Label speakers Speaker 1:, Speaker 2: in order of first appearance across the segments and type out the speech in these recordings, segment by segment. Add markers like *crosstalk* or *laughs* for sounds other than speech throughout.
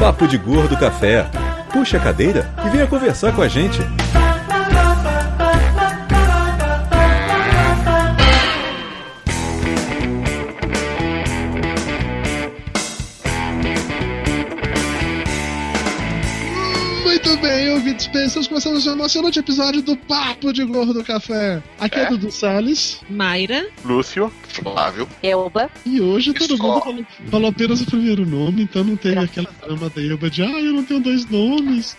Speaker 1: Papo de Gordo Café. Puxa a cadeira e venha conversar com a gente.
Speaker 2: Muito bem, ouvintes bem, estamos começando o seu emocionante episódio do Papo de Gordo Café. Aqui é,
Speaker 3: É?
Speaker 2: Dudu Salles
Speaker 4: Mayra,
Speaker 3: Lúcio,
Speaker 5: Flávio.
Speaker 6: Elba.
Speaker 2: e hoje
Speaker 5: Que
Speaker 2: todo
Speaker 5: só.
Speaker 2: mundo falou, falou apenas o primeiro nome, então não teve
Speaker 6: Graças
Speaker 2: aquela trama da Elba de ah, eu não tenho dois nomes,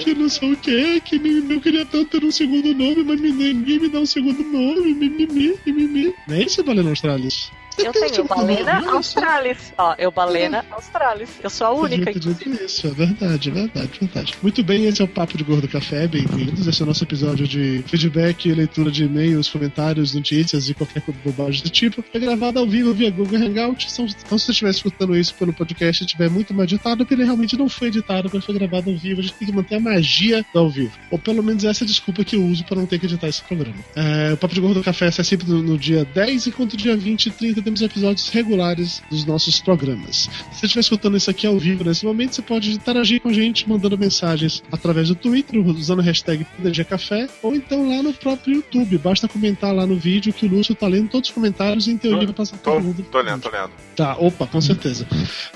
Speaker 2: que não sei o que, que mimimi, eu queria tanto ter um segundo nome, mas me- ninguém me dá um segundo nome, mimimi, mimimi. Não é isso, Balena Australis? Você
Speaker 6: Eu
Speaker 2: tem um
Speaker 6: tenho
Speaker 2: segundo nome,
Speaker 6: Balena
Speaker 2: olha só.
Speaker 6: Australis. Ó, eu Balena Australis. Eu sou a
Speaker 3: *laughs*
Speaker 6: única.
Speaker 2: Podia ter dito Isso, é verdade, é verdade, é verdade. Muito bem, esse é o Papo de Gordo Café, bem-vindos. Esse é o nosso episódio de feedback, leitura de e-mails, comentários, notícias e qualquer bobagem do tipo. É gravado ao vivo via Google Hangout. Então, então se você estiver escutando isso pelo podcast e estiver muito mal editado, porque ele realmente não foi editado, mas foi gravado ao vivo. A gente tem que manter a magia do ao vivo. Ou pelo menos essa é a desculpa que eu uso para não ter que editar esse programa. É, o Papo de Gordo Café sai sempre no, no dia 10, enquanto dia 20 e 30 temos episódios regulares dos nossos programas. Se você estiver escutando isso aqui ao vivo nesse momento, você pode interagir com a gente mandando mensagens através do Twitter, usando a hashtag PDGCafé, ou então lá no próprio YouTube. Basta comentar lá no vídeo que o Lúcio tá lendo todos os comentários e em teoria
Speaker 3: Tô-
Speaker 2: vai passar
Speaker 3: tô,
Speaker 2: todo mundo.
Speaker 3: tô lendo, tô lendo.
Speaker 2: Tá, opa, com certeza.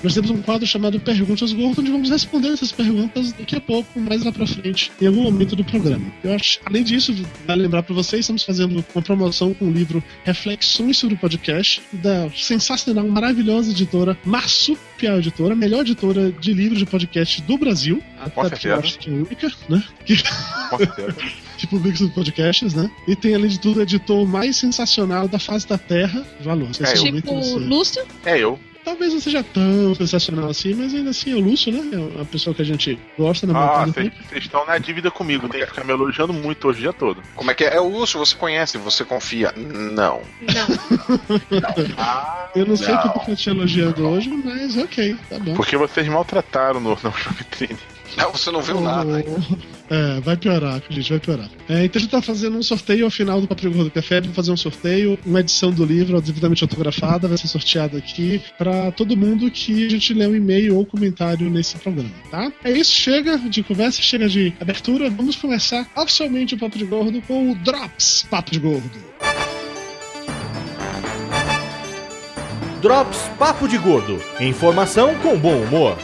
Speaker 2: Nós temos um quadro chamado Perguntas Gordo, onde vamos responder essas perguntas daqui a pouco, mais lá pra frente, em algum momento do programa. Eu acho, além disso, vale lembrar pra vocês, estamos fazendo uma promoção com o livro Reflexões sobre o Podcast, da sensacional, maravilhosa editora Marsupial Editora, a melhor editora de livros de podcast do Brasil. Até porque eu
Speaker 3: Ah, certeza.
Speaker 2: acho que é a única, né? Que
Speaker 3: Com certeza.
Speaker 2: que publica os podcasts, né? E tem, além de tudo, o editor mais sensacional da face da Terra. Valor.
Speaker 3: É, eu-
Speaker 2: sensacionalmente
Speaker 4: tipo
Speaker 2: você-
Speaker 4: Lúcio,
Speaker 3: É eu.
Speaker 2: Talvez não seja tão sensacional assim, mas ainda assim é o Lúcio, né? É uma pessoa que a gente gosta na
Speaker 3: Ah,
Speaker 2: bancada.
Speaker 3: vocês vocês estão na dívida comigo. Tem que ficar me elogiando muito hoje o dia todo.
Speaker 5: Como é que é? É o Lúcio, você conhece, você confia? Não.
Speaker 4: não.
Speaker 3: Ah,
Speaker 2: Eu não sei
Speaker 5: Não.
Speaker 2: porque eu tô te tá elogiando hoje, mas ok, tá bom.
Speaker 3: porque vocês maltrataram no, na última vitrine.
Speaker 5: Não, você não viu nada. hein?
Speaker 2: *laughs* É, vai piorar, gente, vai piorar. É, então a gente tá fazendo um sorteio ao final do Papo de Gordo Café, vamos fazer um sorteio, uma edição do livro devidamente autografada, vai ser sorteada aqui pra todo mundo que a gente lê um e-mail ou comentário nesse programa, tá? É isso, chega de conversa, chega de abertura, vamos começar oficialmente o Papo de Gordo com o Drops Papo de Gordo.
Speaker 7: Drops Papo de Gordo. Informação com bom humor.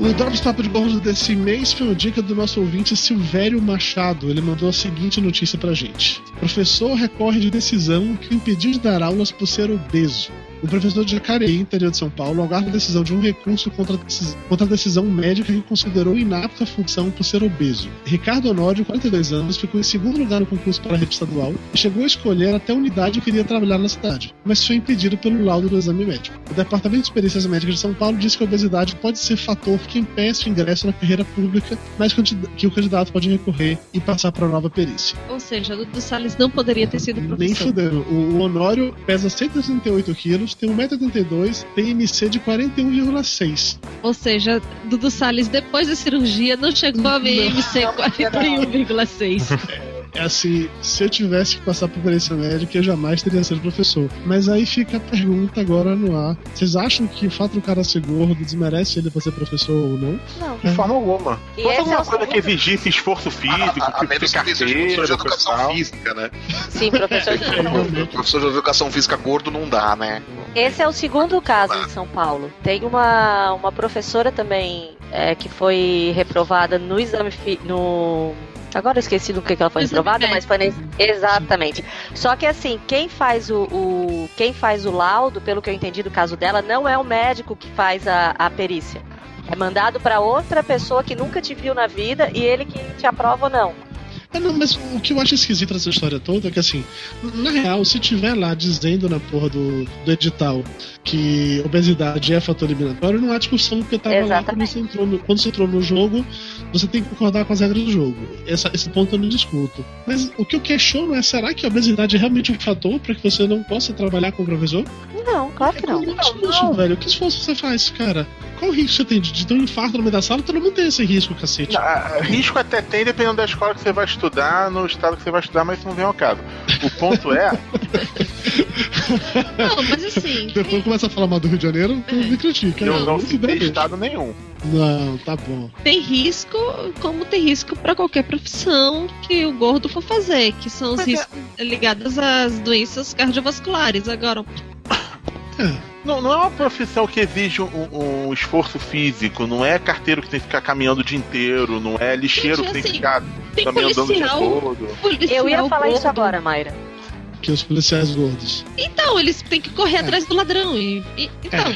Speaker 2: O Drops Papo de Gordo desse mês foi uma dica do nosso ouvinte Silvério Machado. Ele mandou a seguinte notícia pra gente: Professor recorre de decisão que o impediu de dar aulas por ser obeso. O professor de Jacareí, interior de São Paulo, aguarda a decisão de um recurso contra a, decis- contra a decisão médica que considerou inapta a função por ser obeso. Ricardo Honório, 42 anos, ficou em segundo lugar no concurso para a rede estadual e chegou a escolher até a unidade que iria trabalhar na cidade, mas foi impedido pelo laudo do exame médico. O Departamento de Experiências Médicas de São Paulo diz que a obesidade pode ser fator que impeça o ingresso na carreira pública, mas que o candid- que o candidato pode recorrer e passar para a nova perícia.
Speaker 4: Ou seja, Dudu Salles não poderia ter sido
Speaker 2: Nem
Speaker 4: professor.
Speaker 2: fudendo. O, o Honório pesa 168 quilos, tem 1,82m, tem MC de 41,6.
Speaker 4: Ou seja, Dudu Salles, depois da cirurgia, não chegou a ver MC 41,6.
Speaker 2: É assim, se eu tivesse que passar por perícia médica, eu jamais teria sido professor. Mas aí fica a pergunta agora no ar. Vocês acham que o fato do cara ser gordo desmerece ele pra ser professor ou não?
Speaker 6: Não.
Speaker 3: De forma alguma.
Speaker 6: E
Speaker 3: Mas
Speaker 6: essa é
Speaker 3: alguma
Speaker 6: a
Speaker 3: coisa que
Speaker 6: segunda-
Speaker 3: exigisse esforço físico,
Speaker 5: A, a, a
Speaker 3: que
Speaker 5: Ah, menos
Speaker 3: fosse
Speaker 5: que seja professor de
Speaker 3: carteira,
Speaker 5: educação
Speaker 3: pessoal.
Speaker 5: física, né? *laughs*
Speaker 3: *laughs*
Speaker 6: Sim, professor de
Speaker 5: O professor de educação física gordo não dá, né?
Speaker 6: Esse é o segundo caso em São Paulo. Tem uma, uma professora também é, que foi reprovada no exame fi- no Agora eu esqueci do que, que ela foi
Speaker 4: No exame
Speaker 6: reprovada, mas foi nesse... Exatamente. Só que assim, quem faz o, o- quem faz o laudo, pelo que eu entendi do caso dela, não é o médico que faz a, a perícia. É mandado para outra pessoa que nunca te viu na vida e ele que te aprova ou não.
Speaker 2: Ah, não, mas o que eu acho esquisito nessa história toda é que, assim, na real, se tiver lá dizendo na porra do, do edital que obesidade é fator eliminatório, não há discussão, porque tava lá quando
Speaker 6: Exatamente.
Speaker 2: você, entrou no, quando você entrou no jogo, você tem que concordar com as regras do jogo. Essa- esse ponto eu não discuto. Mas o que eu questiono é: será que a obesidade é realmente um fator para que você não possa trabalhar com o professor? É um
Speaker 6: Não, claro que não.
Speaker 2: Não, não, velho. Que esforço você faz, cara? Qual risco você tem de, de ter um infarto no meio da sala? Todo mundo tem esse risco, cacete.
Speaker 3: Ah, risco até tem dependendo da escola que você vai estudar, no estado que você vai estudar, mas isso não vem ao caso. O ponto *laughs* é,
Speaker 4: Não, mas assim.
Speaker 2: Depois Então, começa a falar mal do Rio de Janeiro, tu me critica.
Speaker 3: eu
Speaker 2: né?
Speaker 3: não tá?
Speaker 2: Muito bem,
Speaker 3: citei
Speaker 2: bicho.
Speaker 3: estado nenhum.
Speaker 2: Não, tá bom.
Speaker 4: tem risco, como tem risco para qualquer profissão que o gordo for fazer, que são os
Speaker 3: Mas é-
Speaker 4: riscos ligados às doenças cardiovasculares. Agora,
Speaker 3: Não, não é uma profissão que exige um, um esforço físico, não é carteiro que tem que ficar caminhando o dia inteiro, não é lixeiro
Speaker 4: Gente,
Speaker 3: que tem que
Speaker 4: assim,
Speaker 3: ficar
Speaker 4: tem
Speaker 3: também andando o dia
Speaker 4: policial,
Speaker 3: todo.
Speaker 4: policial.
Speaker 6: Eu ia falar
Speaker 4: gordo.
Speaker 6: isso agora, Mayra.
Speaker 2: Que os policiais gordos.
Speaker 4: Então, eles têm que correr atrás do ladrão. E, e- então,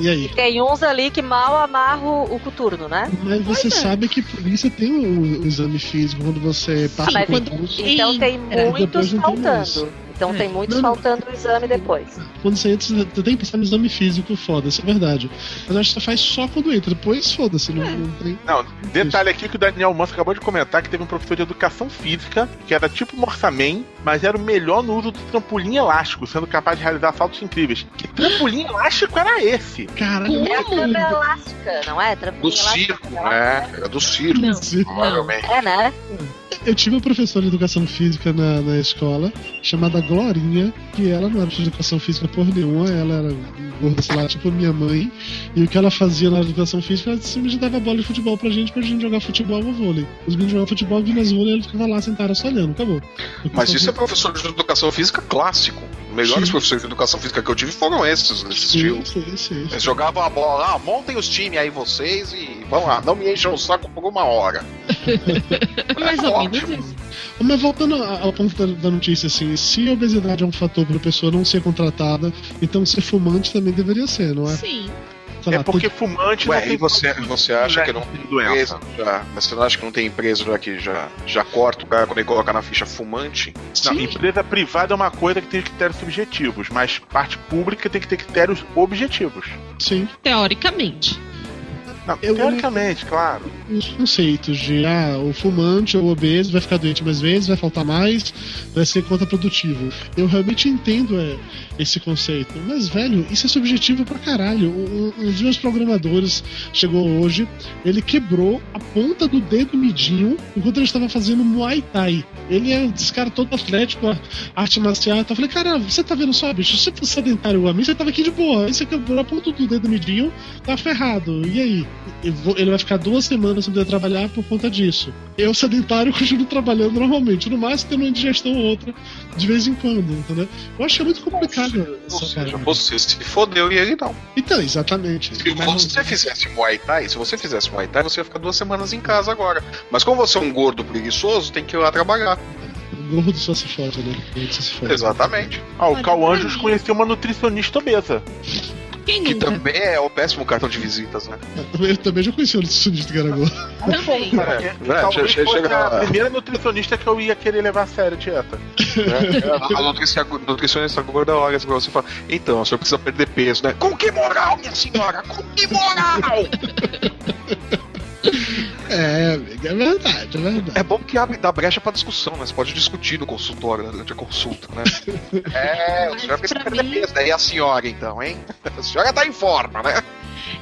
Speaker 2: E aí?
Speaker 6: Tem uns ali que mal amarro o coturno, né?
Speaker 2: Mas você
Speaker 4: é.
Speaker 2: sabe que polícia tem o, o exame físico quando você passa
Speaker 4: Ah, mas
Speaker 2: o
Speaker 4: quando-
Speaker 2: concurso.
Speaker 6: Então tem
Speaker 4: Eita.
Speaker 6: muitos
Speaker 2: Depois um não tem mais.
Speaker 6: faltando. Então
Speaker 4: É.
Speaker 6: tem muitos
Speaker 2: é Não, não.
Speaker 6: faltando o exame depois.
Speaker 2: Quando você entra, você tem que passar no exame físico, foda, isso é verdade. Mas eu acho que você faz só quando entra, depois foda-se, não,
Speaker 4: É.
Speaker 2: não tem.
Speaker 3: Não, detalhe aqui que o Daniel Manso acabou de comentar que teve um professor de educação física que era tipo Morsaman, mas era o melhor no uso do trampolim elástico, sendo capaz de realizar saltos incríveis. Que trampolim elástico era esse?
Speaker 2: Caralho,
Speaker 6: É a
Speaker 2: mano.
Speaker 6: câmera elástica, não é? Câmera
Speaker 5: Do
Speaker 6: elástica,
Speaker 5: circo,
Speaker 6: câmera elástica.
Speaker 5: né? Era do circo,
Speaker 4: não.
Speaker 5: provavelmente.
Speaker 6: É, né?
Speaker 2: Eu tive uma professora de educação física na, na escola, chamada Glorinha, que ela não era de educação física por nenhuma, ela era gorda, sei lá, tipo minha mãe. E o que ela fazia na educação física, ela simplesmente dava bola de futebol pra gente, pra gente jogar futebol ou vôlei. Os meninos jogavam futebol, vinham nas vôlei, ela ficava lá sentada só olhando, acabou.
Speaker 5: Mas
Speaker 2: Educação
Speaker 5: isso é professor de educação física clássico. Os melhores
Speaker 2: Sim.
Speaker 5: professores de educação física que eu tive foram esses, esses
Speaker 2: física-
Speaker 5: tios.
Speaker 2: Sim, sim, sim.
Speaker 5: Eles jogavam a bola, ah, montem os times aí vocês e vão lá, não me encham o saco por uma hora. é
Speaker 4: é Mais ou menos
Speaker 5: Ótimo.
Speaker 4: isso.
Speaker 2: Mas voltando a- ao ponto da, da notícia, assim, se a obesidade é um fator pra pessoa não ser contratada, então ser fumante também deveria ser, não é?
Speaker 4: Sim.
Speaker 2: Sei
Speaker 3: é
Speaker 2: lá,
Speaker 3: porque fumante
Speaker 5: Ah, Ué,
Speaker 3: não
Speaker 5: e
Speaker 3: tem
Speaker 5: você, você acha que não
Speaker 3: de
Speaker 5: tem
Speaker 3: doença.
Speaker 5: empresa já? Mas você não acha que não tem empresa já que já, já corta o cara quando ele coloca na ficha fumante?
Speaker 3: Não,
Speaker 2: Sim.
Speaker 3: empresa privada é uma coisa que tem critérios subjetivos, mas parte pública tem que ter critérios objetivos.
Speaker 2: Sim.
Speaker 4: Teoricamente.
Speaker 3: Não,
Speaker 2: Eu-
Speaker 3: teoricamente, claro.
Speaker 2: os conceitos de ah, o fumante ou o obeso vai ficar doente mais vezes, vai faltar mais, vai ser contraprodutivo. Eu realmente entendo é, esse conceito, mas velho, isso é subjetivo pra caralho. Um, um dos meus programadores chegou hoje, ele quebrou a ponta do dedo midinho enquanto ele estava fazendo muay thai. Ele é esse cara todo atlético, a- arte marcial. Eu falei, cara, você tá vendo só, bicho? Se você fosse sedentário a mim, você tava aqui é de boa. Aí você quebrou a ponta do dedo midinho, tá ferrado. E aí? Eu vou- ele vai ficar duas semanas sem poder trabalhar por conta disso. Eu, sedentário, *laughs* continuo trabalhando normalmente. No máximo, tendo uma indigestão ou outra de vez em quando, entendeu? Eu acho que é muito complicado
Speaker 5: Ou
Speaker 2: essa
Speaker 5: seja,
Speaker 2: parada.
Speaker 5: você se fodeu e ele não.
Speaker 2: Então, exatamente.
Speaker 5: Se você fizesse Muay Thai, se você fizesse Muay Thai, você ia ficar duas semanas em casa agora. Mas como você é um gordo preguiçoso, tem que ir lá trabalhar.
Speaker 2: Gordo só se fode, né? Gordo só se
Speaker 5: É.
Speaker 2: fode.
Speaker 5: Exatamente.
Speaker 3: Ah, o
Speaker 4: Olha,
Speaker 3: Cal Anjos
Speaker 4: pra mim.
Speaker 3: conheceu uma nutricionista obesa.
Speaker 4: Quem
Speaker 5: Que
Speaker 4: nunca?
Speaker 5: também é o péssimo cartão de visitas, né?
Speaker 2: Eu também já conheci o nutricionista que era gordo.
Speaker 4: Também.
Speaker 5: É, né?
Speaker 3: Talvez
Speaker 5: Chega-
Speaker 3: fosse
Speaker 5: chega-
Speaker 3: a primeira nutricionista que eu ia querer levar a sério a dieta.
Speaker 5: *laughs* É, a- a nutrici- a nutricionista gorda olha assim pra você e fala: Então, o senhor precisa perder peso, né? Com que moral, minha senhora? Com que moral?
Speaker 2: É, amiga, é verdade, é verdade.
Speaker 5: É bom que abre, dá brecha pra discussão, né? Você pode discutir no consultório, né? durante a consulta, *laughs* né? É, o
Speaker 4: Mas
Speaker 5: senhor precisa
Speaker 4: pra
Speaker 5: perder
Speaker 4: mim-
Speaker 5: peso. Daí a senhora, então, hein? *laughs* A senhora tá em forma, né?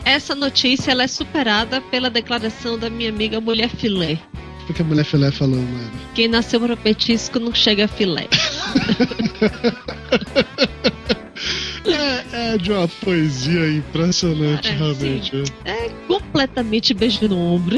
Speaker 4: Essa notícia ela é superada pela declaração da minha amiga mulher filé.
Speaker 2: Porque a mulher filé falou, mano.
Speaker 4: Quem nasceu para petisco não chega a filé.
Speaker 2: É, é de uma poesia impressionante,
Speaker 4: Cara,
Speaker 2: realmente. né?
Speaker 4: É completamente beijo no ombro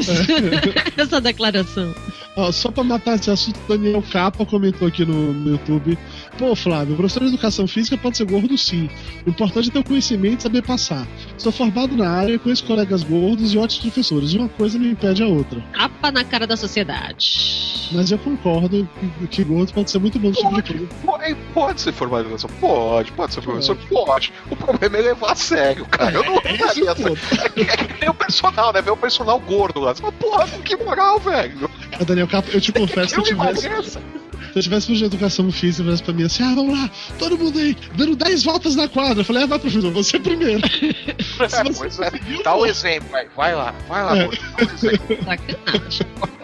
Speaker 4: essa declaração.
Speaker 2: Ó, só pra matar esse assunto, Daniel Capa comentou aqui no, no YouTube. Pô, Flávio, professor de educação física pode ser gordo sim. O importante é ter o conhecimento e saber passar. Sou formado na área, conheço colegas gordos e ótimos professores. Uma coisa não impede a outra.
Speaker 4: Tapa na cara da sociedade.
Speaker 2: Mas eu concordo que, que gordo pode ser muito bom sobre tudo.
Speaker 5: Pode, pode ser formado em educação? Pode, pode ser professor? Pode. O problema é levar a sério, cara. Eu não levaria a sério. É que, é que nem o personal, né? Vê o personal gordo lá. Você fala, porra, com que moral, velho.
Speaker 2: Mas, Daniel Capa, eu te confesso que
Speaker 5: Eu
Speaker 2: eu
Speaker 5: me
Speaker 2: tivesse.
Speaker 5: emagreço.
Speaker 2: Se eu tivesse professor de educação física, falasse pra mim assim: ah, vamos lá, todo mundo aí, dando 10 voltas na quadra. Eu falei: ah, vai, professor, você primeiro.
Speaker 5: É, pois é. Dá o exemplo, vai. Vai lá, vai lá,
Speaker 2: É.
Speaker 4: Tá
Speaker 5: gordo. Dá o exemplo.
Speaker 4: Sacanagem.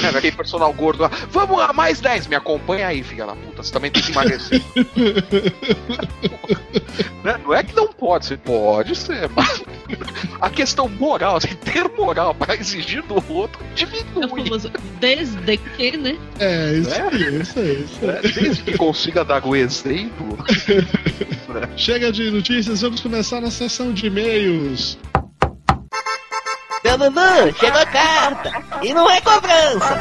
Speaker 5: Cara, tem personal gordo lá. Vamos lá, mais 10. Me acompanha aí, filha da puta. Você também tem que emagrecer. *laughs* Né? não é que não pode ser. Pode ser, mas a questão moral, assim, ter moral pra exigir do outro,
Speaker 4: É o
Speaker 5: diminui.
Speaker 4: famoso desde que, né?
Speaker 2: É, isso
Speaker 5: É?
Speaker 2: aí, isso aí. Isso aí.
Speaker 5: né? Desde que consiga dar o exemplo.
Speaker 2: Chega de notícias, vamos começar na sessão de e-mails.
Speaker 8: Meu Dudu, chegou carta! E não é cobrança!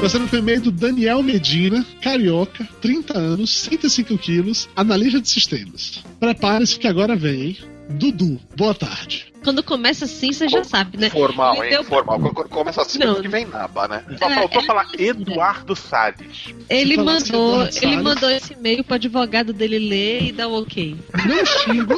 Speaker 2: Passando pelo e-mail do Daniel Medina, carioca, 30 anos, 105 quilos, analista de sistemas. Prepare-se que agora vem, hein? Dudu, boa tarde.
Speaker 4: Quando começa assim, você já sabe, né?
Speaker 5: Formal,
Speaker 4: *laughs* Ele
Speaker 5: hein?
Speaker 4: deu-
Speaker 5: Formal. Quando- quando Começa assim,
Speaker 4: Não.
Speaker 5: que vem naba, né?
Speaker 3: Só
Speaker 4: É,
Speaker 3: faltou
Speaker 4: é
Speaker 3: falar
Speaker 4: isso, né?
Speaker 3: Eduardo Salles.
Speaker 4: Ele
Speaker 2: Fala assim,
Speaker 4: mandou,
Speaker 2: Eduardo
Speaker 4: ele
Speaker 2: Salles.
Speaker 4: mandou esse e-mail pro advogado dele ler e dar o ok.
Speaker 2: Não xingo,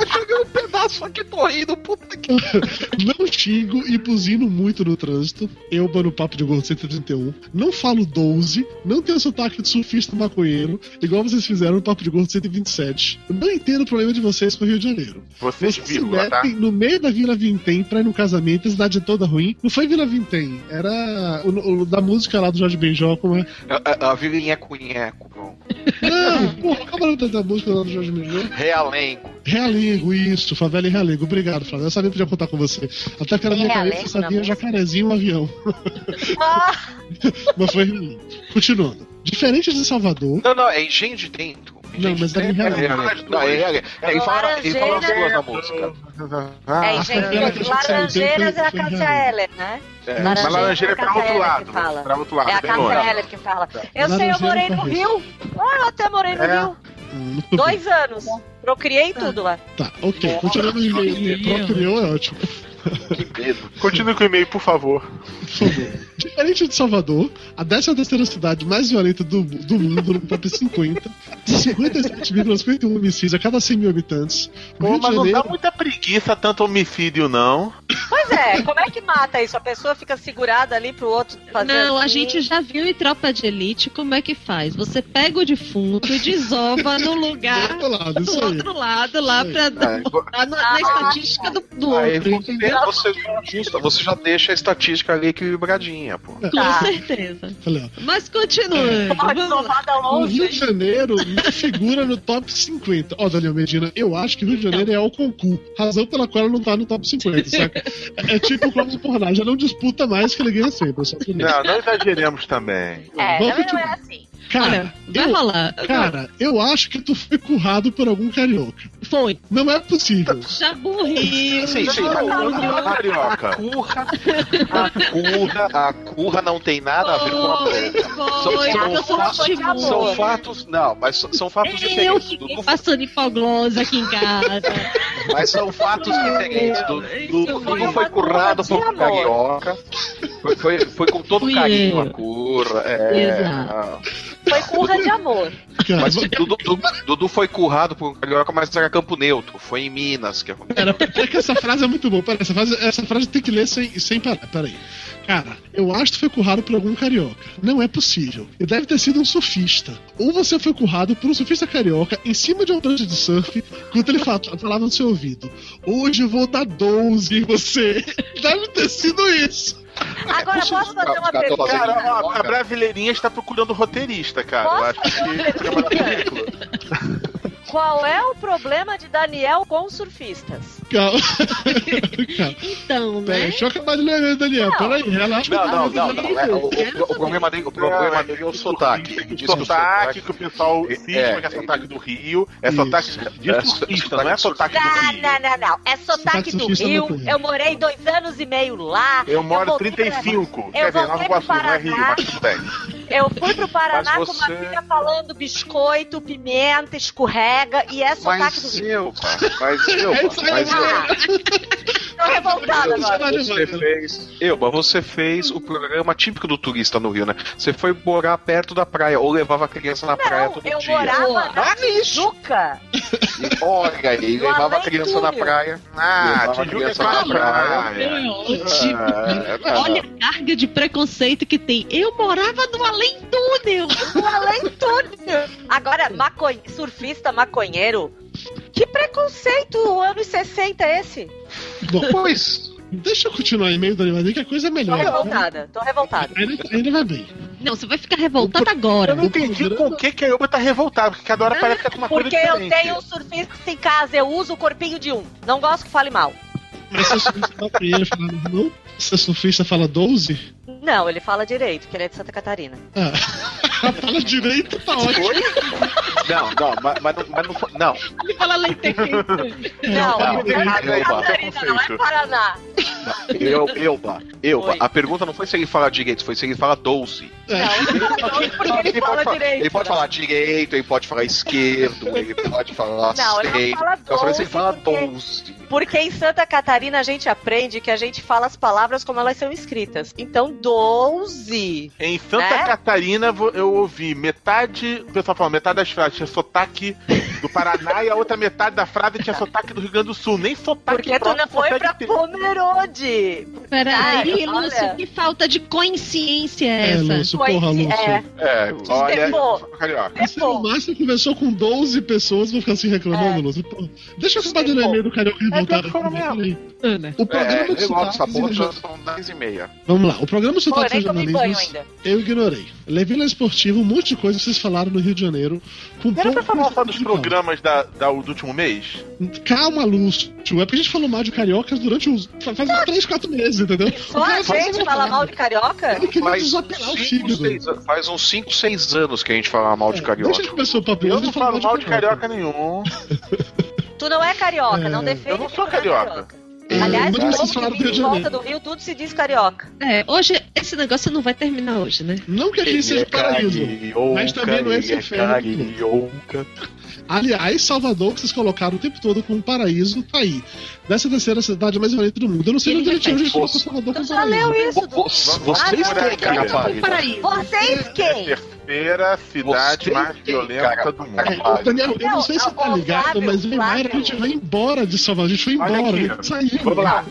Speaker 5: Eu joguei um pedaço aqui, tô rindo, puta que.
Speaker 2: não xingo e buzino muito no trânsito. Eu no papo de gordo 131. Não falo 12, não tenho sotaque de surfista maconheiro, igual vocês fizeram no papo de gordo 127. Não entendo o problema de vocês com o Rio de Janeiro.
Speaker 3: Vocês,
Speaker 2: Vocês né? se
Speaker 5: né?
Speaker 3: vírgula, tá?
Speaker 2: metem no meio da Vila Vintém pra ir num casamento, a cidade é toda ruim. Não foi Vila Vintém, era o, o da música lá do Jorge Benjol, como é?
Speaker 5: A, a, a vilinha cunheco, bom.
Speaker 6: *laughs*
Speaker 2: Não, porra, como era o nome da música lá do Jorge Benjol?
Speaker 5: Realengo.
Speaker 2: Realengo, isso, favela e realengo. Obrigado, Flávio. Eu sabia que podia contar com você. Até que era minha
Speaker 6: Realengo
Speaker 2: cabeça, eu
Speaker 6: na
Speaker 2: sabia
Speaker 6: música.
Speaker 2: jacarezinho e um avião.
Speaker 6: Ah,
Speaker 2: Mas foi realengo. Continuando. Diferente de Salvador,
Speaker 5: Não, não, é engenho de dentro.
Speaker 2: Não, mas é
Speaker 5: é,
Speaker 2: Realengo.
Speaker 5: Realengo. Não, é, Realengo. é, ele fala, ele fala as duas na música.
Speaker 6: é
Speaker 2: favela que a
Speaker 6: engenheiro.
Speaker 2: gente
Speaker 6: Laranjeiras
Speaker 2: saiu,
Speaker 6: é a
Speaker 2: foi
Speaker 6: Katia
Speaker 2: Realengo.
Speaker 6: Heller, né?
Speaker 5: É.
Speaker 6: Laranjeira
Speaker 3: Mas laranjeira é
Speaker 6: é a
Speaker 3: pra outro
Speaker 6: Cássia
Speaker 3: lado.
Speaker 6: Eller que fala.
Speaker 3: Pra outro lado,
Speaker 6: É a
Speaker 3: bem
Speaker 6: Cássia
Speaker 3: longe.
Speaker 6: Heller que fala. Eu sei,
Speaker 2: Laranjeira é
Speaker 6: eu morei
Speaker 2: pra
Speaker 6: no
Speaker 2: isso.
Speaker 6: Rio. Ah, eu até morei no
Speaker 3: É.
Speaker 6: Rio.
Speaker 2: hum, muito bem.
Speaker 6: Dois anos. Procriei tudo lá.
Speaker 2: Tá, ok. Continuando o e-mail. Procriou é ótimo.
Speaker 5: Que medo.
Speaker 3: Continue com o e-mail, por favor.
Speaker 2: Por favor. Diferente de Salvador, a 13 cidade mais violenta do, do mundo no top 50, 57,51 homicídios a cada 100 mil habitantes. O
Speaker 3: Pô,
Speaker 2: Rio de
Speaker 3: mas não dá
Speaker 2: Janeiro,
Speaker 3: muita preguiça tanto homicídio, não.
Speaker 6: Pois é, como é que mata isso? A pessoa fica segurada ali pro outro fazer.
Speaker 4: Não, a
Speaker 6: assim.
Speaker 4: gente já viu em Tropa de Elite como é que faz. Você pega o defunto e desova no lugar
Speaker 2: tá do outro lado,
Speaker 4: do
Speaker 2: isso aí.
Speaker 4: outro lado lá
Speaker 2: Isso
Speaker 4: pra
Speaker 5: Ah,
Speaker 4: dar- botar na, na estatística do, do
Speaker 5: Aí
Speaker 4: outro,
Speaker 5: você,
Speaker 4: entendeu?
Speaker 5: você já ajusta, você já deixa a estatística ali equilibradinha, pô.
Speaker 6: Tá.
Speaker 4: Com certeza.
Speaker 2: Olha, ó.
Speaker 4: Mas continuando,
Speaker 6: Uma
Speaker 4: vamos lá.
Speaker 6: desovada
Speaker 2: O Rio de
Speaker 6: longe.
Speaker 2: Janeiro não figura no top 50. Ó, Daniel Medina, eu acho que o Rio de Janeiro é ao concurso. Razão pela qual ela não tá no top 50, saca? É tipo o Clóvis Pornal, já não disputa mais que ele ganha sempre. Só que
Speaker 3: Não, não exageremos também.
Speaker 2: Vamos
Speaker 6: É, também não é
Speaker 2: continuar.
Speaker 6: assim.
Speaker 4: Olha,
Speaker 2: Cara,
Speaker 4: vai
Speaker 2: eu-
Speaker 4: rolar.
Speaker 2: cara, eu acho que tu foi currado por algum carioca.
Speaker 4: Foi.
Speaker 2: Não é possível.
Speaker 4: Jaburri.
Speaker 5: Sim, sim,
Speaker 3: Não,
Speaker 5: mas- é
Speaker 3: não, não, não,
Speaker 5: A
Speaker 3: carioca.
Speaker 5: curra, a curra, a curra não tem nada a ver com a
Speaker 4: Foi,
Speaker 5: bronca. São-
Speaker 4: foi,
Speaker 5: são
Speaker 4: eu sou
Speaker 5: fatos-
Speaker 4: testemunha.
Speaker 5: São fatos, não, mas so- são fatos
Speaker 4: tá Eu
Speaker 5: diferentes. Dudu,
Speaker 4: fiquei passando hipoglose aqui em *laughs* casa.
Speaker 5: mas são fatos diferentes.
Speaker 4: Isso
Speaker 5: Dudu, Dudu
Speaker 6: foi
Speaker 5: foi
Speaker 6: uma
Speaker 5: currado por
Speaker 6: curva
Speaker 5: um
Speaker 6: de amor.
Speaker 5: carioca. Foi, foi, foi com todo
Speaker 4: Fui
Speaker 5: carinho
Speaker 4: eu.
Speaker 5: a curra. É,
Speaker 4: Exato.
Speaker 5: ah.
Speaker 6: Foi curra de amor.
Speaker 2: Cara,
Speaker 5: *laughs* Mas Dudu, Dudu- Dudu foi currado por um carioca, mas era campo neutro. Foi em Minas que aconteceu.
Speaker 2: Pera, pera que essa frase é muito boa. Pera, essa frase, essa frase tem que ler sem, sem parar. Pera aí. Cara, eu acho que tu foi currado por algum carioca. Não é possível. E deve ter sido um surfista. Ou você foi currado por um surfista carioca em cima de um prancha de surf, enquanto ele fa- falava no seu ouvido: Hoje eu vou dar 12 em você. *laughs* Deve ter sido isso.
Speaker 6: Agora, posso fazer uma
Speaker 5: Cara,
Speaker 6: pergunta?
Speaker 5: fazendo-
Speaker 3: Cara, ó, a brasileirinha está procurando roteirista, cara. Eu acho que é uma ridícula.
Speaker 6: Qual é o problema de Daniel com surfistas?
Speaker 2: Calma. *laughs* Calma.
Speaker 4: Então,
Speaker 2: Pera,
Speaker 4: né?
Speaker 2: deixa eu acabar de ler, Daniel. Pera aí, relaxa.
Speaker 5: Não, não, não, não. é, o, o- o problema dele, o problema dele é o sotaque. Ele diz que o
Speaker 3: um Sotaque que o pessoal
Speaker 5: É,
Speaker 3: cisma que é
Speaker 5: é.
Speaker 3: sotaque do Rio, é
Speaker 2: Isso.
Speaker 3: sotaque de
Speaker 5: É,
Speaker 3: surfista,
Speaker 5: sotaque
Speaker 3: não é
Speaker 5: de
Speaker 3: sotaque do
Speaker 6: Não,
Speaker 3: Rio.
Speaker 6: não, não, não. É sotaque
Speaker 2: Sotaque
Speaker 6: do
Speaker 2: surfista
Speaker 6: Rio.
Speaker 2: não tem.
Speaker 6: Eu morei dois anos e meio lá.
Speaker 3: Eu moro em
Speaker 6: voltei pra-
Speaker 3: 35,
Speaker 6: Eu
Speaker 3: quer dizer, Nova
Speaker 6: voltei
Speaker 3: Iguaçu,
Speaker 6: pro
Speaker 3: não é Rio,
Speaker 6: Paraná.
Speaker 3: mas tudo bem.
Speaker 6: Eu fui pro Paraná
Speaker 5: Mas
Speaker 6: com uma
Speaker 5: você-
Speaker 6: filha falando biscoito, pimenta, escorrega e é sotaque do
Speaker 5: Mas
Speaker 6: Rio.
Speaker 5: eu, pá, *laughs* mas eu,
Speaker 2: É
Speaker 5: pá,
Speaker 2: isso aí,
Speaker 5: mas é. eu.
Speaker 6: Ah, *laughs* tô revoltada agora.
Speaker 5: Você fez. Eu, mas você fez o programa típico do turista no Rio, né? Você foi morar perto da praia, ou levava a criança na praia
Speaker 6: Não,
Speaker 5: todo
Speaker 6: eu
Speaker 5: dia.
Speaker 6: morava
Speaker 4: Boa.
Speaker 6: na Tijuca.
Speaker 5: E, olha *laughs* aí,
Speaker 6: Do
Speaker 5: levava a
Speaker 6: além
Speaker 5: criança na
Speaker 6: túnel.
Speaker 5: praia.
Speaker 3: Ah,
Speaker 5: Levava a
Speaker 3: Tijuca é
Speaker 5: criança
Speaker 3: pra
Speaker 5: na
Speaker 3: praia.
Speaker 5: praia.
Speaker 4: Meu, tipo,
Speaker 5: Ah, não,
Speaker 4: Olha a carga de preconceito que tem. Eu morava no além túnel.
Speaker 6: Além de tudo. Agora, maconhe... surfista maconheiro. Que preconceito anos 60 é esse?
Speaker 2: Bom,
Speaker 5: Pois,
Speaker 2: deixa eu continuar o e-mail do Animadinho, que a coisa é
Speaker 6: Tô
Speaker 2: melhor.
Speaker 6: revoltada, tô revoltada.
Speaker 2: Ainda, ainda vai bem.
Speaker 4: Não, você vai ficar revoltado agora.
Speaker 3: Eu não entendi com o que que a Yoba tá revoltada, porque cada hora parece que tá com uma coisa
Speaker 6: Porque eu
Speaker 3: diferente.
Speaker 6: tenho um surfista em casa, eu uso o corpinho de um. Não gosto que fale mal.
Speaker 2: Mas se a surfista fala primeiro, fala não. Se a surfista fala 12,
Speaker 6: Não, ele fala direito, que ele é de Santa Catarina.
Speaker 2: ah, ela fala direito, tá ótimo.
Speaker 5: não, não, mas, mas não- mas não foi. Não,
Speaker 4: Ele fala lentequeiro.
Speaker 6: Não,
Speaker 2: fala
Speaker 6: não,
Speaker 2: direito.
Speaker 5: Eu
Speaker 6: Santa
Speaker 5: bato
Speaker 6: Catarina não é
Speaker 3: conceito.
Speaker 6: Paraná.
Speaker 5: eu, eu, eu,
Speaker 6: Oi.
Speaker 5: a pergunta não foi se ele fala direito, foi se ele fala 12.
Speaker 6: Não, ele fala direito porque ele fala
Speaker 5: falar,
Speaker 6: direito.
Speaker 5: ele pode
Speaker 6: né?
Speaker 5: falar direito, ele pode falar esquerdo, ele pode falar
Speaker 6: Não, ele não
Speaker 5: direito.
Speaker 6: fala
Speaker 5: Eu só sei se ele fala
Speaker 6: 12 porque-
Speaker 5: 12.
Speaker 6: Porque em Santa Catarina a gente aprende que a gente fala as palavras como elas são escritas. Então, 12.
Speaker 3: Em Santa
Speaker 6: Né?
Speaker 3: Catarina vo- eu ouvi metade, o pessoal fala, metade das frases tinha sotaque do Paraná e a outra metade da frase tinha sotaque do Rio Grande do Sul. Nem sotaque
Speaker 6: Porque tu
Speaker 3: próprio
Speaker 6: não foi
Speaker 3: consegue
Speaker 6: pra
Speaker 3: ter.
Speaker 6: Pomerode.
Speaker 4: Peraí,
Speaker 6: Cara,
Speaker 4: Lúcio,
Speaker 6: olha.
Speaker 4: que falta de consciência é
Speaker 2: É,
Speaker 4: essa?
Speaker 2: Lúcio, porra,
Speaker 6: Coinci-
Speaker 2: Lúcio.
Speaker 6: é.
Speaker 5: É, olha.
Speaker 6: Depô.
Speaker 5: Carioca.
Speaker 2: Você no
Speaker 6: Pô.
Speaker 2: máximo conversou com 12 pessoas, vou ficar assim reclamando,
Speaker 6: É.
Speaker 2: Lúcio. Pô, deixa eu acabar dando
Speaker 6: Pô.
Speaker 2: e-mail do Carioca revoltado.
Speaker 3: pior que foi mesmo.
Speaker 2: O
Speaker 5: É,
Speaker 2: programa
Speaker 5: eu
Speaker 2: de
Speaker 5: gosto dessa
Speaker 2: sotaques
Speaker 5: porra,
Speaker 2: e
Speaker 5: já são 10 e meia.
Speaker 2: Vamos lá, o programa de
Speaker 6: Pô, eu
Speaker 2: sotaques
Speaker 6: nem tomei banho
Speaker 2: regionalismos
Speaker 6: ainda.
Speaker 2: eu ignorei. Levila Esportiva, um monte de coisa que vocês falaram no Rio de Janeiro. Com
Speaker 3: Não era pra
Speaker 2: pouco
Speaker 3: falar só dos
Speaker 2: de fala.
Speaker 3: programas da, da- do último mês?
Speaker 2: Calma, Lúcio. É porque a gente falou mal de cariocas durante uns. faz uns 3, 4 meses, entendeu?
Speaker 6: Só a gente fala mal de carioca?
Speaker 2: Eu queria
Speaker 5: Faz
Speaker 2: desapelar o
Speaker 5: cinco,
Speaker 2: fígado.
Speaker 5: seis an- Faz uns 5, 6 anos que a gente fala mal
Speaker 2: É,
Speaker 5: de
Speaker 2: Deixa
Speaker 5: carioca.
Speaker 2: as pessoas pra
Speaker 3: Eu não falo mal de carioca nenhum.
Speaker 6: Tu não é carioca, não
Speaker 2: É.
Speaker 6: defende.
Speaker 3: Eu não
Speaker 6: que
Speaker 3: sou
Speaker 6: tu é
Speaker 3: carioca.
Speaker 6: Aliás,
Speaker 2: Mas
Speaker 6: todo
Speaker 2: vocês
Speaker 6: mundo
Speaker 2: falaram
Speaker 6: que
Speaker 2: do Rio
Speaker 6: vive
Speaker 2: de
Speaker 6: em volta
Speaker 2: Janeiro.
Speaker 6: do Rio, tudo se diz carioca.
Speaker 4: É, hoje esse negócio não vai terminar hoje, né?
Speaker 2: Não que aqui
Speaker 5: é
Speaker 3: é
Speaker 2: seja paraíso. mas também não é esse
Speaker 5: carioca.
Speaker 2: Aliás, Salvador, que vocês colocaram o tempo todo como paraíso, tá aí. Dessa terceira cidade mais violenta do mundo. Eu não sei onde ele tinha hoje colocou Salvador
Speaker 6: Tu
Speaker 2: como
Speaker 6: já
Speaker 2: paraíso.
Speaker 6: leu isso, Dudu?
Speaker 5: Vocês
Speaker 6: Ah,
Speaker 5: têm
Speaker 6: não,
Speaker 5: que
Speaker 6: cara.
Speaker 5: capaz.
Speaker 4: Paraíso.
Speaker 6: Vocês quem?
Speaker 3: Terceira cidade
Speaker 5: Você
Speaker 3: mais
Speaker 5: tem,
Speaker 3: violenta
Speaker 5: cara.
Speaker 3: do
Speaker 5: Cara,
Speaker 3: mundo.
Speaker 2: É, ô, Daniel, eu não sei se você tá
Speaker 6: Não,
Speaker 2: ligado,
Speaker 6: Flávio,
Speaker 2: mas o Neymar, a
Speaker 6: Flávio.
Speaker 2: gente vai embora de Salvador. A gente foi
Speaker 3: Olha
Speaker 2: embora,
Speaker 3: aqui,
Speaker 2: a gente saiu.
Speaker 3: Vamos lá.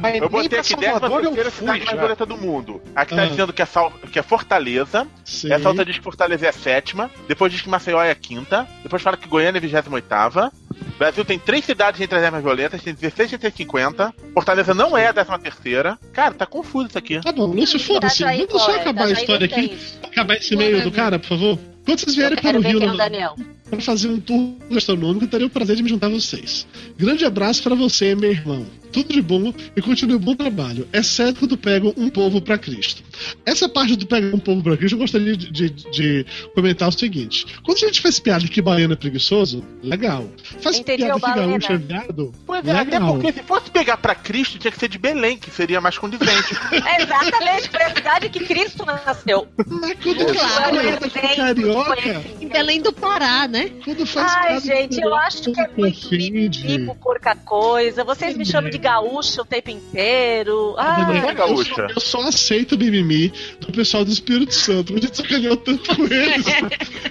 Speaker 5: Mas
Speaker 3: Eu
Speaker 5: nem
Speaker 3: botei
Speaker 5: pra
Speaker 3: aqui 10
Speaker 5: Salvador eu
Speaker 3: terceira
Speaker 5: fui
Speaker 3: cidade mais
Speaker 5: já.
Speaker 3: violenta do mundo. Aqui tá
Speaker 2: Ah.
Speaker 3: dizendo que é, Sal- que é Fortaleza.
Speaker 2: Sim.
Speaker 3: Essa outra diz que Fortaleza é a sétima, depois diz que Maceió é a quinta, depois fala que Goiânia é a 28 Brasil tem três cidades entre as mais violentas, tem 16 entre as 50. Fortaleza não é a 13 terceira. Cara, tá confuso isso aqui.
Speaker 2: Tá bom, Lúcio, foda-se.
Speaker 6: Itajaí,
Speaker 2: Vamos só
Speaker 6: qual é?
Speaker 2: acabar a
Speaker 6: Itajaí
Speaker 2: história
Speaker 6: não
Speaker 2: aqui.
Speaker 6: tem isso.
Speaker 2: Acabar esse e-mail do cara, por favor. Quando vocês
Speaker 6: Eu
Speaker 2: vierem para o
Speaker 6: quero ver
Speaker 2: Rio
Speaker 6: quem é o
Speaker 2: no,
Speaker 6: Daniel.
Speaker 2: para fazer um tour gastronômico, eu teria o prazer de me juntar a vocês. Grande abraço para você, meu irmão. Tudo de bom e continue o bom trabalho, exceto quando pego um povo para Cristo. Essa parte do pega um povo para Cristo, eu gostaria de, de- de comentar o seguinte: quando a gente faz piada de que baiano é preguiçoso, legal. Faz
Speaker 6: Entendi,
Speaker 2: piada
Speaker 6: o
Speaker 2: de que
Speaker 6: Balena.
Speaker 2: gaúcho é viado,
Speaker 3: Pois é, até
Speaker 2: legal.
Speaker 3: porque se fosse pegar pra Cristo, tinha que ser de Belém, que seria mais
Speaker 6: *laughs*
Speaker 3: condizente.
Speaker 6: É exatamente pra cidade que Cristo nasceu.
Speaker 2: Mas
Speaker 3: É
Speaker 2: quando faz
Speaker 6: Claro,
Speaker 2: piada
Speaker 6: eu
Speaker 2: com
Speaker 6: sei,
Speaker 2: é carioca,
Speaker 6: conheci.
Speaker 4: Em Belém do Pará, né?
Speaker 2: quando faz
Speaker 6: Ai,
Speaker 2: piada de
Speaker 6: gente, eu
Speaker 2: carioca,
Speaker 6: acho que é muito
Speaker 2: ofende.
Speaker 6: mimimi, porca coisa. Vocês me chamam de gaúcho o tempo inteiro. Ah,
Speaker 2: Daniel,
Speaker 6: Ai,
Speaker 5: é gaúcha.
Speaker 2: Ah, Eu só, eu só aceito o mimimi do pessoal do Espírito Santo. A gente sacaneou tanto com eles.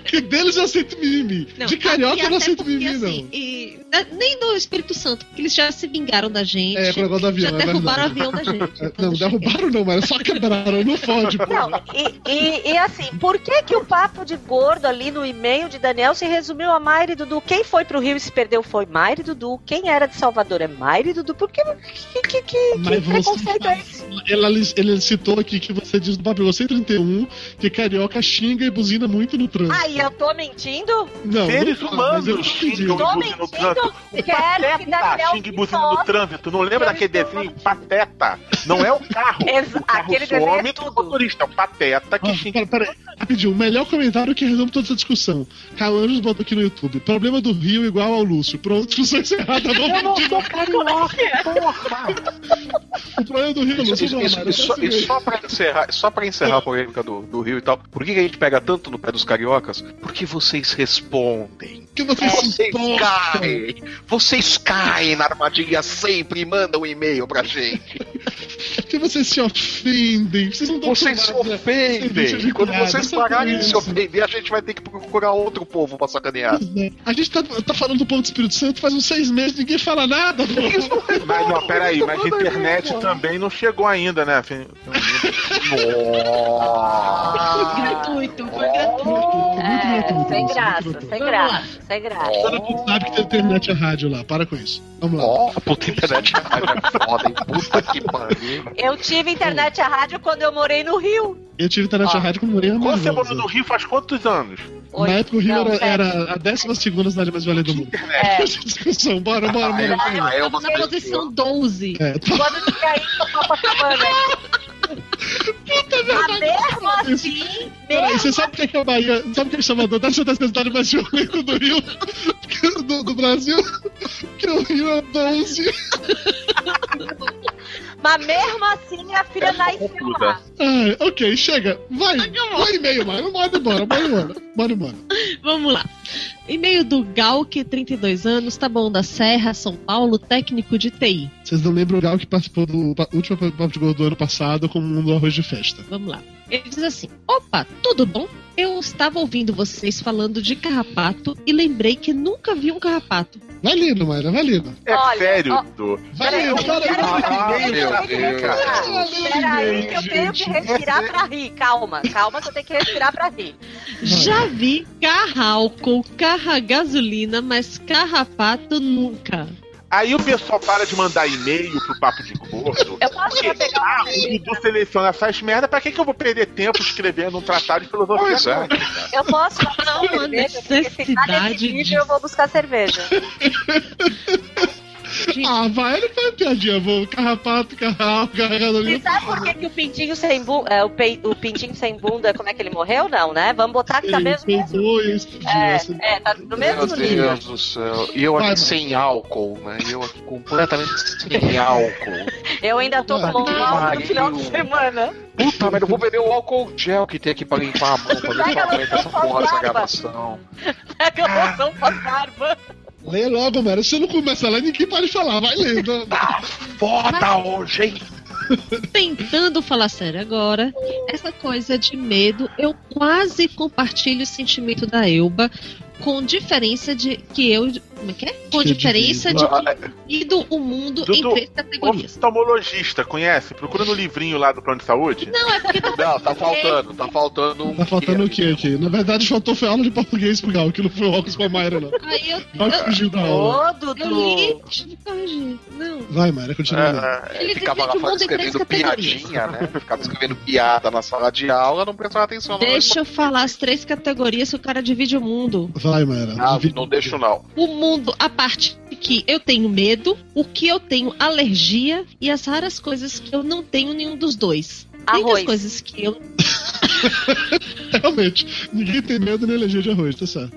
Speaker 2: que deles eu aceito mimimi. de carioca eu não aceito mimimi,
Speaker 4: assim,
Speaker 2: não.
Speaker 4: É, nem do Espírito Santo, porque eles já se vingaram da gente.
Speaker 2: É, pro negócio do avião,
Speaker 4: já
Speaker 2: é
Speaker 4: derrubaram o
Speaker 2: verdade.
Speaker 4: avião da gente. então
Speaker 2: É, Não, derrubaram não, mas só quebraram, não fode, pô.
Speaker 6: Não, e, e- e assim, por que que o papo de gordo ali no e-mail de Daniel se resumiu a Mayra e Dudu? Quem foi pro Rio e se perdeu foi Mayra e Dudu. Quem era de Salvador é Mayra e Dudu. Por que, que, que, que, que
Speaker 2: Mas você
Speaker 6: preconceito é esse?
Speaker 2: Ela, ele citou aqui que você diz do Babylon 131 que carioca xinga e buzina muito no trânsito.
Speaker 6: Ai, eu tô mentindo?
Speaker 2: não,
Speaker 3: Seres
Speaker 2: não,
Speaker 3: humanos
Speaker 2: mas eu entendi.
Speaker 3: xingam
Speaker 6: Tô
Speaker 3: buzina no
Speaker 6: mentindo?
Speaker 3: trânsito.
Speaker 6: Quero que
Speaker 3: Pateta
Speaker 6: Daniel
Speaker 3: xinga Tá e buzina no
Speaker 6: me
Speaker 3: trânsito. Não lembra
Speaker 6: Eu
Speaker 3: daquele
Speaker 6: estou
Speaker 3: desenho? Pateta. Não é o carro.
Speaker 6: Exa-
Speaker 3: O carro
Speaker 6: aquele
Speaker 3: some
Speaker 6: desenho
Speaker 3: do
Speaker 6: é tudo.
Speaker 3: motorista. É o pateta que
Speaker 2: Ah,
Speaker 3: xinga.
Speaker 2: pera, pera, rapidinho, o melhor comentário que resume toda essa discussão. Calanjos botou aqui no YouTube. Problema do Rio igual ao Lúcio. Pronto, *laughs* discussão encerrada. Vamos continuar.
Speaker 3: carioca, porra.
Speaker 2: O problema do Rio é
Speaker 5: Isso-
Speaker 2: Lúcio.
Speaker 5: isso-
Speaker 2: não,
Speaker 5: isso-
Speaker 2: Amaro,
Speaker 5: isso-
Speaker 2: é o seguinte.
Speaker 5: E só pra encerrar, só pra encerrar a polêmica do, do Rio e tal, por que que a gente pega tanto no pé dos cariocas? Porque vocês respondem.
Speaker 2: que você se é
Speaker 5: Vocês
Speaker 2: importa.
Speaker 5: caem. Vocês caem na armadilha sempre e mandam um e-mail pra gente.
Speaker 2: É porque vocês se ofendem. Vocês não estão
Speaker 5: Vocês se ofendem. Quando vocês pararem de se ofender, a gente vai ter que procurar outro povo
Speaker 2: *laughs*
Speaker 5: pra sacanear.
Speaker 2: A gente tá, tá falando do ponto do Espírito Santo faz uns seis meses, ninguém fala nada, pô.
Speaker 3: Mas não, peraí, mas a internet também não chegou ainda, né? Tem-
Speaker 6: Ah,
Speaker 2: Ah,
Speaker 4: Foi
Speaker 5: Nossa!
Speaker 4: gratuito, foi gratuito.
Speaker 6: É, sem graça,
Speaker 2: Vamos
Speaker 6: sem
Speaker 4: lá.
Speaker 6: graça, sem graça.
Speaker 2: Todo mundo sabe que tem internet e rádio lá, para com isso. Vamos lá.
Speaker 5: Ó, puta internet é foda, hein? Puta que pariu.
Speaker 6: Eu tive internet a rádio quando eu morei no Rio.
Speaker 2: Eu tive internet e
Speaker 6: Ó.
Speaker 2: rádio quando morei na
Speaker 3: Quando você
Speaker 2: Marvel,
Speaker 3: morou no Rio faz quantos anos?
Speaker 6: Oi,
Speaker 2: Na época é o Rio
Speaker 6: não,
Speaker 2: era,
Speaker 6: pera.
Speaker 2: era a décima segunda cidade mais velha do mundo. *laughs*
Speaker 6: É.
Speaker 2: Essa discussão, bora, bora, bora.
Speaker 5: Ah,
Speaker 4: Ah,
Speaker 5: eu
Speaker 4: eu tava na
Speaker 5: vou-
Speaker 4: posição
Speaker 6: Assim?
Speaker 4: 12.
Speaker 2: É, tá
Speaker 6: Quando tinha ido pra Copacabana. Mas mesmo assim,
Speaker 2: tá Peraí,
Speaker 6: mesmo
Speaker 2: você sabe o que é que é a Bahia? Sabe o que é Salvador? Dá certeza que cidade mais violenta do Rio, *laughs* do, do Brasil, que o Rio é 12.
Speaker 6: Mas mesmo assim, minha filha
Speaker 3: é
Speaker 6: nasceu lá.
Speaker 2: Ai, ok, chega. Vai, vai e-mail, mano. Manda embora, manda embora. Manda embora.
Speaker 4: Vamos lá. E-mail do Galk, 32 anos, Taboão da Serra, São Paulo, técnico de TI.
Speaker 2: Vocês não lembram o Gal que participou do pa- último Papo de Gol do ano passado com um do arroz de festa.
Speaker 4: Vamos lá. Ele diz assim: Opa, tudo bom? Eu estava ouvindo vocês falando de carrapato e lembrei que nunca vi um carrapato.
Speaker 2: Vai lindo, Mayra, vai lindo.
Speaker 3: É
Speaker 6: Olha,
Speaker 3: sério,
Speaker 6: ó.
Speaker 3: Dudu.
Speaker 2: Vai lindo, vai lindo.
Speaker 5: Ah,
Speaker 6: Eu
Speaker 5: meu
Speaker 6: tenho que
Speaker 5: Deus.
Speaker 6: respirar.
Speaker 2: Caralho,
Speaker 6: Peraí, que eu tenho que
Speaker 2: gente.
Speaker 6: respirar pra rir. Calma, calma que eu tenho que respirar pra rir.
Speaker 4: Já vi carralco, carra gasolina, mas carrapato nunca.
Speaker 3: Aí o pessoal para de mandar e-mail pro papo de gordo.
Speaker 6: Eu posso já pegar
Speaker 3: Ah, o Dudu seleciona essas merda, pra que, que eu vou perder tempo escrevendo um tratado de filosofia?
Speaker 5: Pois é.
Speaker 3: agora?
Speaker 6: Eu posso já buscar
Speaker 4: Há uma
Speaker 6: cerveja? Porque se tá nesse
Speaker 4: necessidade
Speaker 6: nível, eu vou buscar cerveja.
Speaker 2: Ah, vai, não faz piadinha, vou. Carrapato, carralco, carregado
Speaker 6: *laughs* E
Speaker 2: ali.
Speaker 6: sabe por que, que o pintinho sem bunda. É, o, pei- o pintinho sem bunda, como é que ele morreu? Não, né? Vamos botar que tá mesmo.
Speaker 2: Peidou e explodiu.
Speaker 6: É,
Speaker 2: essa-
Speaker 6: é, tá no mesmo
Speaker 5: Meu
Speaker 6: nível.
Speaker 5: Deus do céu. E eu aqui
Speaker 2: Vai,
Speaker 5: sem álcool, né? E eu aqui completamente sem álcool.
Speaker 6: Eu ainda tô
Speaker 2: Puta
Speaker 6: tomando
Speaker 2: que
Speaker 6: mal no
Speaker 5: pariu.
Speaker 6: final de semana. *laughs*
Speaker 5: Puta, mas eu vou beber o álcool gel que tem aqui pra limpar a mão, pra ver se eu aguento essa porra dessa gravação.
Speaker 6: É Que eu vou dar uma barba.
Speaker 2: Lê logo, mano. Se eu não começa lá, ninguém pode falar. Vai Tá, lendo.
Speaker 5: Foda hoje, hein?
Speaker 4: Tentando falar sério agora, essa coisa de medo, eu quase compartilho o sentimento da Elba, com diferença de que eu. Como é que é? Com
Speaker 2: Que eu
Speaker 4: diferença de que do o mundo em
Speaker 3: Dudu,
Speaker 4: três categorias.
Speaker 3: Oftalmologista, conhece? Procura no livrinho lá do plano de saúde.
Speaker 4: Não, é porque tá
Speaker 5: Não, tá faltando, tá faltando um.
Speaker 2: Tá faltando o que aqui? Na verdade, faltou foi aula de português pro Gal, que não foi o óculos pra Mayra, não.
Speaker 4: aí eu,
Speaker 2: Gal que fugiu da aula.
Speaker 6: Ô,
Speaker 4: eu
Speaker 6: Dudu.
Speaker 4: li. Deixa eu corrigir. Não.
Speaker 2: Vai, Mayra, continua. lendo.
Speaker 5: É,
Speaker 4: Ele
Speaker 5: ficava
Speaker 4: dizia
Speaker 5: lá
Speaker 4: que o
Speaker 5: fora
Speaker 4: mundo em três
Speaker 5: escrevendo
Speaker 4: categorias.
Speaker 5: piadinha, né? Ficava escrevendo piada na sala de aula, não prestava atenção. na hora de
Speaker 4: Deixa eu falar as três categorias que o cara divide o mundo.
Speaker 2: Vai, Mayra.
Speaker 5: Ah,
Speaker 2: Divide-
Speaker 5: não deixo não.
Speaker 4: O mundo, a parte que eu tenho medo, o que eu tenho alergia e as raras coisas que eu não tenho nenhum dos dois. Tem
Speaker 6: Arroz.
Speaker 4: as coisas que eu
Speaker 2: Realmente, ninguém tem medo nem eleger de arroz, tá certo.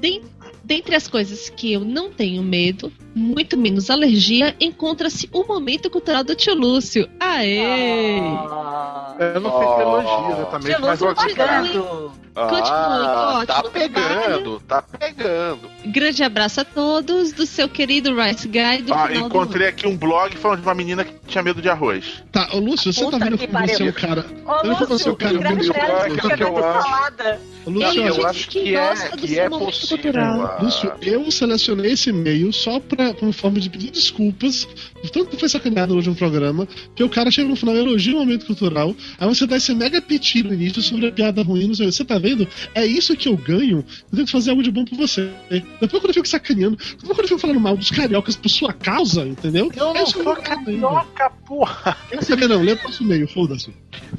Speaker 4: Den- Dentre as coisas que eu não tenho medo, muito menos alergia, encontra-se o momento cultural do tio Lúcio. Aê!
Speaker 6: Ah.
Speaker 3: Eu não sei se é elogio exatamente, mas eu
Speaker 4: tá
Speaker 6: Continua
Speaker 4: é.
Speaker 3: acredito.
Speaker 6: pagando.
Speaker 5: Ah,
Speaker 4: Continua,
Speaker 5: tá
Speaker 4: ótimo
Speaker 5: pegando, tá pegando.
Speaker 4: Grande abraço a todos do seu querido Rice Guy do
Speaker 3: Ah,
Speaker 4: final
Speaker 3: encontrei aqui um blog falando de uma menina que tinha medo de arroz.
Speaker 2: Tá, ô Lúcio, você
Speaker 6: Puta
Speaker 2: tá vendo
Speaker 6: que
Speaker 2: como você é um
Speaker 6: pariu.
Speaker 2: cara.
Speaker 6: Ô,
Speaker 2: Ele falou assim,
Speaker 6: Lúcio,
Speaker 2: o cara é um
Speaker 6: grande
Speaker 2: meio
Speaker 6: atleta,
Speaker 2: fraco,
Speaker 6: né? fica
Speaker 5: que eu
Speaker 6: dando
Speaker 5: acho.
Speaker 6: salada.
Speaker 2: Ô,
Speaker 4: do ano.
Speaker 2: Lúcio, tá
Speaker 4: Tem
Speaker 5: eu
Speaker 4: gente
Speaker 5: acho
Speaker 4: que,
Speaker 5: que é-
Speaker 4: gosta do
Speaker 5: que
Speaker 4: seu
Speaker 5: é
Speaker 4: momento
Speaker 5: possível.
Speaker 4: cultural.
Speaker 5: Ah.
Speaker 2: Lúcio, eu selecionei esse e-mail só pra, como forma de pedir desculpas por tanto que foi sacaneado hoje no programa, que o cara chega no final e elogia o momento cultural, aí você dá esse mega piti no início sobre a piada ruim, não sei, o que. você tá vendo? É isso que eu ganho, eu tento fazer algo de bom por você. Depois quando eu fico sacaneando, depois quando eu fico falando mal dos cariocas por sua causa, entendeu?
Speaker 3: Eu
Speaker 2: é
Speaker 3: não
Speaker 2: isso que eu
Speaker 3: sou
Speaker 2: ganho ainda.
Speaker 3: carioca, porra.
Speaker 2: Quer saber não, lê é o nosso e-mail, foda-se.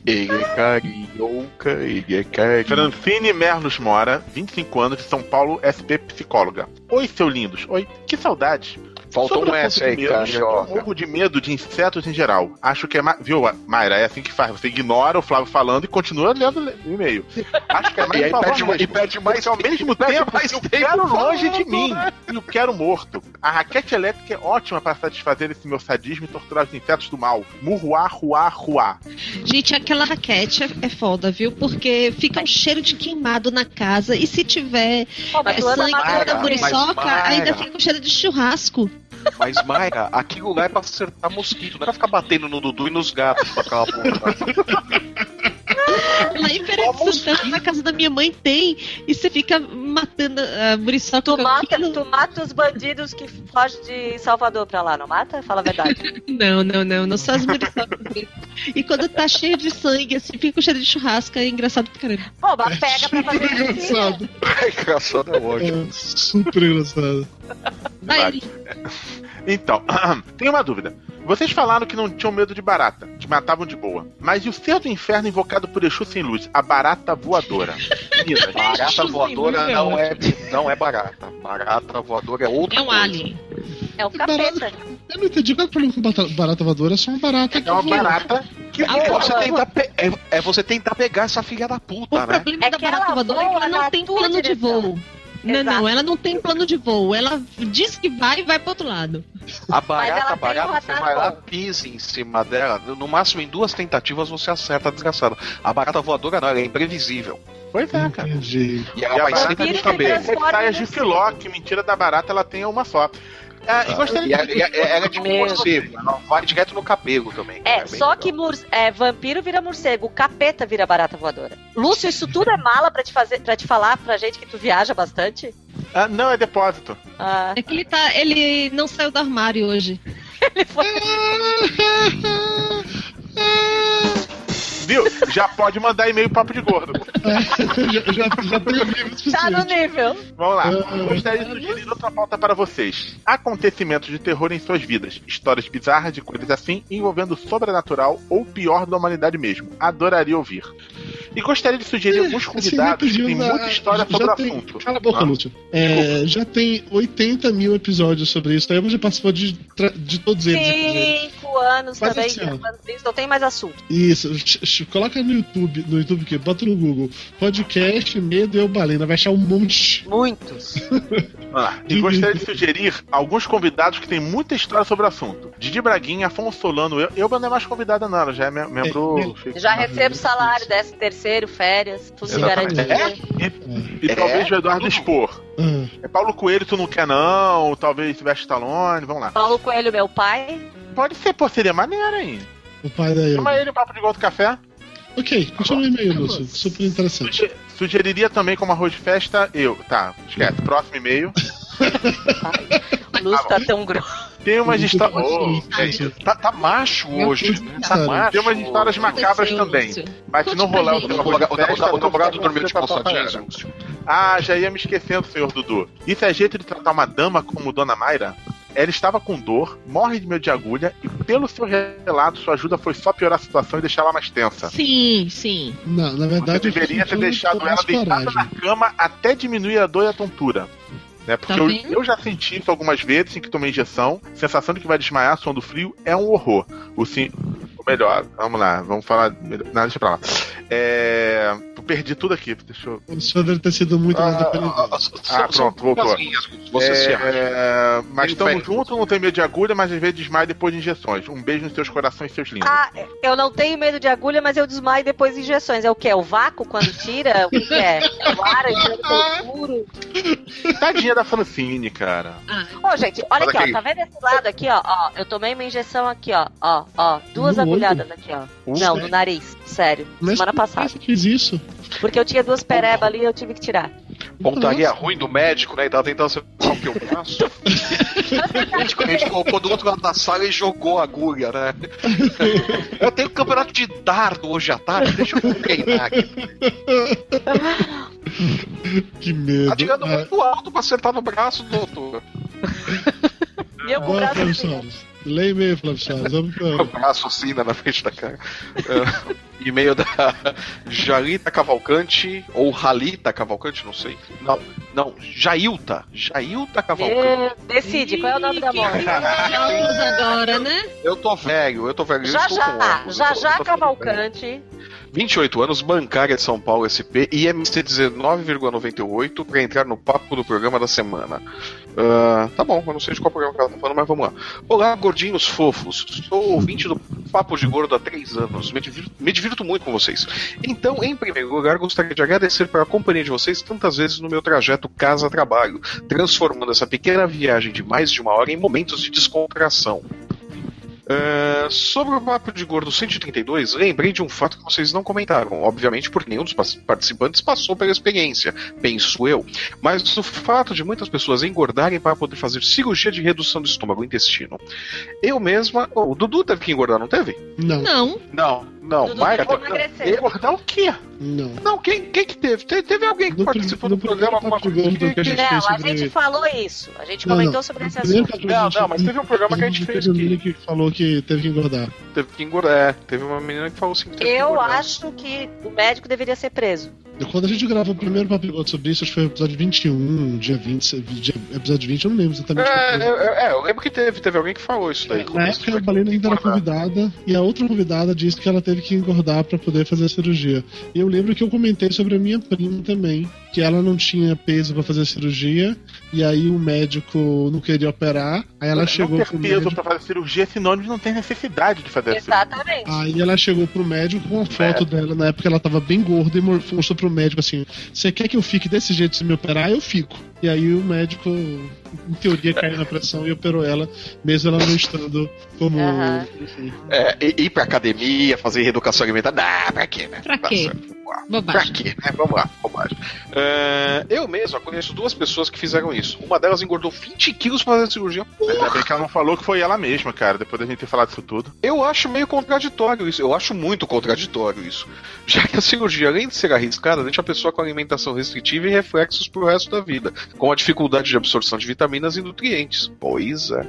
Speaker 5: Ele é carioca, ele é carioca.
Speaker 3: Francine Merlos Mora, 25 anos, de São Paulo, SP psicóloga. Oi, seu lindos. Oi, que saudade.
Speaker 5: Faltou
Speaker 3: Sobre
Speaker 5: um
Speaker 3: o
Speaker 5: S aí,
Speaker 3: medo, Eu
Speaker 5: carioca.
Speaker 3: morro de medo de insetos em geral. Acho que é mais. Viu, Mayra? É assim que faz. Você ignora o Flávio falando e continua lendo o e-mail. Acho
Speaker 5: *laughs*
Speaker 3: que é
Speaker 5: E
Speaker 3: mais
Speaker 5: aí perde,
Speaker 3: salvador
Speaker 5: mais- e
Speaker 3: mesmo.
Speaker 5: perde mais
Speaker 3: Mas ao mesmo
Speaker 5: *laughs* Perde
Speaker 3: tempo,
Speaker 5: mais
Speaker 3: eu
Speaker 5: tempo
Speaker 3: quero longe de
Speaker 5: falando,
Speaker 3: mim.
Speaker 5: né?
Speaker 3: E eu quero morto. A raquete elétrica é ótima para satisfazer esse meu sadismo e torturar os insetos do mal. Murruá, ruá, ruá.
Speaker 4: Gente, aquela raquete é- é foda, viu? Porque fica um cheiro de queimado na casa e se tiver
Speaker 6: Pô,
Speaker 4: é,
Speaker 6: mas tu anda
Speaker 4: sangue
Speaker 6: matando
Speaker 4: da
Speaker 5: Mara,
Speaker 6: alguém.
Speaker 5: mas
Speaker 4: muriçoca,
Speaker 5: Mara.
Speaker 4: ainda fica um cheiro de churrasco.
Speaker 5: Mas, Mayra, aquilo lá é pra acertar mosquito, não é pra ficar batendo no Dudu e
Speaker 3: *laughs*
Speaker 5: nos gatos com aquela porra.
Speaker 4: Lá em Feira de Santana, na casa da minha mãe, tem. E você fica matando a muriçoca.
Speaker 6: Tu
Speaker 4: com
Speaker 6: mata,
Speaker 4: aquilo.
Speaker 6: tu mata os bandidos que fogem de Salvador pra lá, não mata? Fala a verdade.
Speaker 4: Não, não, não. Não só as muriçocas. mesmo. e quando tá cheio de sangue, assim, fica o cheiro de churrasco. É engraçado pra caramba.
Speaker 6: Pô, mas pega pra fazer assim, né? piscina.
Speaker 2: engraçado.
Speaker 5: É engraçado, é ótimo.
Speaker 2: É, super engraçado.
Speaker 4: Aí,
Speaker 3: Então, *clears throat* tenho uma dúvida. Vocês falaram que não tinham medo de barata, que matavam de boa. Mas e o ser do inferno invocado por Exu sem luz, a barata voadora? Meninas,
Speaker 5: Barata
Speaker 4: Sim,
Speaker 5: voadora
Speaker 4: muito
Speaker 5: não é, não é barata. Barata voadora é outra
Speaker 4: é um
Speaker 5: coisa.
Speaker 4: alien.
Speaker 6: É um capeta.
Speaker 2: Eu não entendi qual é o problema com barata, barata voadora, é só uma barata que
Speaker 3: é uma
Speaker 2: voa.
Speaker 3: barata que
Speaker 5: É você,
Speaker 3: voa.
Speaker 5: tentar pe- é, é você tentar pegar essa filha da
Speaker 4: O
Speaker 5: puta,
Speaker 3: Tá,
Speaker 5: né?
Speaker 4: problema
Speaker 6: É
Speaker 4: da
Speaker 6: que ela
Speaker 4: barata voadora é que ela
Speaker 6: voa na
Speaker 4: não tem
Speaker 6: tua
Speaker 4: plano de
Speaker 6: direção.
Speaker 4: voo. Não,
Speaker 6: Exato.
Speaker 4: não, ela não tem plano de voo. Ela diz que vai e vai pro outro lado.
Speaker 5: A
Speaker 6: Mas ela tem
Speaker 5: barata, a barata,
Speaker 6: um
Speaker 5: você
Speaker 6: radar
Speaker 5: vai lá,
Speaker 6: bom.
Speaker 5: pisa em cima dela. No no máximo, em duas tentativas, você acerta a desgraçada. A barata voadora não, ela é imprevisível.
Speaker 3: Pois é, cara.
Speaker 2: Entendi.
Speaker 5: E
Speaker 3: E
Speaker 5: ela
Speaker 3: a
Speaker 5: vai
Speaker 3: barata
Speaker 5: sempre
Speaker 6: vira
Speaker 5: de
Speaker 3: tem
Speaker 6: e
Speaker 5: cabelo.
Speaker 6: regressa. transforma
Speaker 3: saias
Speaker 6: em
Speaker 3: de
Speaker 6: ursinho.
Speaker 3: filó, que mentira da barata, ela tem uma só. É, e gostaria
Speaker 5: E ela, e ela- ela é tipo
Speaker 6: Meu
Speaker 5: morcego, ela vai direto no cabelo também. cara,
Speaker 6: É,
Speaker 5: bem
Speaker 6: só
Speaker 5: legal.
Speaker 6: que mur- é, vampiro vira morcego, capeta vira barata voadora. Lúcio, isso tudo é mala pra te fazer, para te falar pra gente que tu viaja bastante?
Speaker 3: Ah, não, é depósito.
Speaker 6: Ah,
Speaker 4: É que ele tá. Ele não saiu do armário hoje.
Speaker 3: Viu? Já pode mandar e-mail papo de gordo.
Speaker 2: já, já, já tem o nível
Speaker 6: *laughs* tá no
Speaker 2: suficiente.
Speaker 6: nível.
Speaker 3: Vamos lá.
Speaker 2: Ah.
Speaker 3: Gostaria de sugerir outra pauta para vocês. Acontecimentos de terror em suas vidas. Histórias bizarras de coisas assim envolvendo o sobrenatural ou o pior da humanidade mesmo. Adoraria ouvir. E gostaria de sugerir alguns
Speaker 2: Você vai
Speaker 3: convidados que
Speaker 2: pedir
Speaker 3: têm
Speaker 2: uma-
Speaker 3: muita história
Speaker 2: já
Speaker 3: sobre o
Speaker 2: tem-
Speaker 3: assunto.
Speaker 2: Cala a boca,
Speaker 3: Ah.
Speaker 2: Lúcio. É, já tem 80 mil episódios sobre isso. Aí eu já participou de, tra- de todos eles. inclusive.
Speaker 6: Cinco anos
Speaker 2: Faz
Speaker 6: também
Speaker 2: assim, ó.
Speaker 6: gravando isso, não tem mais assunto.
Speaker 2: Isso. Ch- ch- Coloca no YouTube, no YouTube que bota no Google. Podcast Medo Eu Balena. Vai achar um monte.
Speaker 6: Muitos.
Speaker 3: Vamos lá. E gostaria de sugerir alguns convidados que têm muita história sobre o assunto. Didi Braguinha, Afonso Solano, eu, eu não é mais convidada, não. Ela já é mem- membro. fixo.
Speaker 6: Já recebo salário, décimo terceiro, férias, tudo se
Speaker 3: Exatamente.
Speaker 6: garantia.
Speaker 3: E
Speaker 5: É?
Speaker 3: talvez o Eduardo Expor.
Speaker 2: Ah,
Speaker 3: É Paulo Coelho, tu não quer, não. Talvez Silvestre Stallone, vamos lá.
Speaker 6: Paulo Coelho, meu pai.
Speaker 3: Pode ser, pô, seria maneiro, hein?
Speaker 2: o pai da eu.
Speaker 3: Chama ele, papo de gol do café.
Speaker 2: Ok, continua o e-mail, Lúcio. Super interessante.
Speaker 3: Suge- Sugeriria também como arroz de festa, eu. Tá, esquece. Próximo e-mail.
Speaker 6: O Lúcio tá tão grosso.
Speaker 3: Tem umas histórias.
Speaker 2: Ô,
Speaker 5: Tá, tá macho hoje,
Speaker 2: Deus,
Speaker 5: né?
Speaker 2: cara.
Speaker 5: Tá macho.
Speaker 3: Uhum. Tem umas histórias
Speaker 5: hoje.
Speaker 3: macabras
Speaker 4: Aconteceu,
Speaker 3: também.
Speaker 4: Lúcio.
Speaker 3: Mas se não
Speaker 4: Conte pra
Speaker 3: rolar o
Speaker 4: gente.
Speaker 5: O
Speaker 3: seu
Speaker 5: namorado- o
Speaker 3: arroz de festa,
Speaker 5: namorado- o namorado
Speaker 3: eu
Speaker 5: dormiu
Speaker 3: vou
Speaker 5: de
Speaker 3: contar pra
Speaker 5: calça
Speaker 3: galera.
Speaker 5: jeans.
Speaker 3: tá Ah, já ia me esquecendo, senhor Dudu. Isso é jeito de tratar uma dama como Dona Mayra? Ela estava com dor, morre de medo de agulha, e pelo seu relato, sua ajuda foi só piorar a situação e deixá-la mais tensa.
Speaker 4: Sim, sim.
Speaker 2: Não, na
Speaker 3: Você
Speaker 2: verdade. eu
Speaker 3: deveria
Speaker 2: fico
Speaker 3: ter deixado
Speaker 2: com
Speaker 3: ela
Speaker 2: mais
Speaker 3: deitada na
Speaker 2: coragem.
Speaker 3: cama até diminuir a dor e a tontura. Né? Porque
Speaker 4: Tá
Speaker 3: eu,
Speaker 4: vendo?
Speaker 3: eu já senti isso algumas vezes em que tomei injeção. Sensação de que vai desmaiar, som do frio, é um horror. O sim. ou Melhor, vamos lá, vamos falar. melhor- Não, deixa pra lá. É. eu Perdi tudo aqui. Deixa eu.
Speaker 2: O senhor deve ter sido muito mais
Speaker 5: Ah,
Speaker 2: dependente.
Speaker 5: são- são
Speaker 3: pronto, voltou.
Speaker 5: poucas linhas, Você
Speaker 3: É,
Speaker 5: se acha.
Speaker 3: é, Mas
Speaker 5: Tem
Speaker 3: estamos
Speaker 5: fé.
Speaker 3: juntos, não tem medo de agulha, mas às vezes desmaia depois de injeções. Um beijo nos seus corações e seus lindos.
Speaker 6: Ah, eu não tenho medo de agulha, mas eu desmaio depois de injeções. É o quê? O vácuo quando tira? O que, que é? O ar entrando pelo furo?
Speaker 3: Tadinha da Francine, cara.
Speaker 6: Ô, gente, olha
Speaker 5: Olha
Speaker 6: aqui,
Speaker 5: aqui.
Speaker 6: ó. Tá vendo esse lado aqui, ó? ó? Eu tomei uma injeção aqui, ó. Ó, ó. Duas
Speaker 2: No olho?
Speaker 6: agulhadas aqui, ó.
Speaker 3: Uh,
Speaker 6: não,
Speaker 2: sério?
Speaker 6: no nariz. Sério.
Speaker 2: Mas
Speaker 6: semana
Speaker 2: por que
Speaker 6: passada.
Speaker 2: Você fez isso?
Speaker 6: Porque eu tinha duas perebas ali e eu tive que tirar.
Speaker 5: Pontaria ruim do médico, né? E tava tentando ser o que eu faço. A gente- a gente colocou do outro lado da sala e jogou a agulha, né? Eu tenho um campeonato de dardo hoje à tarde, deixa eu treinar aqui.
Speaker 2: Que medo.
Speaker 5: Tá tirando
Speaker 2: Ah,
Speaker 5: muito alto pra acertar no braço do doutor.
Speaker 6: E eu com
Speaker 2: Bora,
Speaker 6: o
Speaker 5: Tá
Speaker 6: braço
Speaker 2: Flávio
Speaker 6: assim,
Speaker 2: Soares. Leia e-mail, Flávio Soares. Vamos
Speaker 5: O
Speaker 2: pra...
Speaker 5: braço assim né, na frente da cara. É, E-mail da Jalita Cavalcante, ou Ralita Cavalcante, não sei. Não, não, Jailta. Jailta Cavalcante.
Speaker 6: ó. Decide, qual é o nome da
Speaker 4: Ih, que
Speaker 6: moça?
Speaker 4: curiosos agora, né?
Speaker 5: Eu tô velho, eu tô velho. eu
Speaker 6: Já
Speaker 5: estou com
Speaker 6: já,
Speaker 5: óculos,
Speaker 6: já
Speaker 5: eu tô- eu
Speaker 6: já
Speaker 5: tô ficando velho.
Speaker 6: Cavalcante.
Speaker 5: 28 anos, bancária de São Paulo SP, IMC 19,98 para entrar no papo do programa da semana. Ah, tá bom, eu não sei de qual programa que ela tá falando, mas vamos lá. Olá, gordinhos fofos. Sou ouvinte do Papo de Gordo há três anos. Me divirto, me divirto muito com vocês. Então, em primeiro lugar, gostaria de agradecer pela companhia de vocês tantas vezes no meu trajeto trajeto casa-trabalho, transformando essa pequena viagem de mais de uma hora em momentos de descontração. É, sobre o Papo de Gordo 132, lembrei de um fato que vocês não comentaram, obviamente porque nenhum dos pas- participantes passou pela experiência, penso eu. Mas o fato de muitas pessoas engordarem para poder fazer cirurgia de redução do estômago e intestino. Eu mesma. oh, o Dudu teve que engordar, não teve?
Speaker 2: Não,
Speaker 4: Não,
Speaker 5: Não, não. é
Speaker 6: Dudu
Speaker 5: Mayra
Speaker 6: teve
Speaker 5: teve.
Speaker 6: que emagrecer.
Speaker 3: Engordar o quê?
Speaker 2: não.
Speaker 5: Não, quem, quem que teve? Te- Teve alguém que
Speaker 2: No
Speaker 5: participou
Speaker 2: prim- no
Speaker 5: do programa?
Speaker 2: primeiro
Speaker 5: Alguma
Speaker 2: Papo de
Speaker 5: coisa
Speaker 2: Gordo que a gente-
Speaker 6: Não, a
Speaker 2: sobre-
Speaker 6: gente falou isso. A gente
Speaker 2: Não,
Speaker 6: comentou
Speaker 2: não.
Speaker 6: sobre esse
Speaker 2: No primeiro
Speaker 6: assunto.
Speaker 2: papo de
Speaker 5: Não,
Speaker 2: gordo,
Speaker 5: não, mas teve um programa que a gente fez
Speaker 2: Teve um
Speaker 5: que
Speaker 2: menino que falou que teve que engordar.
Speaker 5: teve que engordar. É, teve uma menina que falou assim que teve que
Speaker 6: Eu
Speaker 5: engordar.
Speaker 6: acho que o médico deveria ser preso.
Speaker 2: Quando a gente gravou o primeiro papo de gordo sobre isso, acho que foi o episódio 21, dia 20, dia, episódio 20, eu não lembro exatamente. qual foi.
Speaker 5: É, é, é, eu lembro que teve, teve alguém que falou isso daí.
Speaker 2: Na época a Balena ainda era convidada e a outra convidada disse que ela teve que engordar pra poder fazer a cirurgia. E eu lembro que eu comentei sobre a minha prima também, que ela não tinha peso pra fazer a cirurgia e aí o médico não queria operar, aí ela
Speaker 3: não
Speaker 2: chegou
Speaker 3: ter
Speaker 2: pro
Speaker 3: peso
Speaker 2: médico.
Speaker 3: pra fazer cirurgia é sinônimo de não ter necessidade de fazer a cirurgia.
Speaker 6: Exatamente.
Speaker 2: Aí ela chegou pro médico
Speaker 3: É.
Speaker 2: com a foto dela, na época ela tava bem gorda, e mo- mostrou pro médico assim: Você quer que eu fique desse jeito se me operar? Eu fico. E aí o médico, em teoria, caiu na pressão e operou ela, mesmo ela não estando como.
Speaker 6: Aham.
Speaker 2: enfim.
Speaker 5: É, e- ir pra academia, fazer reeducação alimentar. Não, pra quê, né?
Speaker 4: pra
Speaker 5: Tá
Speaker 4: quê?
Speaker 5: certo, vamos lá. Pra
Speaker 4: Bobagem.
Speaker 5: quê, né? Vamos lá, bobagem. É, eu mesmo conheço duas pessoas que fizeram isso. Uma delas engordou 20 quilos pra fazer cirurgia.
Speaker 3: Ainda bem que ela não falou que foi ela mesma, cara, depois da gente ter falado isso tudo.
Speaker 5: Eu acho meio contraditório isso. Eu acho muito contraditório isso. Já que a cirurgia, além de ser arriscada, deixa a pessoa com alimentação restritiva e reflexos pro resto da vida, com a dificuldade de absorção de vitaminas e nutrientes. Pois é.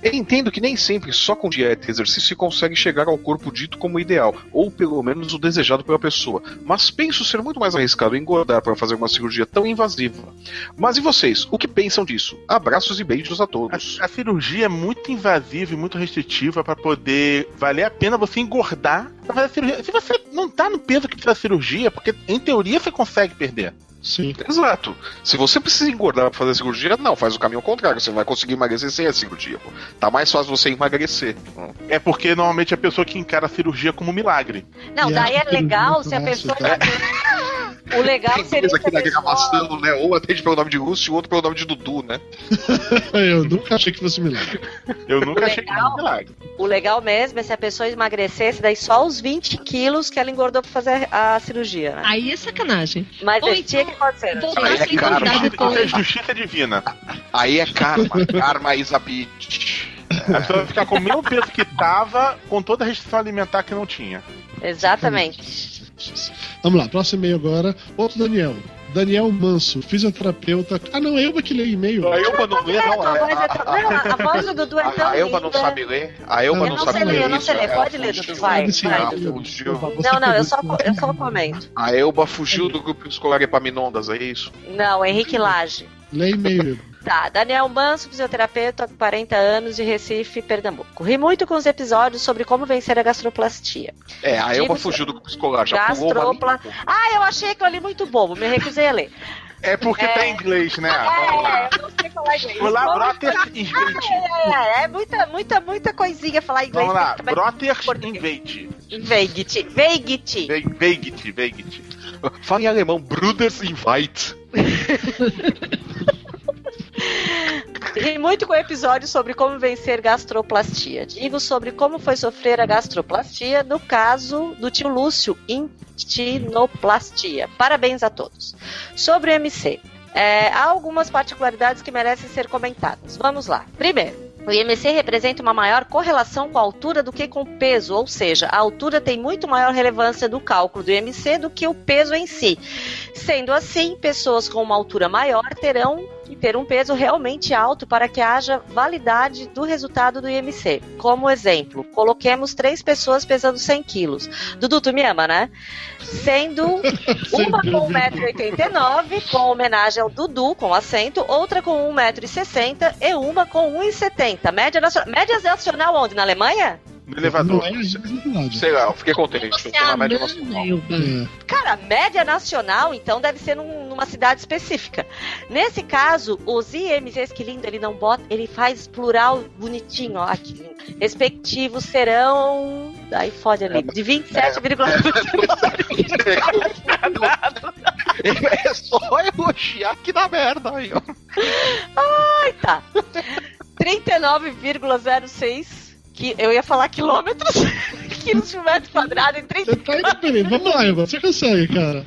Speaker 5: Eu entendo que nem sempre só com dieta e exercício se consegue chegar ao corpo dito como ideal, ou pelo menos o desejado pela pessoa, mas penso ser muito mais arriscado engordar para fazer uma cirurgia tão invasiva. Mas e vocês? O que pensam disso? Abraços e beijos a
Speaker 3: A,
Speaker 5: todos.
Speaker 3: a cirurgia é muito invasiva e muito restritiva pra poder valer a pena você engordar pra fazer a cirurgia. Se você não tá no peso que precisa da cirurgia, é porque em teoria você consegue perder.
Speaker 2: Sim.
Speaker 5: Exato. Se você precisa engordar pra fazer a cirurgia, não, faz o caminho contrário. Você vai conseguir emagrecer sem a cirurgia. pô. Tá mais fácil você emagrecer.
Speaker 3: É porque normalmente é a pessoa que encara a cirurgia como um milagre.
Speaker 6: Não,
Speaker 2: E
Speaker 6: daí é
Speaker 2: acho que
Speaker 6: legal
Speaker 2: muito
Speaker 6: se a
Speaker 2: massa,
Speaker 6: pessoa.
Speaker 2: tá?
Speaker 6: O legal
Speaker 5: Tem
Speaker 6: seria
Speaker 5: dois
Speaker 6: se
Speaker 5: aqui na
Speaker 6: a pessoa.
Speaker 5: gravação, né? Um atende pelo nome de Lúcio e o outro pelo nome de Dudu, né?
Speaker 2: É, Eu nunca achei que fosse milagre.
Speaker 3: Eu nunca achei que era
Speaker 6: Legal.
Speaker 3: um milagre.
Speaker 6: O legal mesmo é se a pessoa emagrecesse, daí só os 20 quilos que ela engordou pra fazer a cirurgia, né?
Speaker 4: Aí é sacanagem.
Speaker 6: Mas
Speaker 4: Ou
Speaker 6: esse tinha
Speaker 4: então-
Speaker 6: que acontecer. né?
Speaker 4: Voltar
Speaker 5: Aí é
Speaker 4: a se
Speaker 5: caro,
Speaker 4: engordar
Speaker 3: Isso
Speaker 5: mano.
Speaker 3: é
Speaker 4: depois.
Speaker 3: justiça divina.
Speaker 5: Aí é karma. karma is a bitch.
Speaker 3: A pessoa vai ficar com o mesmo peso que tava, com toda a restrição alimentar que não tinha.
Speaker 6: Exatamente.
Speaker 2: assim. Vamos lá, próximo e-mail agora. Outro Daniel. Daniel Manso, fisioterapeuta. Ah, não, é eu que leio e-mail.
Speaker 5: A Elba não lê,
Speaker 6: Cara,
Speaker 5: não.
Speaker 6: tua voz é tão-
Speaker 5: A, a,
Speaker 6: Não, a- a voz do Dudu é tão
Speaker 5: a, a Elba não
Speaker 6: linda.
Speaker 5: sabe ler. A Elba
Speaker 2: Eu
Speaker 5: não,
Speaker 2: não
Speaker 5: sabe
Speaker 2: sei ler, eu não
Speaker 5: isso. é
Speaker 2: sei ler.
Speaker 5: Ela
Speaker 6: Pode ler,
Speaker 5: fugiu.
Speaker 6: Dudu, vai,
Speaker 5: Ela
Speaker 2: Esse
Speaker 6: vai,
Speaker 2: e-mail,
Speaker 5: um fugiu.
Speaker 2: você
Speaker 6: Não, não, eu só,
Speaker 2: pegou esse
Speaker 6: eu só comento.
Speaker 5: A Elba fugiu do grupo escolar Epaminondas, é isso?
Speaker 6: Não, Henrique Lage.
Speaker 2: Lê e-mail.
Speaker 6: Tá, Daniel Manso, fisioterapeuta, 40 anos, de Recife, Pernambuco. Ri muito com os episódios sobre como vencer a gastroplastia.
Speaker 5: É, a Elba
Speaker 6: Digo-
Speaker 5: fugiu do grupo escolar. Já pulou uma
Speaker 6: Gastropla-
Speaker 5: linha.
Speaker 6: Ah, eu achei que eu li muito bobo, me recusei a ler.
Speaker 3: É porque
Speaker 6: É.
Speaker 3: tá em inglês, né?
Speaker 6: É, eu não sei falar inglês.
Speaker 3: Vamos lá, Brothers
Speaker 6: É,
Speaker 3: Invade.
Speaker 6: é, é muita, muita, muita coisinha falar inglês.
Speaker 3: Vamos lá,
Speaker 6: Também-
Speaker 3: Brothers Invade.
Speaker 6: Veigit, Veigit.
Speaker 3: Ve- Veigit, Veigit.
Speaker 5: Fala em alemão, Bruders Invite.
Speaker 6: Ri muito com o episódio sobre como vencer gastroplastia. Digo sobre como foi sofrer a gastroplastia, no caso do tio Lúcio, intinoplastia. Parabéns a todos. Sobre o MC, é, há algumas particularidades que merecem ser comentadas. Vamos lá. Primeiro. O IMC representa uma maior correlação com a altura do que com o peso, ou seja, a altura tem muito maior relevância do cálculo do IMC do que o peso em si. Sendo assim, pessoas com uma altura maior terão e ter um peso realmente alto para que haja validade do resultado do IMC. Como exemplo, coloquemos três pessoas pesando 100 quilos. Dudu, tu me ama, né? Sendo uma
Speaker 2: *laughs* Sem
Speaker 6: com
Speaker 2: dúvida.
Speaker 6: 1,89m, com homenagem ao Dudu, com acento, outra com 1,60m e uma com 1,70m. Média nacional, média nacional onde? Na Alemanha?
Speaker 3: No elevador.
Speaker 2: Não é a verdade.
Speaker 5: Sei lá, eu fiquei contente.
Speaker 4: Você
Speaker 5: tô na média
Speaker 4: amando,
Speaker 5: nacional.
Speaker 4: Elba.
Speaker 2: É.
Speaker 6: Cara, média nacional, então, deve ser num- numa cidade específica. Nesse caso, os IMVs, que lindo, ele não bota, ele faz plural bonitinho, ó, que lindo. Respectivos serão.
Speaker 2: É,
Speaker 6: *laughs* Aí fode ali, de 27,9%.
Speaker 5: *laughs* É só elogiar que dá merda aí, ó.
Speaker 6: Ai, tá. 39,06. Que eu ia falar quilômetros. *laughs* quilos por metro quadrado em 30.
Speaker 2: Você tá indo bem, vamos lá, Eva, você consegue, cara.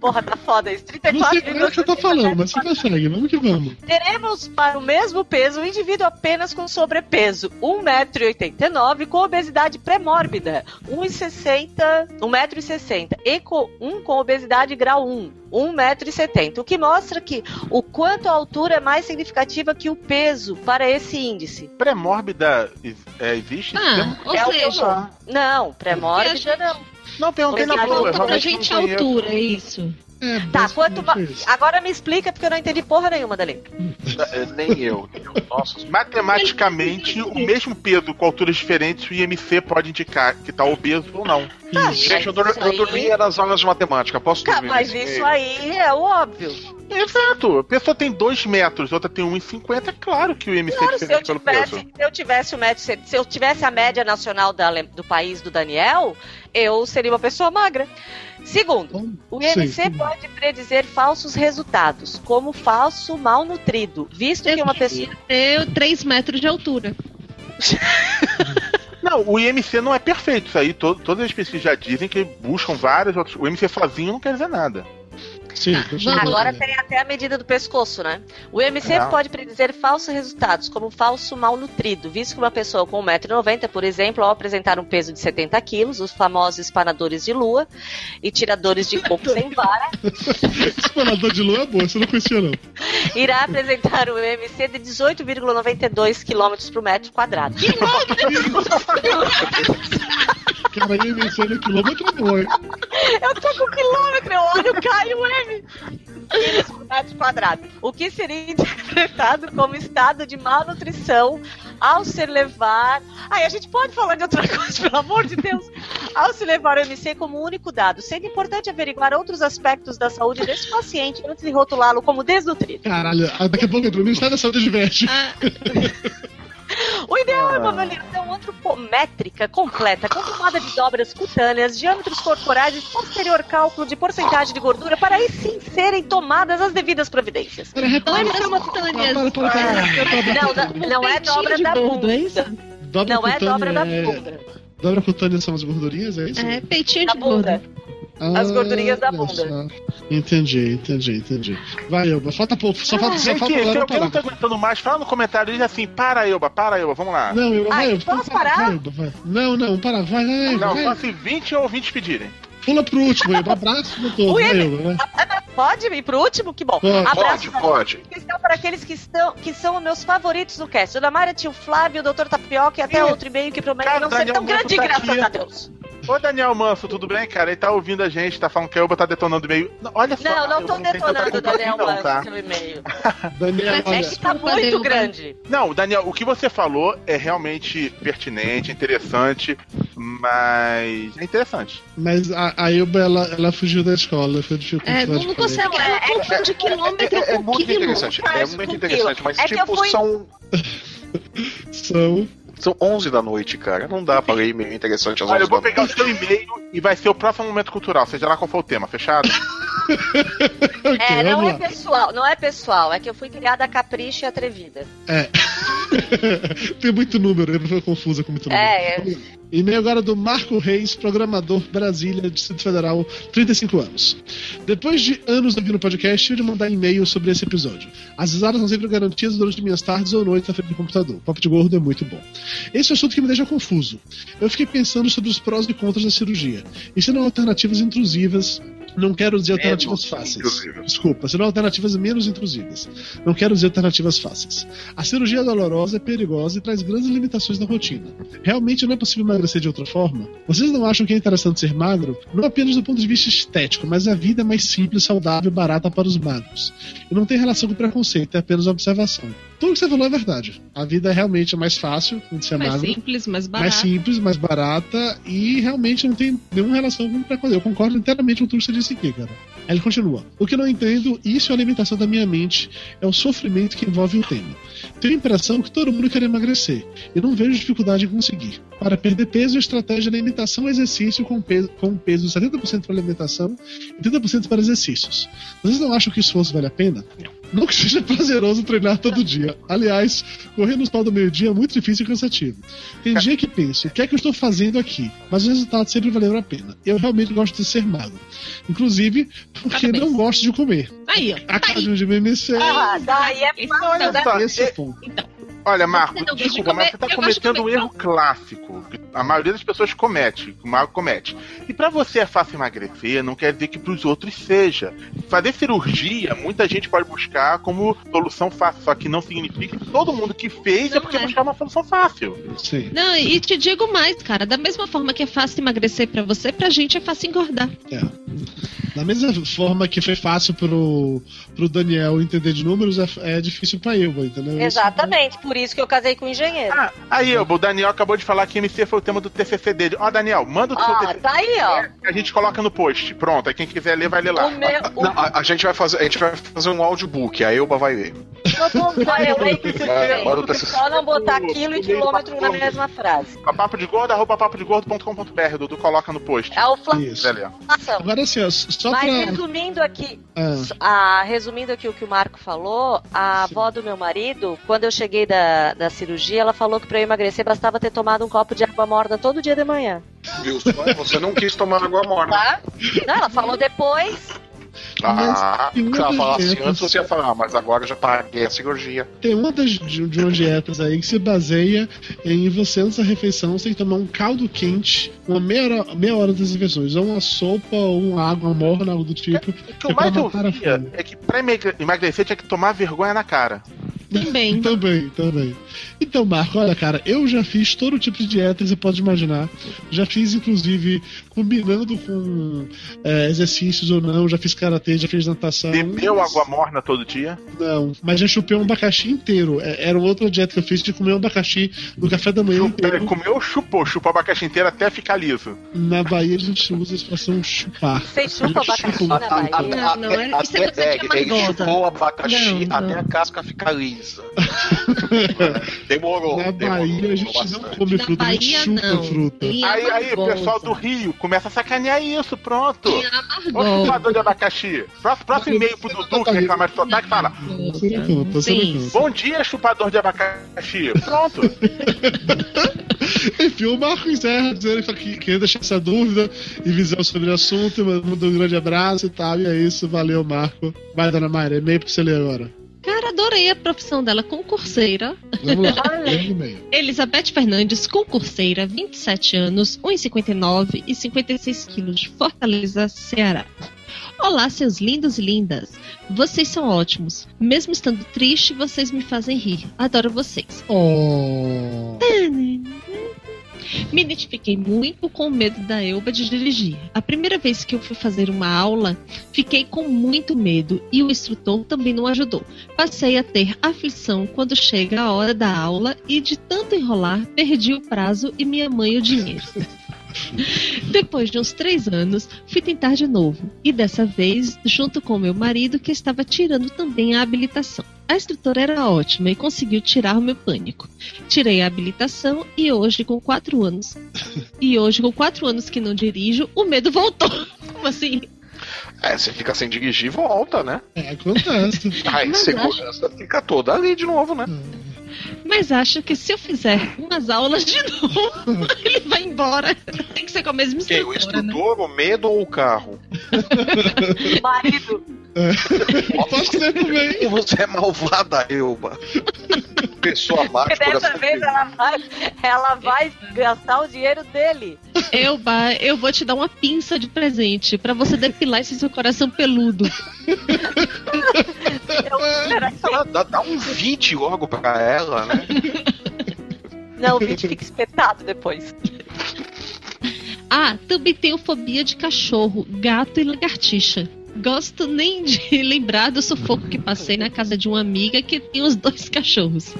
Speaker 6: Porra, tá foda isso.
Speaker 2: Não sei como é
Speaker 6: 34,6
Speaker 2: que você tá falando, mas você consegue, vamos que vamos.
Speaker 6: Teremos para o mesmo peso um indivíduo apenas com sobrepeso 1,89m com obesidade pré-mórbida 1,60m 1,60m e com, um com obesidade grau 1 1,70m, o que mostra que o quanto a altura é mais significativa que o peso para esse índice.
Speaker 3: Pré-mórbida é, existe? esse termo?
Speaker 4: Ah, ou
Speaker 6: É o que eu
Speaker 4: seja,
Speaker 6: Não, pré-mórbida
Speaker 4: Porque a
Speaker 6: não.
Speaker 3: Não, perguntei na
Speaker 6: Obrigada,
Speaker 3: boa.
Speaker 4: falta pra
Speaker 3: realmente
Speaker 4: gente a
Speaker 3: não conheço.
Speaker 4: altura, é isso.
Speaker 2: É,
Speaker 6: Tá,
Speaker 2: basicamente
Speaker 6: quanto ma-
Speaker 2: isso.
Speaker 6: Agora me explica porque eu não entendi porra nenhuma dali.
Speaker 5: É, Nem eu. nem eu. Nossa,
Speaker 3: Matematicamente, o mesmo peso com alturas diferentes, o IMC pode indicar que tá obeso ou não.
Speaker 6: Tá,
Speaker 5: Gente, eu,
Speaker 6: mas
Speaker 5: dor-
Speaker 6: isso
Speaker 5: eu
Speaker 6: aí-
Speaker 5: dormia nas aulas de matemática. Posso
Speaker 6: Tá,
Speaker 5: dormir?
Speaker 6: mas
Speaker 5: nesse
Speaker 6: isso
Speaker 5: meio?
Speaker 6: aí é o óbvio.
Speaker 3: Exato. A pessoa tem 2 metros, a outra tem 1,50, é claro que o IMC é
Speaker 6: Claro, se eu
Speaker 3: diferente pelo
Speaker 6: tivesse,
Speaker 3: peso.
Speaker 6: se eu tivesse o médio, se se eu tivesse a média nacional da Ale- do país do Daniel, eu seria uma pessoa magra. Segundo,
Speaker 2: Bom,
Speaker 6: o
Speaker 2: Sim.
Speaker 6: IMC pode predizer falsos resultados, como falso malnutrido, visto que
Speaker 4: Eu
Speaker 6: uma pessoa.
Speaker 4: queria ter 3 É metros de altura.
Speaker 3: Não, o IMC não é perfeito. Isso aí, to- todas as pesquisas já dizem que buscam vários outros. O IMC sozinho não quer dizer nada.
Speaker 2: Sim, continua,
Speaker 6: Tá, Agora
Speaker 2: né?
Speaker 6: tem até a medida do pescoço, né? O IMC
Speaker 3: Não.
Speaker 6: pode predizer falsos resultados, como falso malnutrido, visto que uma pessoa com 1,90m, por exemplo, ao apresentar um peso de 70 quilos, os famosos espanadores de lua e tiradores de coco sem vara,
Speaker 2: Explorador de lua é boa, você não conhecia, não.
Speaker 6: irá apresentar o MC de 18,92 km por metro quadrado.
Speaker 2: Cara, ia vencendo quilômetro é boa, hein?
Speaker 6: Eu tô com quilômetro, eu olho, cai o M. Quilos por metro quadrado. O que seria interpretado como estado de malnutrição ao se levar. Ai, a gente pode falar de outra *laughs* coisa, pelo amor de Deus. Ao se levar o MC como único dado, sendo importante averiguar outros aspectos da saúde desse paciente antes de rotulá-lo como desnutrido.
Speaker 2: Caralho, ah, daqui a pouco entra o Ministério da Saúde diverte.
Speaker 4: Ah,
Speaker 6: O ideal é uma avaliação antropométrica completa, com tomada de dobras cutâneas, diâmetros corporais e posterior cálculo de porcentagem de gordura para aí sim serem tomadas as devidas providências.
Speaker 2: Pera, repara.
Speaker 4: Então, olha as
Speaker 2: Para, para,
Speaker 4: cutâneas.
Speaker 2: para, para.
Speaker 6: Não,
Speaker 4: *laughs*
Speaker 6: não, não é dobra da bunda.
Speaker 2: Dobra
Speaker 6: Não é
Speaker 2: cutânea é,
Speaker 6: dobra da bunda.
Speaker 2: Dobra cutânea são as gordurinhas, é isso? Ah,
Speaker 4: É, peitinho
Speaker 6: Da
Speaker 4: de bunda.
Speaker 6: bunda. As gordurinhas da
Speaker 2: olha
Speaker 6: bunda.
Speaker 2: só. Entendi, entendi, entendi. Vai, Elba, falta pouco, só falta, Ah, só
Speaker 3: Gente,
Speaker 2: falta
Speaker 3: se
Speaker 2: agora
Speaker 3: alguém não
Speaker 2: parar.
Speaker 3: tá aguentando mais, fala no comentário e diz assim: para, Elba, para, Elba, vamos lá.
Speaker 2: Não, eu,
Speaker 6: Ai,
Speaker 2: vai, Elba,
Speaker 6: posso
Speaker 2: vai, vai,
Speaker 6: parar?
Speaker 2: Elba, vai. Não, não, para, vai, vai,
Speaker 3: Não,
Speaker 2: vai.
Speaker 3: só se 20 ou 20 pedirem.
Speaker 2: Pula pro último, Elba, abraço no todo,
Speaker 6: Ui,
Speaker 2: vai, Elba, vai.
Speaker 6: Pode ir pro último? Que bom.
Speaker 2: Pode,
Speaker 6: Abraço
Speaker 5: Pode, pode.
Speaker 6: especial para aqueles que, estão, que são meus favoritos no cast. Dona Mara, tio Flávio, o doutor Tapioca e até
Speaker 3: Ih,
Speaker 6: outro e-mail que promete
Speaker 3: cara,
Speaker 6: não ser
Speaker 3: Daniel
Speaker 6: tão grande,
Speaker 3: Manso tá
Speaker 6: graças
Speaker 3: aqui.
Speaker 6: a Deus.
Speaker 3: Ô Daniel Manso, tudo bem, cara? Ele tá ouvindo a gente, tá falando que a Elba tá detonando meio. Não, Olha só.
Speaker 6: Não, não
Speaker 3: eu
Speaker 6: tô
Speaker 3: tenho
Speaker 6: detonando
Speaker 3: tanta
Speaker 6: o Daniel
Speaker 3: culpa assim,
Speaker 6: Manso
Speaker 3: não, tá?
Speaker 6: no e-mail.
Speaker 2: Daniel,
Speaker 6: É
Speaker 2: olha,
Speaker 6: que tá
Speaker 4: Desculpa,
Speaker 6: muito
Speaker 4: Daniel.
Speaker 6: grande.
Speaker 3: Não, Daniel, o que você falou é realmente pertinente, interessante, mas. É interessante.
Speaker 2: mas a, a Elba, ela, ela fugiu da escola, foi
Speaker 4: É,
Speaker 2: dificuldade.
Speaker 4: não
Speaker 2: pra ela.
Speaker 4: consegue. Ela confunde quilômetro
Speaker 5: É, é
Speaker 4: com
Speaker 5: muito
Speaker 4: quilo.
Speaker 5: interessante. É
Speaker 6: Mas
Speaker 5: muito
Speaker 6: com
Speaker 5: interessante,
Speaker 6: quilo.
Speaker 5: mas
Speaker 6: É que eu
Speaker 5: tipo,
Speaker 6: fui-
Speaker 5: são,
Speaker 2: São...
Speaker 5: são 11 da noite, cara. Não dá pra ler meio interessante às Ah,
Speaker 3: Olha,
Speaker 5: 11
Speaker 3: eu vou
Speaker 5: da
Speaker 3: pegar o
Speaker 5: noite.
Speaker 3: seu e-mail e vai ser o próximo momento cultural, seja lá qual for o tema, fechado?
Speaker 2: Ok,
Speaker 6: É, não
Speaker 2: vamos
Speaker 6: é
Speaker 2: lá.
Speaker 6: pessoal, não é pessoal, é que eu fui criada capricha e atrevida.
Speaker 2: *laughs* Tem muito número, Elba foi confusa com muito número.
Speaker 6: É, é.
Speaker 2: E-mail agora do Marco Reis, programador Brasília, Distrito Federal, 35 anos. Depois de anos ouvindo o podcast, tive de mandar e-mail sobre esse episódio. As risadas são sempre garantidas durante minhas tardes ou noites na frente do computador. Papo de gordo é muito bom. Esse é um assunto que me deixa confuso. Eu fiquei pensando sobre os prós e contras da cirurgia. E se não alternativas intrusivas, não quero dizer alternativas fáceis.
Speaker 5: intrusivas.
Speaker 2: Desculpa, se não alternativas menos intrusivas. Não quero dizer alternativas fáceis. A cirurgia é dolorosa, é perigosa e traz grandes limitações na rotina. Realmente não é possível emagrecer de outra forma? Vocês não acham que é interessante ser magro? Não apenas do ponto de vista estético, mas a vida é mais simples, saudável e barata para os magros. E não tem relação com preconceito, é apenas uma observação. tudo que você falou é verdade. A vida realmente é mais fácil quando você é
Speaker 4: Mais
Speaker 2: magro.
Speaker 4: simples, mais
Speaker 2: mais
Speaker 4: barato.
Speaker 2: simples, mais barata e realmente não tem nenhuma relação com preconceito. Eu concordo inteiramente com tudo que você disse aqui, cara. Aí ele continua. O que eu não entendo, isso é a limitação da minha mente, é o sofrimento que envolve o tema. Tenho a impressão que todo mundo quer emagrecer e não vejo dificuldade em conseguir. Para perder peso, a estratégia é alimentação e exercício com peso, com um peso de 70% para alimentação e 30% para exercícios. Vocês não acham que o esforço vale a pena? Não que seja prazeroso treinar todo dia. Aliás, correr no sol do meio-dia é muito difícil e cansativo. Tem dia que penso, o que é que eu estou fazendo aqui? Mas o resultado sempre valeu a pena. Eu realmente gosto de ser magro. Inclusive, porque
Speaker 4: Parabéns.
Speaker 2: não gosto de comer.
Speaker 4: Aí, ó.
Speaker 2: A
Speaker 4: Tá aí.
Speaker 2: carne de MMC
Speaker 6: Ah, daí é
Speaker 4: Então, né?
Speaker 2: é
Speaker 3: Olha só,
Speaker 2: esse ponto.
Speaker 3: Olha,
Speaker 4: Você
Speaker 3: Marco,
Speaker 4: não gosta de
Speaker 3: desculpa, mas
Speaker 4: comer,
Speaker 3: você tá
Speaker 4: eu gosto de
Speaker 3: cometendo um
Speaker 4: comer,
Speaker 3: erro clássico. que A maioria das pessoas comete, que o Marco comete. E pra você é fácil emagrecer, não quer dizer que pros outros seja. Fazer cirurgia, muita gente pode buscar como solução fácil, só que não significa que todo mundo que fez é
Speaker 4: Não
Speaker 3: porque
Speaker 4: é.
Speaker 3: buscar uma solução fácil.
Speaker 2: Sim,
Speaker 4: Não, e te digo mais, cara. Da mesma forma que é fácil emagrecer pra você, pra gente é fácil engordar.
Speaker 2: é. Da mesma forma que foi fácil pro, pro Daniel entender de números, é, é difícil pra eu, entendeu? Isso-
Speaker 6: Exatamente, por isso que eu casei com o engenheiro.
Speaker 3: Ah, aí, ó, o Daniel acabou de falar que MC foi o tema do TCC dele. Ó, Daniel, manda o seu
Speaker 6: Ó,
Speaker 3: TCC.
Speaker 6: tá aí, ó.
Speaker 3: A gente coloca no post. Pronto, aí quem quiser ler, vai ler lá.
Speaker 6: tá O meu. O,
Speaker 5: Não, a, a gente vai fazer, a gente vai fazer um audiobook, a Elba vai ler.
Speaker 6: todo mundo- eu leio tudo
Speaker 5: É,
Speaker 6: bem.
Speaker 5: bora o TCC.
Speaker 6: Só não botar quilo e quilômetro na mesma frase.
Speaker 3: Papo de gordo, arroba papodegordo.com.br, Dudu, coloca no post.
Speaker 6: É o fla-
Speaker 2: Isso.
Speaker 3: Quiser ler.
Speaker 6: inflação.
Speaker 2: Agora assim, ó, só
Speaker 6: Mas é
Speaker 2: pra.
Speaker 6: resumindo aqui,
Speaker 2: Ah,
Speaker 6: Ah, resumindo aqui o que o Marco falou, a
Speaker 2: Sim.
Speaker 6: avó do meu marido, quando eu cheguei da, da cirurgia, ela falou que pra eu emagrecer bastava ter tomado um copo de água morna todo dia de manhã.
Speaker 5: Viu só? Você não quis tomar água morna.
Speaker 6: Tá? Não, ela falou depois.
Speaker 5: Ah,
Speaker 2: Mas tem
Speaker 5: se ela
Speaker 2: outras
Speaker 5: falasse
Speaker 3: assim,
Speaker 2: dietas.
Speaker 5: antes, você ia falar, "Ah, mas agora eu já paguei a cirurgia.
Speaker 2: tem uma das, de, de umas dietas aí que se baseia em você, antes da refeição, você tem que tomar um caldo quente, uma meia hora, meia hora das refeições, ou uma sopa, ou uma água morna, algo do tipo.
Speaker 3: O que eu mais
Speaker 2: Reclamar para a
Speaker 3: ouvia
Speaker 2: fome.
Speaker 3: é que pra emagre- emagrecer tinha que tomar vergonha na cara.
Speaker 4: Também.
Speaker 2: Também, também. Então, Marco, olha, cara, eu já fiz todo tipo de dieta, que você pode imaginar. Já fiz, inclusive, combinando com é, exercícios ou não, já fiz karatê, já fiz natação.
Speaker 3: Bebeu
Speaker 2: Mas-
Speaker 3: água morna todo dia.
Speaker 2: Não, mas já chupei um abacaxi inteiro. É, era outra dieta que eu fiz de comer um abacaxi no café da manhã
Speaker 3: Chupa-
Speaker 2: inteiro.
Speaker 3: Comeu, chupou, chupou a abacaxi inteira até ficar liso.
Speaker 2: Na Bahia a gente usa a expressão chupar.
Speaker 6: Você chupa
Speaker 2: Eu chupo
Speaker 6: abacaxi na
Speaker 2: batata.
Speaker 6: Bahia.
Speaker 4: Não, não, é- isso é coisa de
Speaker 5: ele, ele
Speaker 4: maldosa.
Speaker 5: chupou o abacaxi
Speaker 4: Não, não.
Speaker 5: até a casca
Speaker 2: *laughs*
Speaker 5: ficar lisa. demorou.
Speaker 2: Na
Speaker 5: demorou,
Speaker 2: Bahia a gente
Speaker 5: bastante.
Speaker 2: não come
Speaker 4: Na
Speaker 2: fruta, a gente
Speaker 4: Bahia,
Speaker 2: chupa
Speaker 4: não.
Speaker 2: fruta.
Speaker 4: Em
Speaker 3: aí, aí, o
Speaker 4: Amargosa.
Speaker 3: pessoal do Rio começa a sacanear isso, pronto.
Speaker 4: Em
Speaker 3: Ô
Speaker 4: Amargosa.
Speaker 3: chupador de abacaxi. Próximo, próximo e-mail pro Dudu, que reclamar de sotaque, fala:
Speaker 2: Você não conta, você
Speaker 4: Sim.
Speaker 2: não conta.
Speaker 3: Bom dia, chupador de abacaxi. Pronto.
Speaker 2: Enfim, o Marco encerra dizendo que que queria deixar essa dúvida e visão sobre o assunto, mas mandou um grande abraço e tal. E é isso, valeu, Marco. Vai, dona Mayra, e-mail pra você ler agora.
Speaker 4: Cara, adorei a profissão dela, concurseira.
Speaker 2: Vamos lá.
Speaker 6: Olha.
Speaker 2: Lê o e-mail.
Speaker 4: Elizabeth Fernandes, concurseira, 27 anos, 1,59 e 56 quilos, de Fortaleza, Ceará. Olá, seus lindos e lindas. Vocês são ótimos. Mesmo estando triste, vocês me fazem rir. Adoro vocês.
Speaker 2: Oh.
Speaker 4: Me identifiquei muito com o medo da Elba de dirigir. A primeira vez que eu fui fazer uma aula, fiquei com muito medo e o instrutor também não ajudou. Passei a ter aflição quando chega a hora da aula e, de tanto enrolar, perdi o prazo e minha mãe o dinheiro. *laughs* Depois de uns três anos, fui tentar de novo e dessa vez junto com meu marido que estava tirando também a habilitação. A instrutora era ótima e conseguiu tirar o meu pânico. Tirei a habilitação e hoje com quatro anos. E hoje com quatro anos que não dirijo, o medo voltou. Como assim?
Speaker 5: É, você fica sem dirigir e volta, né?
Speaker 2: É, acontece.
Speaker 5: A insegurança fica toda ali de novo, né?
Speaker 4: Mas acho que se eu fizer umas aulas de novo, *laughs* ele vai embora. Tem que ser com a mesma
Speaker 5: Quem? O
Speaker 4: instrutora, né?
Speaker 5: instrutor, o medo ou o carro?
Speaker 6: Marido,
Speaker 2: Posso ler também.
Speaker 5: E Você *laughs* é malvada, Elba. Pessoa má
Speaker 6: *laughs*
Speaker 5: de
Speaker 6: porque dessa
Speaker 5: coração
Speaker 6: vez
Speaker 5: feliz.
Speaker 6: ela vai, ela vai gastar o dinheiro dele.
Speaker 4: Eu, ba- eu vou te dar uma pinça de presente pra você depilar esse seu coração peludo.
Speaker 5: Ela dá, dá um 20 logo pra ela, né?
Speaker 6: Não, o vídeo fica espetado depois.
Speaker 4: Ah, também tenho fobia de cachorro, gato e lagartixa. gosto nem de *laughs* lembrar do sufoco que passei na casa de uma amiga que tem os dois cachorros.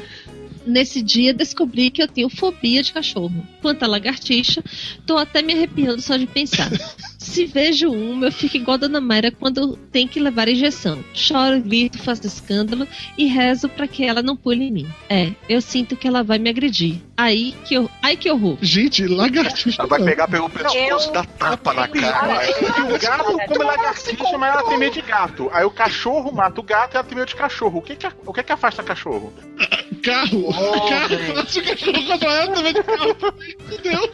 Speaker 4: Nesse dia descobri que eu tenho fobia de cachorro. Quanto à lagartixa, tô até me arrepiando só de pensar. Se vejo uma, eu fico igual a Dona Mayra quando tem que levar a injeção. Choro, grito, faço escândalo e rezo pra que ela não pule em mim. É, eu sinto que ela vai me agredir. Aí que eu, ai que horror.
Speaker 2: Gente, lagartixa.
Speaker 5: Ela vai pegar pelo pescoço e dar tapa na cara.
Speaker 3: E o gato come lagartixa, mas ela tem medo de gato. Aí o cachorro mata o gato e ela tem medo de cachorro. O que que, o que, que afasta cachorro?
Speaker 2: Carro. carro. Nossa, o cachorro contra ela também de carro. Entendeu?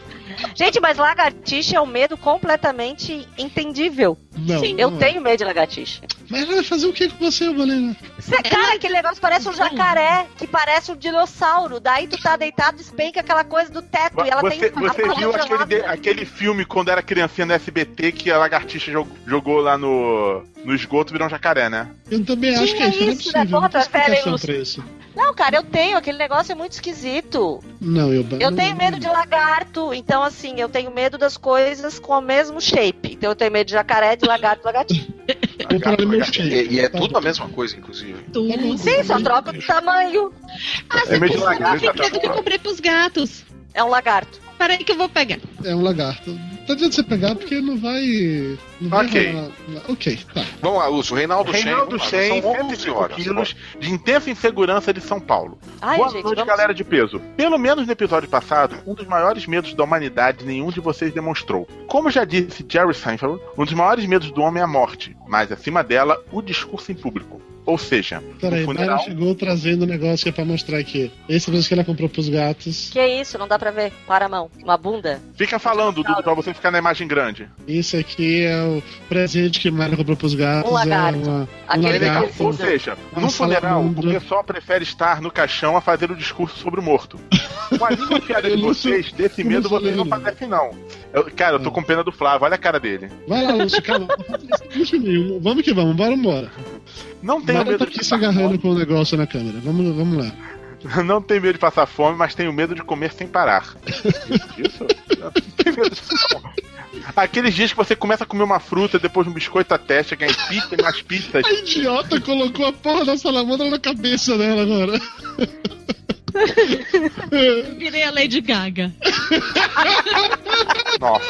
Speaker 6: Gente, mas lagartixa é um medo completamente entendível.
Speaker 2: Não.
Speaker 4: Sim.
Speaker 6: Eu
Speaker 2: não é.
Speaker 6: tenho medo de lagartixa.
Speaker 2: Mas ela vai fazer o que com você, Valena?
Speaker 6: Cê, é cara, aquele negócio parece um jacaré, que parece um dinossauro. Daí tu tá deitado, despenca aquela coisa do teto e ela
Speaker 3: Você,
Speaker 6: tem
Speaker 3: você viu
Speaker 6: palavra
Speaker 3: aquele, de-
Speaker 6: lá.
Speaker 3: aquele filme quando era criancinha no SBT que a lagartixa jog- jogou lá no, no esgoto e virou um jacaré, né?
Speaker 2: Eu também acho que é isso, não é
Speaker 6: isso, né?
Speaker 2: possível. Não tem
Speaker 6: Bota fé,
Speaker 2: explicação
Speaker 6: Lúcio.
Speaker 2: pra isso.
Speaker 6: Não, cara, eu tenho. Aquele negócio é muito esquisito.
Speaker 2: Não, eu
Speaker 6: Eu
Speaker 2: não-
Speaker 6: tenho medo de lagarto. Então, assim, eu tenho medo das coisas com o mesmo shape. Então, eu tenho medo de jacaré, de lagarto, lagartixa.
Speaker 2: Vou parar no meu shape.
Speaker 5: E, e é tudo a mesma coisa, inclusive.
Speaker 4: Tudo.
Speaker 6: Sim, só troca de tamanho.
Speaker 4: Ah, você
Speaker 3: meio de
Speaker 4: pensou
Speaker 3: lagarto,
Speaker 4: naquele
Speaker 5: né?
Speaker 4: dedo que eu comprei pros gatos.
Speaker 6: É um lagarto.
Speaker 4: Peraí que eu vou pegar.
Speaker 2: É um lagarto. Tá dizendo você pegar porque não vai. Não vai
Speaker 3: Ok.
Speaker 2: rolar- Ok, tá.
Speaker 5: Vamos lá, Lúcio. Reinaldo Shen.
Speaker 3: Reinaldo
Speaker 5: vamos lá,
Speaker 3: Shen,
Speaker 5: são 11
Speaker 3: 105
Speaker 5: horas.
Speaker 3: quilos de intensa insegurança de São Paulo.
Speaker 6: Ai,
Speaker 3: Boa
Speaker 6: gente,
Speaker 3: noite,
Speaker 6: vamos...
Speaker 3: galera de peso. Pelo menos no episódio passado, um dos maiores medos da humanidade nenhum de vocês demonstrou. Como já disse Jerry Seinfeld, um dos maiores medos do homem é a morte, mas acima dela, o discurso em público. Ou seja,
Speaker 2: Peraí,
Speaker 3: No
Speaker 2: Mayra
Speaker 3: funeral?
Speaker 2: chegou trazendo um negócio que é pra mostrar aqui. Esse é o mesmo que ela comprou pros gatos.
Speaker 6: Que isso, não dá pra ver. Para a mão. Uma bunda.
Speaker 3: fica falando, Dudu, pra você ficar na imagem grande.
Speaker 2: Isso aqui é o presente que Mayra comprou pros gatos.
Speaker 6: Um lagarto.
Speaker 2: É uma...
Speaker 6: Aquele
Speaker 2: lagarto.
Speaker 6: que
Speaker 3: Ou
Speaker 6: precisa.
Speaker 3: seja,
Speaker 2: Uma
Speaker 3: no funeral, o
Speaker 2: salamandra.
Speaker 3: pessoal prefere estar no caixão a fazer o discurso sobre o morto. Com a língua
Speaker 2: *laughs*
Speaker 3: piada de
Speaker 2: Eu não sou-
Speaker 3: vocês, desse
Speaker 2: eu não
Speaker 3: medo,
Speaker 2: sou
Speaker 3: vocês não
Speaker 2: leigo.
Speaker 3: fazem não. Eu- cara,
Speaker 2: É.
Speaker 3: eu tô com pena do Flávio, olha a cara dele.
Speaker 2: Vai lá, Lúcio, calma.
Speaker 6: *laughs*
Speaker 2: Não faça isso, puxa nenhum. Vamos que vamos, bora embora.
Speaker 3: Não tenho
Speaker 2: Mayra
Speaker 3: medo
Speaker 2: tá
Speaker 3: de
Speaker 2: aqui se
Speaker 3: estar morto.
Speaker 2: agarrando com o negócio na câmera. Vamos, vamos lá.
Speaker 3: *laughs* Não tenho medo de passar fome, mas tenho medo de comer sem parar. Isso? Não *laughs* tenho medo disso, não. Aqueles dias que você começa a comer uma fruta, depois um biscoito à testa, ganha pizza e mais pizzas.
Speaker 2: A idiota colocou a porra da salamandra na cabeça dela agora.
Speaker 4: Virei a Lady Gaga.
Speaker 3: Nossa.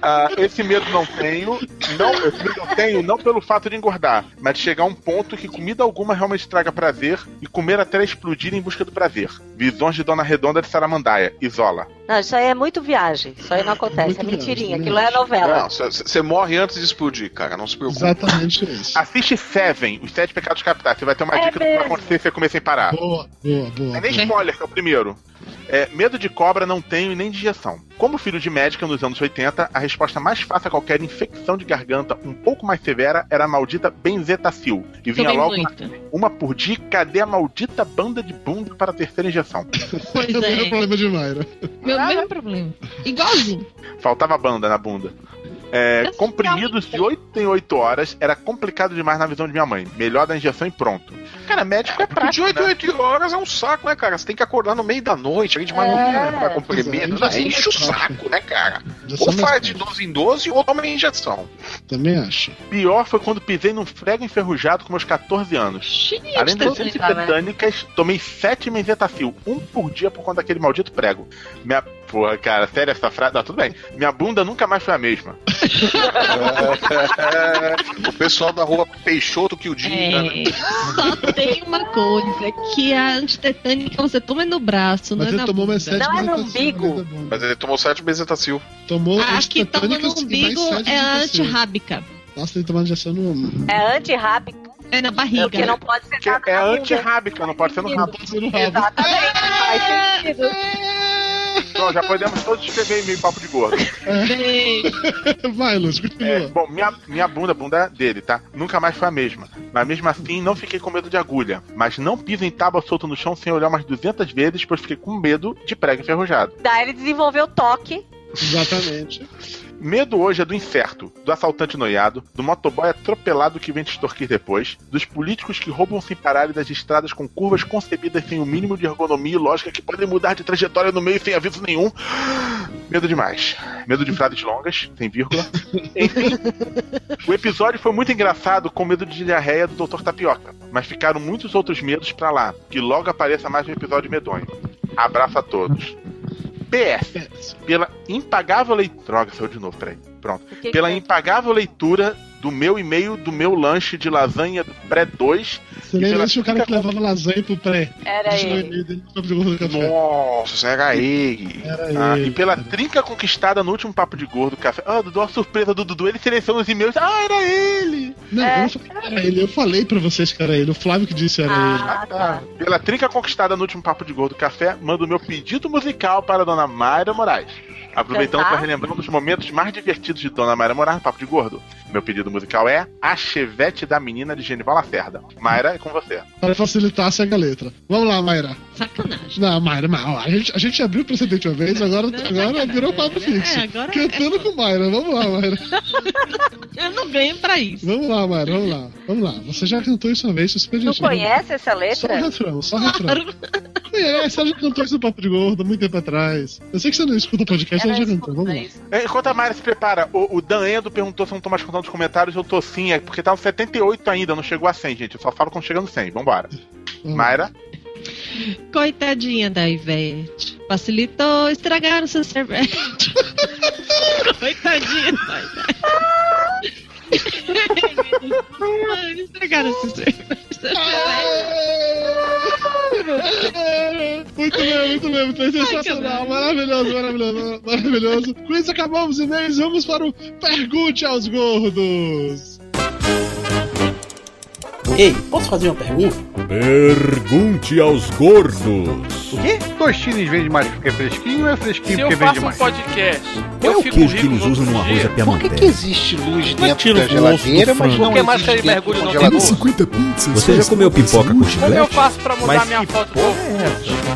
Speaker 3: Ah, esse medo não tenho. Não, esse medo eu tenho não pelo fato de engordar, mas de chegar a um ponto que comida alguma realmente traga prazer e comer até explodir em busca do prazer. Visões de Dona Redonda de Saramandaia, Isola.
Speaker 6: Não, isso aí é muito viagem. Isso aí não acontece. é
Speaker 2: Muito
Speaker 6: mentirinha.
Speaker 2: viagem,
Speaker 6: Aquilo é novela.
Speaker 5: Não, você morre antes de explodir, cara. Não se preocupe.
Speaker 2: Exatamente isso.
Speaker 3: Assiste Seven, Os Sete Pecados Capitais. Você vai ter uma
Speaker 6: É
Speaker 3: dica do que vai
Speaker 6: mesmo.
Speaker 3: acontecer se você comer sem parar.
Speaker 2: Boa, boa, boa.
Speaker 3: É nem
Speaker 4: Ok.
Speaker 3: spoiler, que é o primeiro. É, medo de cobra não tenho e nem de injeção. Como filho de médica nos anos 80, a resposta mais fácil a qualquer infecção de garganta um pouco mais severa era a maldita benzetacil. E vinha
Speaker 4: Tomei
Speaker 3: logo
Speaker 4: muito.
Speaker 3: uma por dia, cadê a maldita banda de bunda para a terceira injeção?
Speaker 4: Pois
Speaker 2: Também é o
Speaker 4: é.
Speaker 2: problema de Mayra.
Speaker 4: Meu mesmo problema. Igualzinho.
Speaker 3: Faltava banda na bunda. É,
Speaker 4: Eu
Speaker 3: comprimidos de 8 em 8 horas era complicado demais na visão de minha mãe. Melhor da injeção e pronto. Cara, médico é prático.
Speaker 5: De 8 em 8 horas é um saco, né, cara? Você tem que acordar no meio da noite, aí de madrugada pra comprimido.
Speaker 2: Pois é,
Speaker 5: né? Enche o
Speaker 2: injeção é prática.
Speaker 5: saco, né, cara?
Speaker 2: Já
Speaker 5: Ou
Speaker 2: sou mais
Speaker 5: faz de
Speaker 2: perto.
Speaker 5: 12 em 12 ou toma injeção.
Speaker 2: Também acho.
Speaker 3: Pior foi quando pisei num frego enferrujado com meus 14 anos.
Speaker 4: Gente,
Speaker 3: Além das
Speaker 6: Desculpa,
Speaker 3: doenças
Speaker 6: cara.
Speaker 3: tetânicas, tomei sete menzetafil, um por dia por conta daquele maldito prego. Minha. Porra, cara, sério essa frase? Não, tudo bem. Minha bunda nunca mais foi a mesma.
Speaker 5: o pessoal da rua Peixoto que o dia.
Speaker 4: é, só tem uma coisa, que a antitetânica você toma no braço,
Speaker 2: Mas
Speaker 4: não é
Speaker 2: ele
Speaker 4: na
Speaker 2: tomou
Speaker 4: bunda.
Speaker 2: mais sete
Speaker 6: Não é no
Speaker 2: mas tá sendo
Speaker 6: umbigo.
Speaker 2: ainda bom.
Speaker 5: Mas é- ele tomou 7 bezetacil.
Speaker 2: Tomou
Speaker 4: A que Ah, toma no
Speaker 2: antitetânicos e mais
Speaker 4: umbigo
Speaker 2: sete
Speaker 4: é a
Speaker 2: antitetânicos.
Speaker 4: antirrábica.
Speaker 2: Nossa, ele tomou injeção no. um.
Speaker 6: É anti-rápido,
Speaker 4: É na barriga.
Speaker 6: porque não pode ser
Speaker 3: Que
Speaker 6: nada
Speaker 3: é
Speaker 6: na bunda.
Speaker 3: antirrábica, não pode ser um no
Speaker 2: Não
Speaker 3: rabo.
Speaker 2: pode ser no rabo.
Speaker 6: Exatamente, faz sentido.
Speaker 3: Então, já podemos todos escrever e-mail papo de gordo.
Speaker 6: *laughs*
Speaker 4: Bem,
Speaker 2: *laughs* Vai, Lúcio,
Speaker 3: É,
Speaker 2: continua.
Speaker 3: bom, minha, minha bunda, a bunda dele, tá? Nunca mais foi a mesma. Mas mesmo assim, não fiquei com medo de agulha. Mas não piso em tábua solta no chão sem olhar umas 200 vezes, pois fiquei com medo de prego enferrujado.
Speaker 6: Daí ele desenvolveu toque.
Speaker 2: Exatamente.
Speaker 3: Medo hoje é do incerto, do assaltante noiado, do motoboy atropelado que vem te extorquir depois, dos políticos que roubam sem parar e das estradas com curvas concebidas sem o mínimo de ergonomia e lógica que podem mudar de trajetória no meio sem aviso nenhum. Medo demais. Medo de frases longas, sem vírgula. Enfim, O episódio foi muito engraçado com o medo de diarreia do Dr. Tapioca, mas ficaram muitos outros medos pra lá, que logo apareça mais um episódio medonho. Abraço a todos. PS, pela impagável leitura. Droga, saiu de novo, peraí. Pronto.
Speaker 6: O que
Speaker 3: Pela
Speaker 6: que é?
Speaker 3: impagável leitura do meu e-mail do meu lanche de lasanha do pré 2.
Speaker 2: Você lembra antes o cara que levava lasanha pro pré?
Speaker 6: Era
Speaker 2: Deixou o
Speaker 6: ele.
Speaker 2: e-mail dele no papo de gordo do café.
Speaker 3: Nossa! é
Speaker 5: Nossa, era aí.
Speaker 2: Era
Speaker 3: Ah, e
Speaker 2: ele.
Speaker 3: pela trinca conquistada no último papo de gordo café. Ah, Dudu, uma surpresa do Dudu, ele seleciona os e-mails. Ah, era ele!
Speaker 2: Não,
Speaker 6: É.
Speaker 2: eu não falei que era ele. Eu falei pra vocês que era ele. O Flávio que disse era ele.
Speaker 6: Ah,
Speaker 3: Ah,
Speaker 6: tá.
Speaker 3: Pela trinca conquistada no último Papo de Gordo Café, mando meu pedido musical para Dona Mayra Moraes. Aproveitando
Speaker 6: Cantar?
Speaker 3: para relembrar um dos momentos mais divertidos de Dona Mayra Moraes no Papo de Gordo. Meu pedido musical é A Chevette da Menina de Genival Lacerda. Mayra, é com você.
Speaker 2: Para facilitar, segue a letra. Vamos lá, Mayra.
Speaker 4: Sacanagem.
Speaker 2: Não, Mayra, mas, ó, a, gente, a gente abriu o precedente uma vez, agora,
Speaker 4: Não,
Speaker 2: agora
Speaker 4: sacanagem.
Speaker 2: virou papo
Speaker 4: É,
Speaker 2: fixo.
Speaker 4: agora é
Speaker 2: Cantando com Mayra, vamos lá, Mayra.
Speaker 4: Eu não ganho pra isso.
Speaker 2: Vamos lá, Mayra, vamos lá. Vamos lá. Você já cantou isso uma vez, você super
Speaker 6: Tu
Speaker 2: gentil.
Speaker 6: conhece essa
Speaker 2: Só o
Speaker 6: letra?
Speaker 2: refrão, só o refrão.
Speaker 4: Claro.
Speaker 2: Conhece, ela já cantou isso no Papo de Gordo, muito tempo atrás. Eu sei que você não escuta o podcast, ela já cantou, vamos lá.
Speaker 6: isso.
Speaker 3: É, Enquanto a Mayra se prepara, o, o Dan Endo perguntou se eu não tô mais contando os comentários. Eu tô sim, é porque tá no 78 ainda, não chegou a 100, gente. Eu só falo quando chega no 100. Vambora.
Speaker 6: Hum.
Speaker 2: Vamos lá.
Speaker 3: Mayra,
Speaker 4: Coitadinha da Ivete. Facilitou, estragaram seu sorvete. Coitadinha da Ivete. estragaram seu sorvete.
Speaker 2: Muito bem, muito bem, muito bem.
Speaker 4: Ai,
Speaker 2: Sensacional,
Speaker 4: que
Speaker 2: maravilhoso, maravilhoso, maravilhoso. Com isso acabamos os e-mails, vamos para o Pergunte aos Gordos.
Speaker 8: Ei, posso fazer uma pergunta?
Speaker 1: Pergunte aos gordos.
Speaker 9: quê? Tostines vende mais porque é fresquinho ou é fresquinho
Speaker 10: Se eu
Speaker 9: porque vende
Speaker 10: faço um
Speaker 9: mais?
Speaker 10: podcast,
Speaker 1: Qual é
Speaker 10: eu
Speaker 1: o
Speaker 10: fico
Speaker 1: queijo que
Speaker 10: rico
Speaker 1: eles
Speaker 10: no
Speaker 1: usam no
Speaker 10: outro
Speaker 1: arroz
Speaker 10: dia.
Speaker 1: da piamanteca?
Speaker 9: existe luz
Speaker 7: tira o osso do frango.
Speaker 5: é
Speaker 10: Por que mais que ele mergulha no congelador?
Speaker 1: 50 pizzas. Você já comeu pipoca com
Speaker 10: Como eu
Speaker 1: chiclete?
Speaker 10: faço pra mudar
Speaker 7: Mas
Speaker 10: minha
Speaker 7: que
Speaker 10: foto do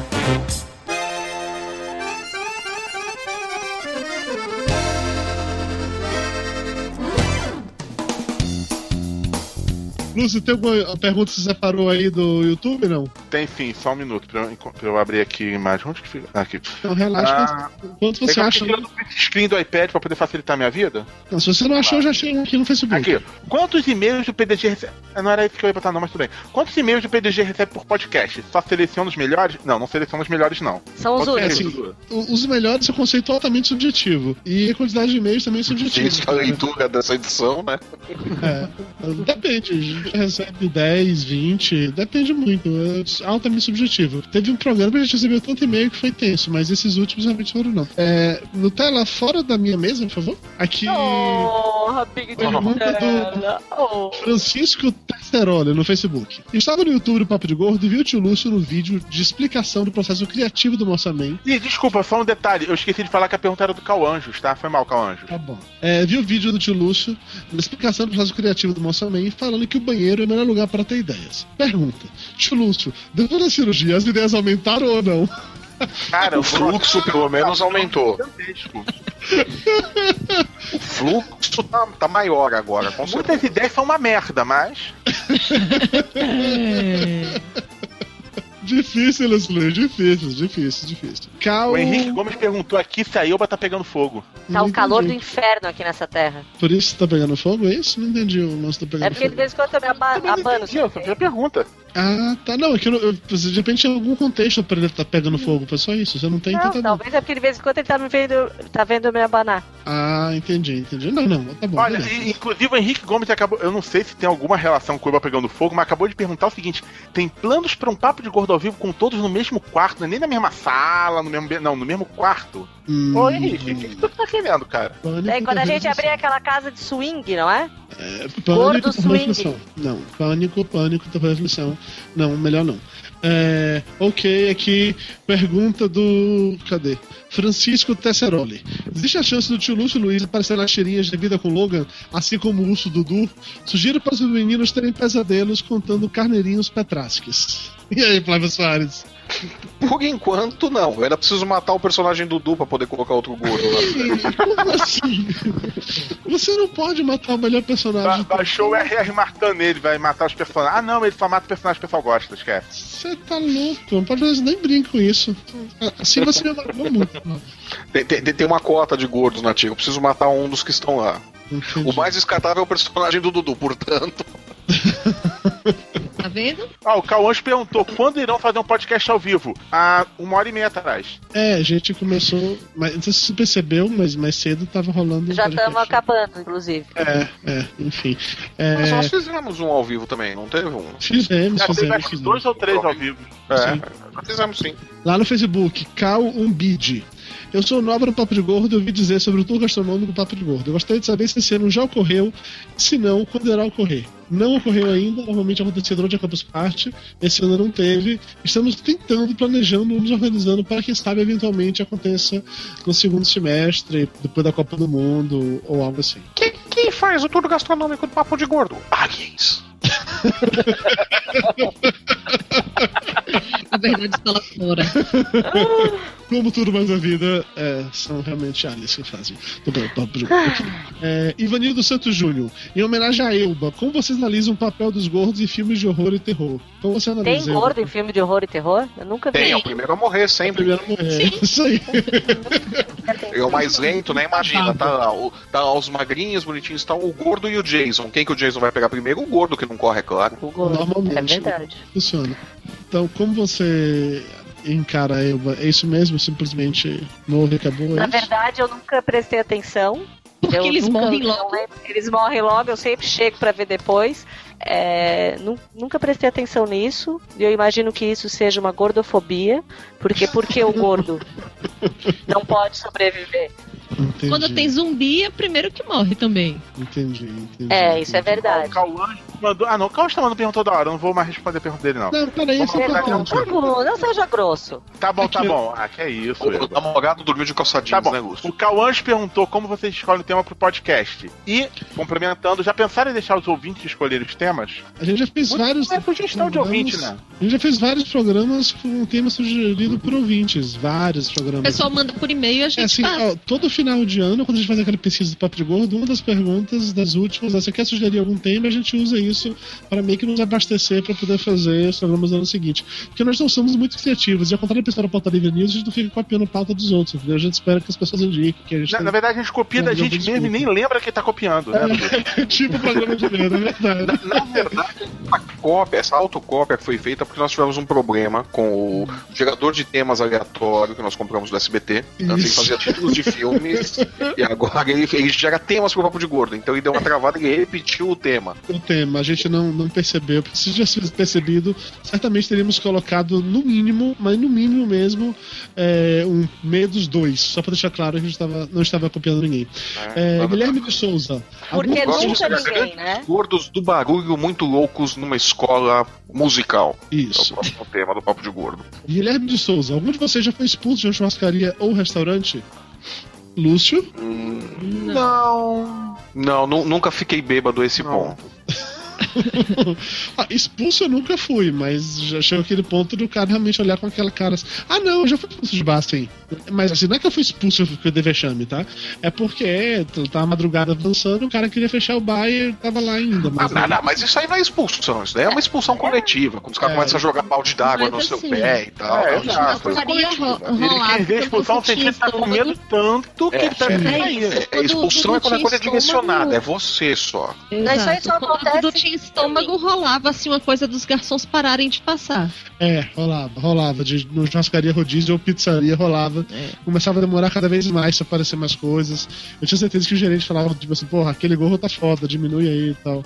Speaker 2: Lúcio, tem alguma pergunta que você separou aí do YouTube, não?
Speaker 3: tem sim, só um minuto pra eu, pra eu abrir aqui a imagem. Onde que fica? Ah, Aqui.
Speaker 2: Então relaxa.
Speaker 3: Ah,
Speaker 2: Quanto você
Speaker 3: eu
Speaker 2: acha?
Speaker 6: né?
Speaker 2: né?
Speaker 3: fiquei tirando o print screen do iPad pra poder facilitar minha vida?
Speaker 2: Não, se você não achou, já chega aqui no
Speaker 6: Hum.
Speaker 2: Facebook.
Speaker 3: Aqui, quantos e-mails o PDG recebe? Ah, Não era isso que eu ia botar, não, mas tudo bem. Quantos e-mails o PDG recebe por podcast? Só seleciona os melhores? Não, não seleciona os melhores, não.
Speaker 6: São os
Speaker 3: Quantos
Speaker 6: únicos.
Speaker 3: e-mails,
Speaker 2: únicos.
Speaker 3: Dudu?
Speaker 2: O- Os melhores é um conceito altamente subjetivo. E a quantidade de e-mails também é subjetiva.
Speaker 5: Gente, a leitura dessa edição, né?
Speaker 2: É. Depende, a gente recebe 10, 20, depende muito, é altamente subjetivo. Teve um programa que a gente recebeu tanto e-mail que foi tenso, mas esses últimos realmente foram não. É, Nutella, fora da minha mesa, por favor. Aqui,
Speaker 6: Oh, Big
Speaker 2: Olha, vamos pra
Speaker 6: Nutella. Oh.
Speaker 2: Francisco Tesseroli, no Facebook. Estava no YouTube do Papo de Gordo e vi o tio Lúcio no vídeo de explicação do processo criativo do Moçamento.
Speaker 3: Ih, desculpa, só um detalhe. Eu esqueci de falar que a pergunta era do Cal Anjos, tá? Foi mal, Cal Anjos.
Speaker 2: Tá bom. É, vi o vídeo do tio Lúcio na explicação do processo criativo do Moçamém falando que o banheiro é o melhor lugar para ter ideias. Pergunta: Tio Lúcio, depois da cirurgia as ideias aumentaram ou não? *laughs*
Speaker 3: Cara,
Speaker 5: É O fluxo, pelo menos, aumentou. *laughs*
Speaker 3: gigantesco.
Speaker 5: O fluxo tá, tá maior agora, com certeza.
Speaker 3: Muitas ideias são uma merda, mas.
Speaker 2: Difícil, Luiz, Luiz, difícil, difícil, difícil. Cal...
Speaker 3: O Henrique Gomes perguntou aqui se a Elba tá pegando fogo.
Speaker 6: Tá
Speaker 2: Não
Speaker 6: um calor do
Speaker 2: entendi.
Speaker 6: inferno aqui nessa terra.
Speaker 2: Por isso tá pegando fogo, é isso? Não entendi o lance do pegando
Speaker 6: É porque de
Speaker 2: fogo.
Speaker 6: vez em quando eu me aba-
Speaker 2: Tá,
Speaker 3: Eu não
Speaker 6: abano.
Speaker 3: entendi, eu só fiz a pergunta.
Speaker 2: Ah, tá. Não, é que eu, não- eu- de repente tinha algum contexto pra ele tá pegando fogo. Foi só isso. Você não tem, então
Speaker 6: Não,
Speaker 2: tá bom.
Speaker 6: talvez é porque de vez em quando ele tá me vendo, tá vendo eu me abanar.
Speaker 2: Ah, entendi, entendi. Não, não, tá bom.
Speaker 3: Olha,
Speaker 2: beleza.
Speaker 3: e- inclusive o Henrique Gomes acabou. Eu não sei se tem alguma relação com o Eba pegando fogo, mas acabou de perguntar o seguinte: tem planos pra um papo de gordo ao vivo com todos no mesmo quarto, não é nem na mesma sala, no mesmo. be- Não, no mesmo quarto.
Speaker 2: Hum,
Speaker 3: Ô, Henrique, o que, que tu tá querendo, cara?
Speaker 2: pânico
Speaker 6: Daí É, quando a
Speaker 2: talvez
Speaker 6: gente
Speaker 2: não
Speaker 6: abrir
Speaker 2: seja.
Speaker 6: aquela casa de swing, não é?
Speaker 2: Pânico
Speaker 6: Gordo
Speaker 2: tá
Speaker 6: swing.
Speaker 2: reflexão. Não, pânico, pânico tá reflexão. Não, melhor não. É, ok, aqui pergunta do. Cadê? Francisco Tesseroli. Existe a chance do tio Lúcio Luiz aparecer nas tirinhas de vida com Logan, assim como o urso Dudu? Sugiro para os meninos terem pesadelos contando carneirinhos petrasques. E aí, Flávio Soares?
Speaker 5: Por enquanto, não. Era preciso matar o personagem Dudu pra poder colocar outro gordo lá.
Speaker 3: *laughs*
Speaker 2: Como
Speaker 6: *laughs*
Speaker 2: assim? Você não pode matar o melhor
Speaker 3: Ba
Speaker 2: personagem.
Speaker 3: baixou o RR Martin nele, vai matar os personagens. Ah, não, ele só mata o personagem que o pessoal gosta, esquece.
Speaker 2: Você tá louco, não pode nem brinco com isso. Assim você me magoou muito.
Speaker 5: Tem, tem- tem uma cota de gordos na tia. Eu preciso matar um dos que estão lá. O mais descartável é o personagem do Dudu, portanto.
Speaker 4: Tá vendo?
Speaker 3: Ah, o Cauãs perguntou quando irão fazer um podcast ao vivo? Há uma hora e meia atrás.
Speaker 2: É, a gente começou. Mas, não sei se você percebeu, mas mais cedo tava rolando. um
Speaker 6: Já
Speaker 2: podcast.
Speaker 6: estamos acabando, inclusive.
Speaker 2: É, é, enfim.
Speaker 5: Mas nós
Speaker 2: É,
Speaker 5: fizemos um ao vivo também, não teve um?
Speaker 2: fizemos,
Speaker 3: Já teve
Speaker 2: fizemos,
Speaker 3: acho que
Speaker 2: fizemos.
Speaker 3: dois ou três ao vivo.
Speaker 5: É,
Speaker 2: Sim.
Speaker 5: nós fizemos sim.
Speaker 2: Lá no Facebook, Cal Umbid. Eu sou nobre do Papo de Gordo e ouvi dizer sobre o tour gastronômico do Papo de Gordo. Eu gostaria de saber se esse ano já ocorreu, se não, quando irá ocorrer. Não ocorreu ainda, normalmente acontecia durante a Campus Party, esse ano não teve. Estamos tentando, planejando, nos organizando para que, sabe, eventualmente aconteça no segundo semestre, depois da Copa do Mundo ou algo assim.
Speaker 5: Quem, quem faz o tour gastronômico do Papo de Gordo? Aliens.
Speaker 4: A verdade está lá fora.
Speaker 2: Como tudo mais na vida, é, são realmente aliens que fazem. Tô bem, papo de gordo. É, Ivanildo Santos Júnior, em homenagem a Elba, como vocês analisam o papel dos gordos em filmes de horror e terror? Como você analisa?
Speaker 6: Tem
Speaker 2: Elba?
Speaker 6: gordo em filme de horror e terror? Eu nunca vi.
Speaker 5: Tem, é o primeiro a morrer
Speaker 2: É o
Speaker 5: sempre.
Speaker 2: primeiro a morrer. *laughs* Isso aí.
Speaker 5: É o mais lento, né? Imagina, tá, lá o- tá lá os magrinhos, bonitinhos, tá o gordo e o Jason. Quem que o Jason vai pegar primeiro? O gordo, que não corre, é claro.
Speaker 6: O gordo.
Speaker 2: Normalmente.
Speaker 6: É verdade.
Speaker 2: Funciona. Então, como você encara a Elba? É isso mesmo? Simplesmente morre e acabou? É
Speaker 6: Na
Speaker 2: isso?
Speaker 6: verdade, eu nunca prestei atenção.
Speaker 4: Porque
Speaker 6: Eu
Speaker 4: eles
Speaker 6: nunca-
Speaker 4: morrem
Speaker 6: não
Speaker 4: logo.
Speaker 6: lembro. Eles morrem logo, eu sempre chego pra ver depois. É, nu- nunca prestei atenção nisso. E eu imagino que isso seja uma gordofobia. Porque por que o
Speaker 5: *laughs*
Speaker 6: gordo não pode sobreviver?
Speaker 2: Entendi,
Speaker 4: Quando tem zumbi, é o primeiro que morre também.
Speaker 2: Entendi, entendi.
Speaker 6: É, isso
Speaker 2: entendi.
Speaker 3: Ah,
Speaker 6: é
Speaker 3: o
Speaker 6: verdade.
Speaker 3: Cauã mandou. Ah, não, o Cauã tá mandando pergunta toda hora, eu não vou mais responder a pergunta dele, não.
Speaker 2: Não, peraí, isso é
Speaker 3: Vamos lá,
Speaker 2: importante.
Speaker 6: Não, Gu, um não seja grosso.
Speaker 3: Tá bom, tá
Speaker 2: Aqui, ó.
Speaker 3: bom. Ah, que é isso,
Speaker 5: O
Speaker 3: Eva.
Speaker 5: namorado dormiu de
Speaker 3: Tá
Speaker 5: calçadinhos,
Speaker 3: bom.
Speaker 5: né, Lúcio?
Speaker 3: O Cauã perguntou como vocês escolhem o tema pro podcast. E, complementando, já pensaram em deixar os ouvintes escolherem os temas?
Speaker 2: A gente já fez vários.
Speaker 3: É sugestão de ouvinte, né?
Speaker 2: programas- A gente já fez vários programas com tema sugerido por ouvintes. Vários
Speaker 4: O
Speaker 2: programas.
Speaker 4: pessoal manda por e-mail e a gente
Speaker 2: É assim,
Speaker 4: faz.
Speaker 2: ó, todo final de ano, quando a gente faz aquela pesquisa do Papo de Gordo, uma das perguntas das últimas é: você quer sugerir algum tema? A gente usa isso para meio que nos abastecer para poder fazer os programas do ano seguinte. Porque nós não somos muito criativos, e ao contrário da pessoa da pauta livre news, a gente não fica copiando pauta dos outros, entendeu? A gente espera que as pessoas indiquem que a gente
Speaker 3: Na, na verdade, a gente copia da
Speaker 5: um
Speaker 2: Não,
Speaker 3: gente
Speaker 2: desculpa.
Speaker 3: mesmo e nem lembra que tá copiando,
Speaker 4: É.
Speaker 3: né? Dudu?
Speaker 2: tem *laughs* tipo programa de merda, é verdade.
Speaker 5: Na verdade, a cópia, essa autocópia foi feita porque nós tivemos um problema com o gerador de temas aleatório que nós compramos do SBT. Antes ele
Speaker 2: Isso.
Speaker 5: Então, fazia títulos de filmes e agora ele, ele gera temas pro Papo de Gordo. Então ele deu uma travada e ele repetiu o tema. né?
Speaker 2: o tema, a gente não, não percebeu. Porque se tivesse percebido, certamente teríamos colocado no mínimo, mas no mínimo mesmo, é, um meio dos dois. Só pra deixar claro que a gente tava, não estava copiando ninguém. É,
Speaker 5: nada-
Speaker 2: Guilherme de Souza.
Speaker 6: Porque é
Speaker 5: gosto de
Speaker 6: nunca
Speaker 5: escrever.
Speaker 6: ninguém, né?
Speaker 5: Gordos do barulho muito loucos numa escola musical. É o
Speaker 2: Isso.
Speaker 5: próximo tema do Papo de Gordo.
Speaker 2: Guilherme de Souza, algum de vocês já foi expulso de uma churrascaria ou restaurante? Lúcio?
Speaker 5: Não. Não, nu- nunca fiquei bêbado a esse ponto.
Speaker 2: Ah, expulso eu nunca fui, mas já chegou aquele ponto do cara realmente olhar com aquela cara. assim, Ah, não, eu já fui expulso de bar, sim. Mas assim, não é que eu fui expulso porque eu dei vexame, tá? É porque tu tava madrugada dançando, o cara queria fechar o bar e eu tava lá ainda.
Speaker 5: Ah,
Speaker 2: Mas,
Speaker 5: não, não, mas isso aí não é expulsão, isso daí é uma expulsão coletiva, quando os caras
Speaker 2: É.
Speaker 5: começam a jogar balde d'água no
Speaker 4: Mas
Speaker 5: seu
Speaker 4: assim,
Speaker 5: pé e tal.
Speaker 3: é,
Speaker 5: tal,
Speaker 3: exato.
Speaker 5: essas coisas.
Speaker 4: Faria ro-
Speaker 3: Ele
Speaker 4: rolar,
Speaker 3: quer ver um a
Speaker 4: porque
Speaker 3: expulsão,
Speaker 4: você
Speaker 3: tem que
Speaker 4: tinha
Speaker 3: estar
Speaker 4: estômago.
Speaker 3: comendo tanto que
Speaker 5: É,
Speaker 3: ele tá
Speaker 5: é.
Speaker 3: nem
Speaker 4: É
Speaker 3: aí.
Speaker 4: isso.
Speaker 5: É, expulsão é quando a
Speaker 4: tinha
Speaker 5: coisa é
Speaker 4: estômago- é
Speaker 5: direcionada, é você só.
Speaker 6: isso aí só
Speaker 4: Exato. Quando
Speaker 6: acontece
Speaker 4: tudo tinha estômago, rolava assim uma coisa dos garçons pararem de passar.
Speaker 2: É, rolava, rolava. De, no churrascaria rodízio ou pizzaria rolava. Começava a demorar cada vez mais pra aparecer mais coisas. Eu tinha certeza que o gerente falava, tipo assim, porra, aquele gorro tá foda, diminui aí e tal.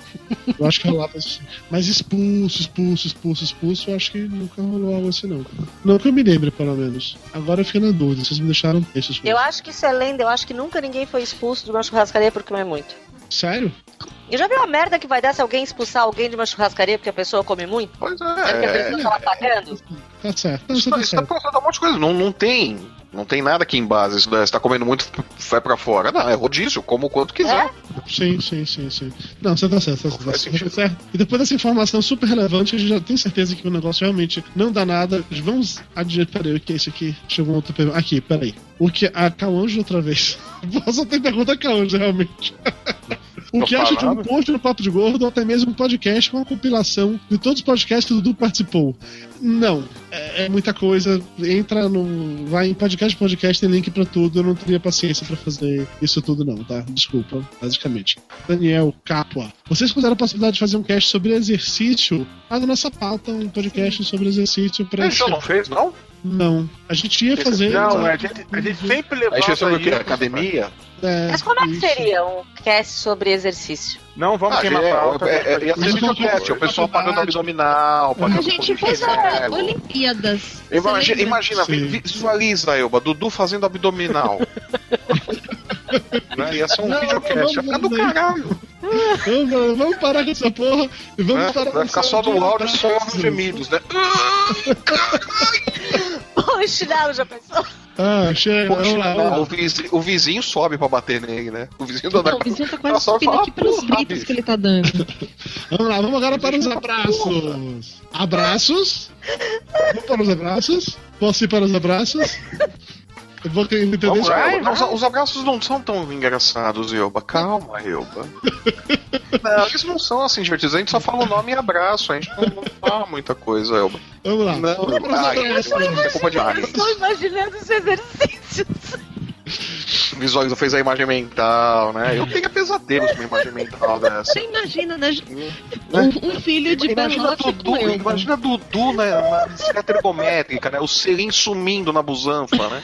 Speaker 2: Eu acho que rolava isso. Mas expulso, expulso, expulso, expulso, eu acho que nunca rolou algo assim, não. Não que eu me lembre, pelo menos. Agora eu fiquei na dúvida, vocês me deixaram um tipo, textos.
Speaker 6: Eu acho que isso é lenda. Eu acho que nunca ninguém foi expulso de uma churrascaria porque comer muito.
Speaker 2: Sério?
Speaker 6: Eu já vi uma merda que vai dar se alguém expulsar alguém de uma churrascaria porque a pessoa come muito?
Speaker 5: Pois
Speaker 6: É porque a
Speaker 5: é,
Speaker 6: pessoa tá lá pagando?
Speaker 2: Tá certo. Não,
Speaker 5: isso,
Speaker 2: você
Speaker 5: tá-
Speaker 2: tá
Speaker 5: isso tá
Speaker 2: certo.
Speaker 5: provando um monte de coisa, não, não tem... Não tem nada aqui em base, isso daí, você tá comendo muito, vai pra fora. Não, é rodízio, como o quanto quiser.
Speaker 2: Sim, sim, sim, sim. Não, você tá certo, você tá certo. Você
Speaker 5: Faz
Speaker 2: tá
Speaker 5: sentido.
Speaker 2: certo. E depois dessa informação super relevante, a gente já tem certeza que o negócio realmente não dá nada. Vamos adiante. Peraí, o que é isso aqui? Chegou outra pergunta. Aqui, *laughs* peraí. O que. A Calanjo outra vez. Só tem pergunta a Calanjo, realmente. O
Speaker 5: Não
Speaker 2: que acha de um
Speaker 5: falava?
Speaker 2: post no Papo de Gordo ou até mesmo um podcast com a compilação de todos os podcasts que o Dudu participou? Não, é, é muita coisa. Entra no. Vai em podcast, podcast, tem link pra tudo. Eu não teria paciência pra fazer isso tudo, não, tá? Desculpa, basicamente. Daniel Capua, vocês consideram a possibilidade de fazer um cast sobre exercício? Ah, na nossa pauta, um podcast sobre exercício pra.
Speaker 5: Isso não fez, não?
Speaker 2: Não. A gente ia fazer.
Speaker 3: Não, é, a gente, a gente sempre
Speaker 4: É?
Speaker 5: A
Speaker 3: levanta
Speaker 5: gente fez sobre o quê?
Speaker 3: isso.
Speaker 5: Academia?
Speaker 2: É,
Speaker 6: Mas como é que
Speaker 2: isso.
Speaker 6: seria um cast sobre exercício?
Speaker 3: Não, vamos
Speaker 5: Ah,
Speaker 3: queimar a pauta.
Speaker 5: é, é, é, ia ser
Speaker 2: Mas não-
Speaker 5: videocast, o pessoal pagando abdominal, pagando
Speaker 4: A gente
Speaker 5: comida.
Speaker 4: fez a Olimpíadas. Você
Speaker 5: é. Imagina,
Speaker 4: lembra?
Speaker 5: imagina vi-
Speaker 2: Sim.
Speaker 5: vi- visualiza, Elba, Dudu fazendo abdominal. né? Ia ser um
Speaker 2: Não,
Speaker 5: videocast, ia
Speaker 2: não,
Speaker 5: ficar do
Speaker 2: não.
Speaker 5: caralho.
Speaker 2: Vamos, vamos parar com essa porra e vamos
Speaker 5: Né?
Speaker 2: parar
Speaker 5: Vai ficar só do áudio
Speaker 2: tá?
Speaker 5: e só os gemidos, né?
Speaker 6: O chinelo já pensou?
Speaker 2: Ah, chega,
Speaker 5: Poxa,
Speaker 2: vamos lá,
Speaker 5: não,
Speaker 2: vamos
Speaker 5: o,
Speaker 2: lá.
Speaker 5: vizinho, o vizinho sobe pra bater nele, né? O vizinho da
Speaker 4: Não, o vizinho tá quase
Speaker 5: Só
Speaker 4: subindo
Speaker 5: fala,
Speaker 4: aqui pelos
Speaker 5: porra,
Speaker 4: gritos
Speaker 5: bicho.
Speaker 4: que ele tá dando.
Speaker 2: Vamos lá, vamos agora para os abraços. Abraços. Vamos para os abraços. Posso ir para os abraços? Eu vou querendo entender
Speaker 5: Vamos
Speaker 2: isso.
Speaker 5: lá, Elba. Não, Os abraços não são tão engraçados, Elba. Calma, Elba. Não, eles não são assim divertidos. A gente só fala o nome e abraço. A gente não, não fala muita coisa, Elba.
Speaker 2: Vamos lá.
Speaker 5: Não,
Speaker 2: vamos para os
Speaker 5: ai,
Speaker 2: abraços.
Speaker 5: é culpa de Ari.
Speaker 6: Estou imaginando os exercícios.
Speaker 5: Visualiza fez a imagem mental, né? Eu tenho pesadelos com uma imagem mental dessa.
Speaker 4: Você imagina, né? Um, um filho de
Speaker 5: Imagina
Speaker 4: Belote
Speaker 5: Dudu,
Speaker 4: com eu.
Speaker 5: imagina Dudu né, na bicicleta ergométrica, né? O selim sumindo na busanfa, né?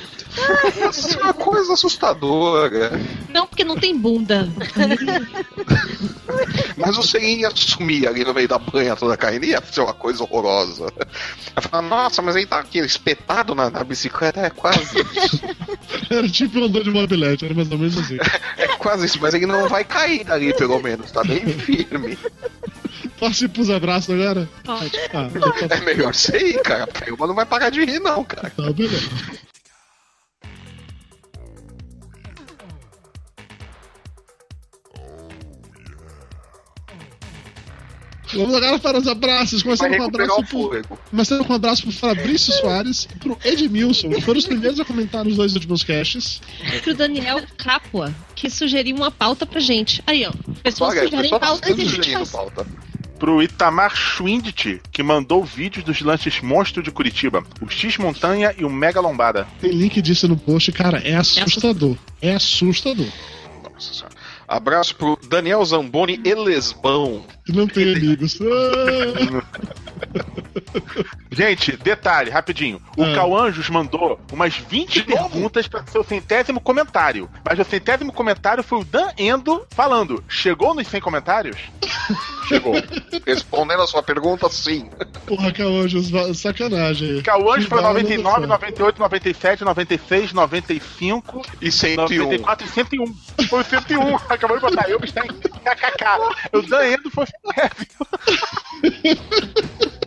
Speaker 5: Isso é uma coisa assustadora.
Speaker 4: Não, porque não tem bunda.
Speaker 5: Mas o selim ia sumir ali no meio da banha toda caindo, ia ser uma coisa horrorosa. Ia falar, nossa, mas ele tá aqui espetado na, na bicicleta, é quase,
Speaker 2: Era tipo um andor de mobilete, era mais ou menos assim.
Speaker 5: é quase isso, mas ele não vai cair dali, pelo menos, tá bem firme.
Speaker 2: Posso ir para os abraços agora?
Speaker 4: Pode.
Speaker 2: Ah, então
Speaker 5: É melhor você ir, cara. A Pelma não vai parar de rir, não, cara.
Speaker 2: tá, tá, beleza. Vamos agora para os abraços,
Speaker 5: Vai
Speaker 2: começando com um
Speaker 5: recuperar
Speaker 2: abraço
Speaker 5: o
Speaker 2: pro
Speaker 5: fôlego.
Speaker 2: Começando com um abraço pro Fabrício Soares e pro Edmilson, que foram os primeiros a comentar nos dois últimos casts.
Speaker 4: Pro Daniel Capua, que sugeriu uma pauta pra gente. Aí, ó. Pessoas
Speaker 5: Olha, as
Speaker 4: sugerem
Speaker 5: pessoas
Speaker 4: pautas e a
Speaker 5: estão
Speaker 4: gente
Speaker 5: sugerindo
Speaker 4: faz.
Speaker 5: pauta.
Speaker 3: Pro Itamar Schwindt, que mandou vídeos dos lanches monstro de Curitiba. O X Montanha e o Mega Lombada.
Speaker 2: Tem link disso no post, cara, é assustador. É assustador.
Speaker 5: Nossa senhora. Abraço pro Daniel Zamboni e Lesbão.
Speaker 2: E Não tem amigos. Ah!
Speaker 3: Gente, detalhe, rapidinho. O
Speaker 5: Hum.
Speaker 2: Ah.
Speaker 3: Cauanjos mandou umas 20 perguntas para seu centésimo comentário. Mas o centésimo comentário foi o Dan Endo falando: chegou nos 100 comentários?
Speaker 5: *laughs* Chegou. Respondendo a sua pergunta, sim.
Speaker 2: Ah, Porra, Calanjos, sacanagem.
Speaker 3: Cauanjos é foi
Speaker 2: Não, não
Speaker 3: 99,
Speaker 2: sei.
Speaker 3: 98, 97, 96, 95,
Speaker 5: E 101.
Speaker 3: 94 e 101. Foi o 101. *laughs* Acabou de botar eu, está em KKK. O Dan Endo foi.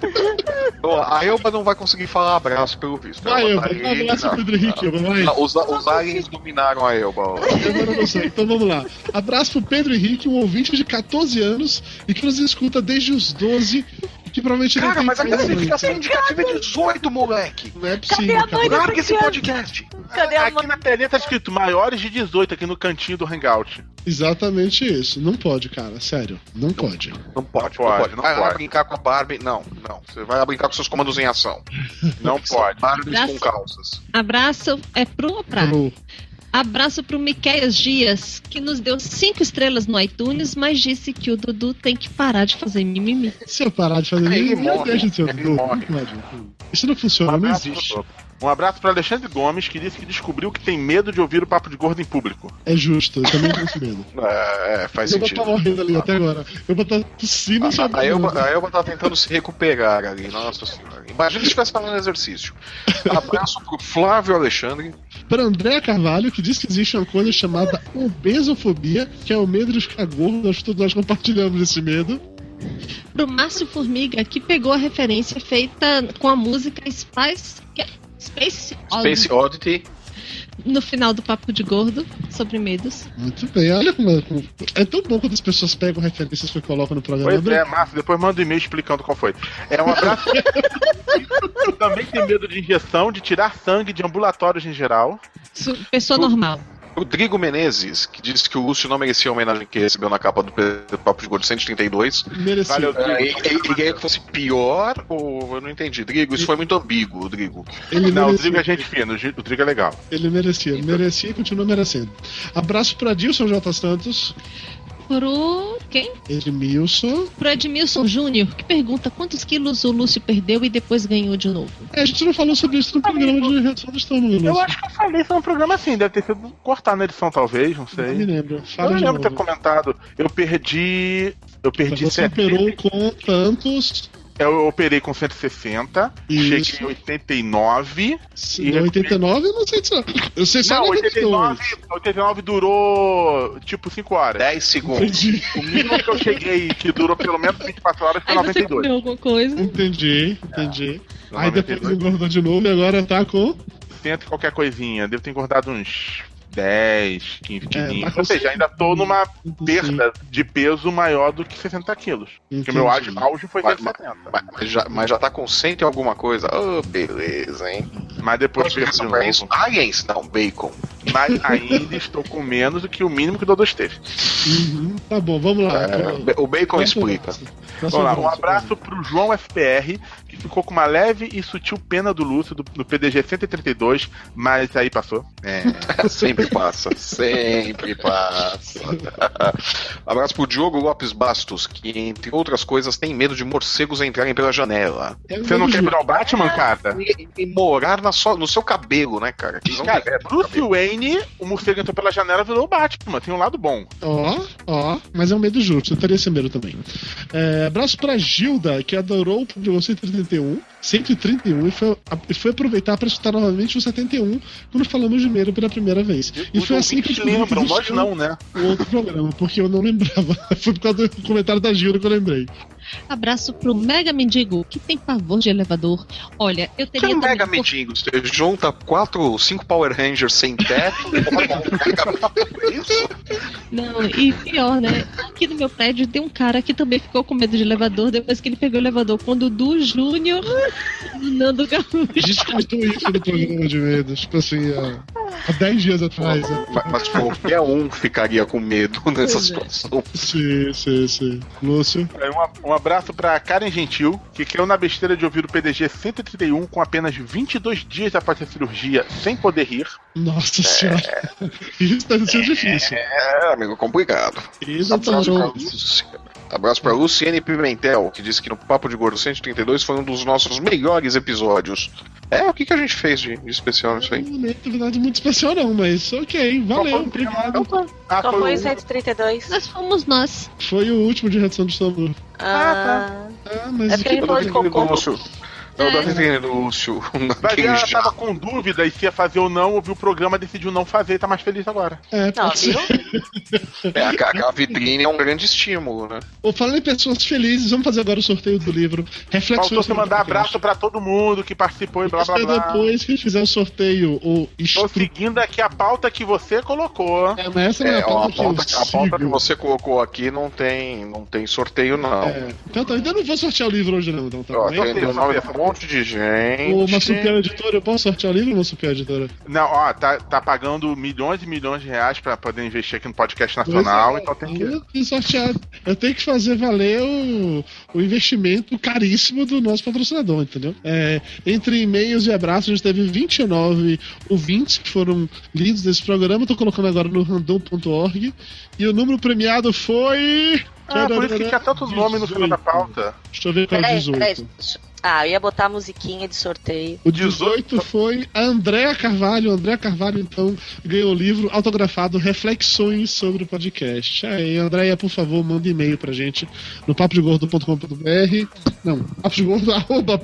Speaker 5: Então, Ó, A Elba não vai conseguir falar abraço, pelo visto.
Speaker 2: Vai, eu,
Speaker 5: tá
Speaker 2: um
Speaker 5: ali,
Speaker 2: abraço
Speaker 5: não.
Speaker 2: pro Pedro Henrique, Elba, vai.
Speaker 5: Ah, Os, os aliens dominaram a Elba. ó.
Speaker 2: Agora você. Então vamos lá. Abraço pro Pedro Henrique, um ouvinte de 14 anos e que nos escuta desde os 12 e que provavelmente não
Speaker 5: Cara,
Speaker 2: tem
Speaker 5: mas a
Speaker 2: filho,
Speaker 5: classificação indicativa é 18, moleque.
Speaker 2: Não é
Speaker 6: Cadê
Speaker 2: possível,
Speaker 6: a mãe
Speaker 2: cara.
Speaker 6: da
Speaker 5: Larga esse
Speaker 6: criança?
Speaker 5: podcast.
Speaker 6: Cadê a
Speaker 3: Aqui
Speaker 6: mãe?
Speaker 3: na telinha tá escrito maiores de 18 aqui no cantinho do Hangout.
Speaker 2: Exatamente isso. Não pode, cara. Sério. Não pode.
Speaker 3: Não
Speaker 5: Não pode, não pode.
Speaker 3: pode, não
Speaker 5: vai lá
Speaker 3: pode.
Speaker 5: brincar com a Barbie. Não, não. Você vai lá brincar com seus comandos em ação.
Speaker 3: Não pode.
Speaker 5: Barbies
Speaker 4: Abraço.
Speaker 5: com calças.
Speaker 4: Abraço é pro ou pra?
Speaker 2: Pro-
Speaker 4: Abraço pro Miquel Dias, que nos deu cinco estrelas no iTunes, mas disse que o Dudu tem que parar de fazer mimimi.
Speaker 2: Se eu parar de fazer
Speaker 5: Ele
Speaker 2: isso, não
Speaker 5: morre.
Speaker 2: deixa de ser
Speaker 5: Ele
Speaker 2: louco,
Speaker 5: morre.
Speaker 2: não pode. Isso não funciona, não existe.
Speaker 3: Um abraço para Alexandre Gomes, que disse que descobriu que tem medo de ouvir o papo de gordo em público.
Speaker 2: É justo, eu também tenho esse medo.
Speaker 5: É, é, faz
Speaker 2: Eu vou
Speaker 5: sentido.
Speaker 2: estar morrendo ali até agora. Eu vou estar tossindo e
Speaker 5: A, a, Elba,
Speaker 2: chorando.
Speaker 5: a Elba tá tentando se recuperar ali, nossa senhora. Imagina se estivesse fazendo exercício. Abraço pro Flávio Alexandre.
Speaker 2: Para André Carvalho, que diz que existe uma coisa chamada obesofobia, que é o medo de ficar gordo. Acho que todos nós compartilhamos esse medo.
Speaker 4: Pro Márcio Formiga, que pegou a referência feita com a música Spice. que é? Space Oddity
Speaker 5: Space Oddity.
Speaker 4: no final do Papo de Gordo, sobre medos.
Speaker 2: Muito bem, olha como é. como- É tão bom quando as pessoas pegam referências que colocam no programa.
Speaker 3: Pois é,
Speaker 2: Lembra?
Speaker 3: Márcio, depois manda um e-mail explicando qual foi. É um abraço. Eu também tem medo de injeção, de tirar sangue de ambulatórios em geral.
Speaker 4: Su- Pessoa normal.
Speaker 5: Rodrigo Menezes, que disse que o Lúcio não merecia a homenagem que recebeu na capa do Papo de Gordo 132.
Speaker 2: Merecido.
Speaker 3: Valeu,
Speaker 5: É, e, e, e aí que fosse pior, ou eu não entendi. Drigo, isso foi muito ambíguo, Drigo.
Speaker 2: Ele
Speaker 3: Não, o
Speaker 2: merecia.
Speaker 3: Drigo é gente fina, o Gi- o Drigo é legal.
Speaker 2: Ele merecia, ele merecia e continua merecendo. Abraço pra Dilson J. Santos,
Speaker 4: Pro quem?
Speaker 2: Edmilson.
Speaker 4: Pro Edmilson Júnior, que pergunta quantos quilos o Lúcio perdeu e depois ganhou de novo.
Speaker 2: É, a gente não falou sobre isso no programa de redução do estômago,
Speaker 3: Eu
Speaker 2: Lúcio.
Speaker 3: acho que eu falei isso no programa assim, deve ter sido cortar na edição, talvez, não
Speaker 2: Não me
Speaker 3: sei.
Speaker 2: lembro.
Speaker 3: Eu
Speaker 2: Fala
Speaker 3: não
Speaker 2: de
Speaker 3: lembro ter é
Speaker 2: novo.
Speaker 3: comentado. Eu perdi. Eu perdi
Speaker 2: Você
Speaker 3: 70.
Speaker 2: operou com tantos.
Speaker 3: Eu operei com 160,
Speaker 2: Isso.
Speaker 3: cheguei em 89.
Speaker 2: Se
Speaker 3: E
Speaker 2: não,
Speaker 3: eu-
Speaker 2: 89, eu não sei se. Eu sei só
Speaker 3: Não,
Speaker 2: 92.
Speaker 3: 89, 89 durou tipo 5 horas.
Speaker 5: 10 segundos.
Speaker 2: Entendi,
Speaker 3: O mínimo que eu cheguei, que durou pelo menos 24 horas, foi
Speaker 5: É
Speaker 4: Aí você
Speaker 3: 92.
Speaker 4: comeu alguma coisa.
Speaker 2: entendi, entendi.
Speaker 3: Ah, Não,
Speaker 2: Aí depois
Speaker 3: 92.
Speaker 2: engordou de novo e agora tá com.
Speaker 3: Cento e qualquer coisinha. Devo ter engordado uns 10, 15 quilinhos.
Speaker 2: É, mas
Speaker 3: Ou seja, ainda tô numa perda de peso maior do que 60 quilos. Porque o meu auge,
Speaker 2: Entendi.
Speaker 3: auge foi
Speaker 5: Mas-
Speaker 3: 170.
Speaker 5: Mas, mas já, mas já tá com 100 e alguma coisa. Oh, beleza, hein?
Speaker 3: Mas depois perdi de
Speaker 5: Explicação pra é isso?
Speaker 3: novo.
Speaker 5: Aliens? Não, bacon.
Speaker 3: Mas ainda estou com menos do que o mínimo que o Dodô esteve.
Speaker 2: Uhum, Tá bom, vamos lá.
Speaker 5: É,
Speaker 2: Vamos-
Speaker 5: be- o bacon
Speaker 2: Próximo
Speaker 5: explica.
Speaker 2: abraço. Próximo
Speaker 3: Vamos lá, um abraço pro João FPR, que ficou com uma leve e sutil pena do Lúcio, do, do PDG 132, mas aí passou.
Speaker 5: É, sempre passa, sempre *laughs* passa. Abraço pro Diogo Lopes Bastos, que, entre outras coisas, tem medo de morcegos entrarem pela janela.
Speaker 2: É o
Speaker 3: Você não
Speaker 2: mesmo
Speaker 3: quer
Speaker 2: jeito.
Speaker 3: virar o Batman, cara?
Speaker 5: E, e morar na sua- no seu cabelo, né, cara?
Speaker 3: é,
Speaker 5: Que não
Speaker 3: Cara,
Speaker 5: deve,
Speaker 3: Bruce
Speaker 5: cabelo.
Speaker 3: Wayne, o morcego entrou pela janela e virou o Batman. Tem um lado bom.
Speaker 2: Ó, ó, mas é um medo justo, eu teria esse medo também. É, abraço pra Gilda, que adorou o programa 131, 131, e foi, e foi aproveitar pra escutar novamente o 71, quando falamos de medo pela primeira vez. E
Speaker 3: Os
Speaker 2: foi assim que
Speaker 3: ouvintes lembram, nós não, né?
Speaker 2: o um outro programa, porque eu não lembrava. *laughs* foi por causa do comentário da Gilda que eu lembrei.
Speaker 4: Abraço pro Mega Mendigo, que tem pavor de elevador. Olha, eu
Speaker 5: Que
Speaker 4: teria também um
Speaker 5: mega
Speaker 4: por-
Speaker 5: mendigo. Você junta quatro, cinco Power Rangers sem teto, bota um mega
Speaker 4: *laughs*
Speaker 5: mendigo, é isso?
Speaker 4: Não, e pior, né? Aqui no meu prédio tem um cara que também ficou com medo de elevador depois que ele pegou o elevador com o Dudu Júnior e o Nando Gaúcho.
Speaker 2: A gente comentou isso no programa de medo, tipo assim, há, há 10 dias atrás. né?
Speaker 5: Mas, mas qualquer um ficaria com medo nessa
Speaker 4: Pois é.
Speaker 5: situação.
Speaker 2: Sim, sim, sim. Lúcio.
Speaker 3: É, Um, um abraço pra Karen Gentil, que caiu na besteira de ouvir o PDG 131 com apenas 22 dias após a cirurgia, sem poder rir. É.
Speaker 2: Nossa senhora. *laughs* Isso tá sendo difícil.
Speaker 5: É, amigo, complicado.
Speaker 2: Isso tá
Speaker 3: Uhum.
Speaker 5: Abraço pra,
Speaker 2: bom.
Speaker 5: Luci- abraço pra Luciene Pimentel, que disse que no Papo de Gordo 132 foi um dos nossos melhores episódios. É, o que, que a gente fez de, de especial nisso aí?
Speaker 2: Não é novidade muito especial, não, mas ok, valeu,
Speaker 3: Qual foi o
Speaker 2: obrigado.
Speaker 3: Ah,
Speaker 6: Qual foi o
Speaker 3: o-
Speaker 6: 132?
Speaker 4: Nós fomos nós.
Speaker 2: Foi o último de redução de estômago.
Speaker 6: Ah,
Speaker 2: Ah, mas
Speaker 6: É
Speaker 2: o
Speaker 6: porque
Speaker 2: que-
Speaker 6: ele falou de
Speaker 5: entendendo
Speaker 6: cocô.
Speaker 5: Lúcio. Não, eu
Speaker 4: É.
Speaker 5: tava entendendo o Lúcio.
Speaker 3: Mas
Speaker 5: *laughs* naquele
Speaker 3: ela
Speaker 5: já-
Speaker 3: tava com dúvida e se ia fazer ou não, ouviu o programa, decidiu não fazer e tá mais feliz agora.
Speaker 2: É,
Speaker 6: Não,
Speaker 2: pode ser.
Speaker 6: viu?
Speaker 5: É, a- aquela vitrine é um grande estímulo, né?
Speaker 2: Ou falando em pessoas felizes, vamos fazer agora o sorteio do livro. Reflexões.
Speaker 3: Faltou você
Speaker 2: sobre
Speaker 3: mandar
Speaker 2: o podcast.
Speaker 3: abraço pra todo mundo que participou e blá blá
Speaker 2: Até
Speaker 3: blá.
Speaker 2: depois que fizer o sorteio, o
Speaker 3: Tô
Speaker 2: estru...
Speaker 3: seguindo aqui a pauta que você colocou.
Speaker 2: é, mas essa não é,
Speaker 5: É,
Speaker 2: a
Speaker 5: ó, a
Speaker 2: pauta que eu
Speaker 5: pauta, a pauta que
Speaker 2: sigo.
Speaker 5: você colocou aqui não tem, não tem sorteio, não.
Speaker 2: É, então tá, então eu não vou sortear o livro hoje, não, então, tá
Speaker 5: Ó,
Speaker 2: bom?
Speaker 5: tem
Speaker 3: sorteio,
Speaker 5: o nome de um
Speaker 3: sorteio.
Speaker 5: monte de gente.
Speaker 2: Ô, Massupial Editora, eu posso sortear o livro, Massupial Editora?
Speaker 3: Não, ó, tá, tá pagando milhões e milhões de reais pra poder investir aqui no podcast nacional, então tem que.
Speaker 2: Eu tenho que sortear. Eu tenho que fazer valer o, o investimento caríssimo do nosso patrocinador, entendeu? É, entre e-mails e abraços, a gente teve 29 ouvintes que foram lidos desse programa. Eu tô colocando agora no random.org. E o número premiado foi.
Speaker 3: Ah, por isso que tinha tantos nomes no final da
Speaker 2: 18.
Speaker 3: pauta.
Speaker 2: Deixa eu ver qual é o
Speaker 6: Peraí,
Speaker 2: 18.
Speaker 6: peraí. Ah, eu ia botar a musiquinha de sorteio.
Speaker 2: O 18 foi a Andréa Carvalho. A Andréa Carvalho, então, ganhou o livro autografado Reflexões sobre o Podcast. Aí, Andréa, por favor, manda e-mail pra gente no papodegordo.com.br. Não, papodegordo, *laughs* arroba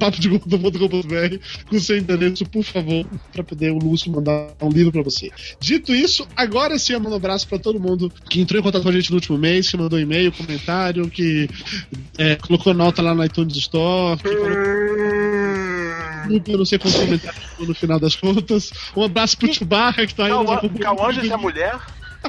Speaker 2: papodegordo.com.br com seu endereço, por favor, pra poder o Lúcio mandar um livro pra você. Dito isso, agora sim eu mando um abraço pra todo mundo que entrou em contato com a gente no último mês, que mandou e-mail, comentário, que é, colocou nota lá na iTunes Store, que colocou Hum. Desculpa, Então, Eu não sei quantos comentários foram no final das contas. Um abraço pro Chewbacca que tá aí. nos
Speaker 3: Cauã-
Speaker 2: acompanhando.
Speaker 3: Cauã Anjos é mulher.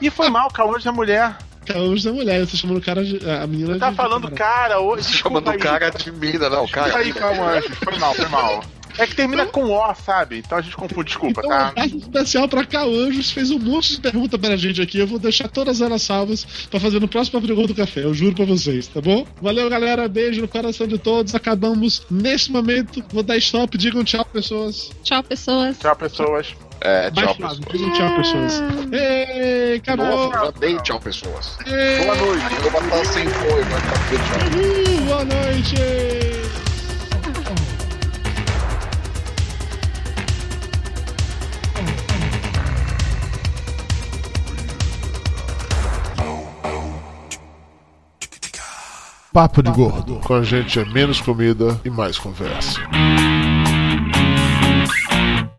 Speaker 3: E foi mal, Cauã Anjos é mulher.
Speaker 2: Cauã da mulher, eu tô chamando o cara de, a menina
Speaker 3: Tá
Speaker 2: de-
Speaker 3: falando cara hoje.
Speaker 5: tá Chamando
Speaker 3: desculpa
Speaker 5: o
Speaker 3: aí.
Speaker 5: cara de mina, não,
Speaker 3: Desculpa
Speaker 5: cara.
Speaker 3: aí, Cauã Anjos. Foi mal, foi mal. É que termina com O, sabe? Então a gente confunde, desculpa,
Speaker 2: Então,
Speaker 3: tá?
Speaker 2: um abraço especial pra Calanjos, fez um monte de pergunta pra gente aqui. Eu vou deixar todas elas salvas pra fazer no próximo Papo de Gordo Café, eu juro pra vocês, tá bom? Valeu, galera, beijo no coração de todos. Acabamos nesse momento. Vou dar stop, digam tchau, pessoas.
Speaker 4: Tchau, pessoas.
Speaker 3: Tchau, pessoas.
Speaker 5: É,
Speaker 2: Mais
Speaker 5: tchau,
Speaker 2: claro,
Speaker 5: pessoas.
Speaker 2: digam tchau, pessoas. Ei, acabou!
Speaker 5: Nossa, já dei tchau, pessoas.
Speaker 2: Ei,
Speaker 5: Boa noite. Eu vou matar sem fome, mas tá bem, tchau.
Speaker 2: uhul, boa noite!
Speaker 11: Papo de Gordo. Com a gente é menos comida e mais conversa.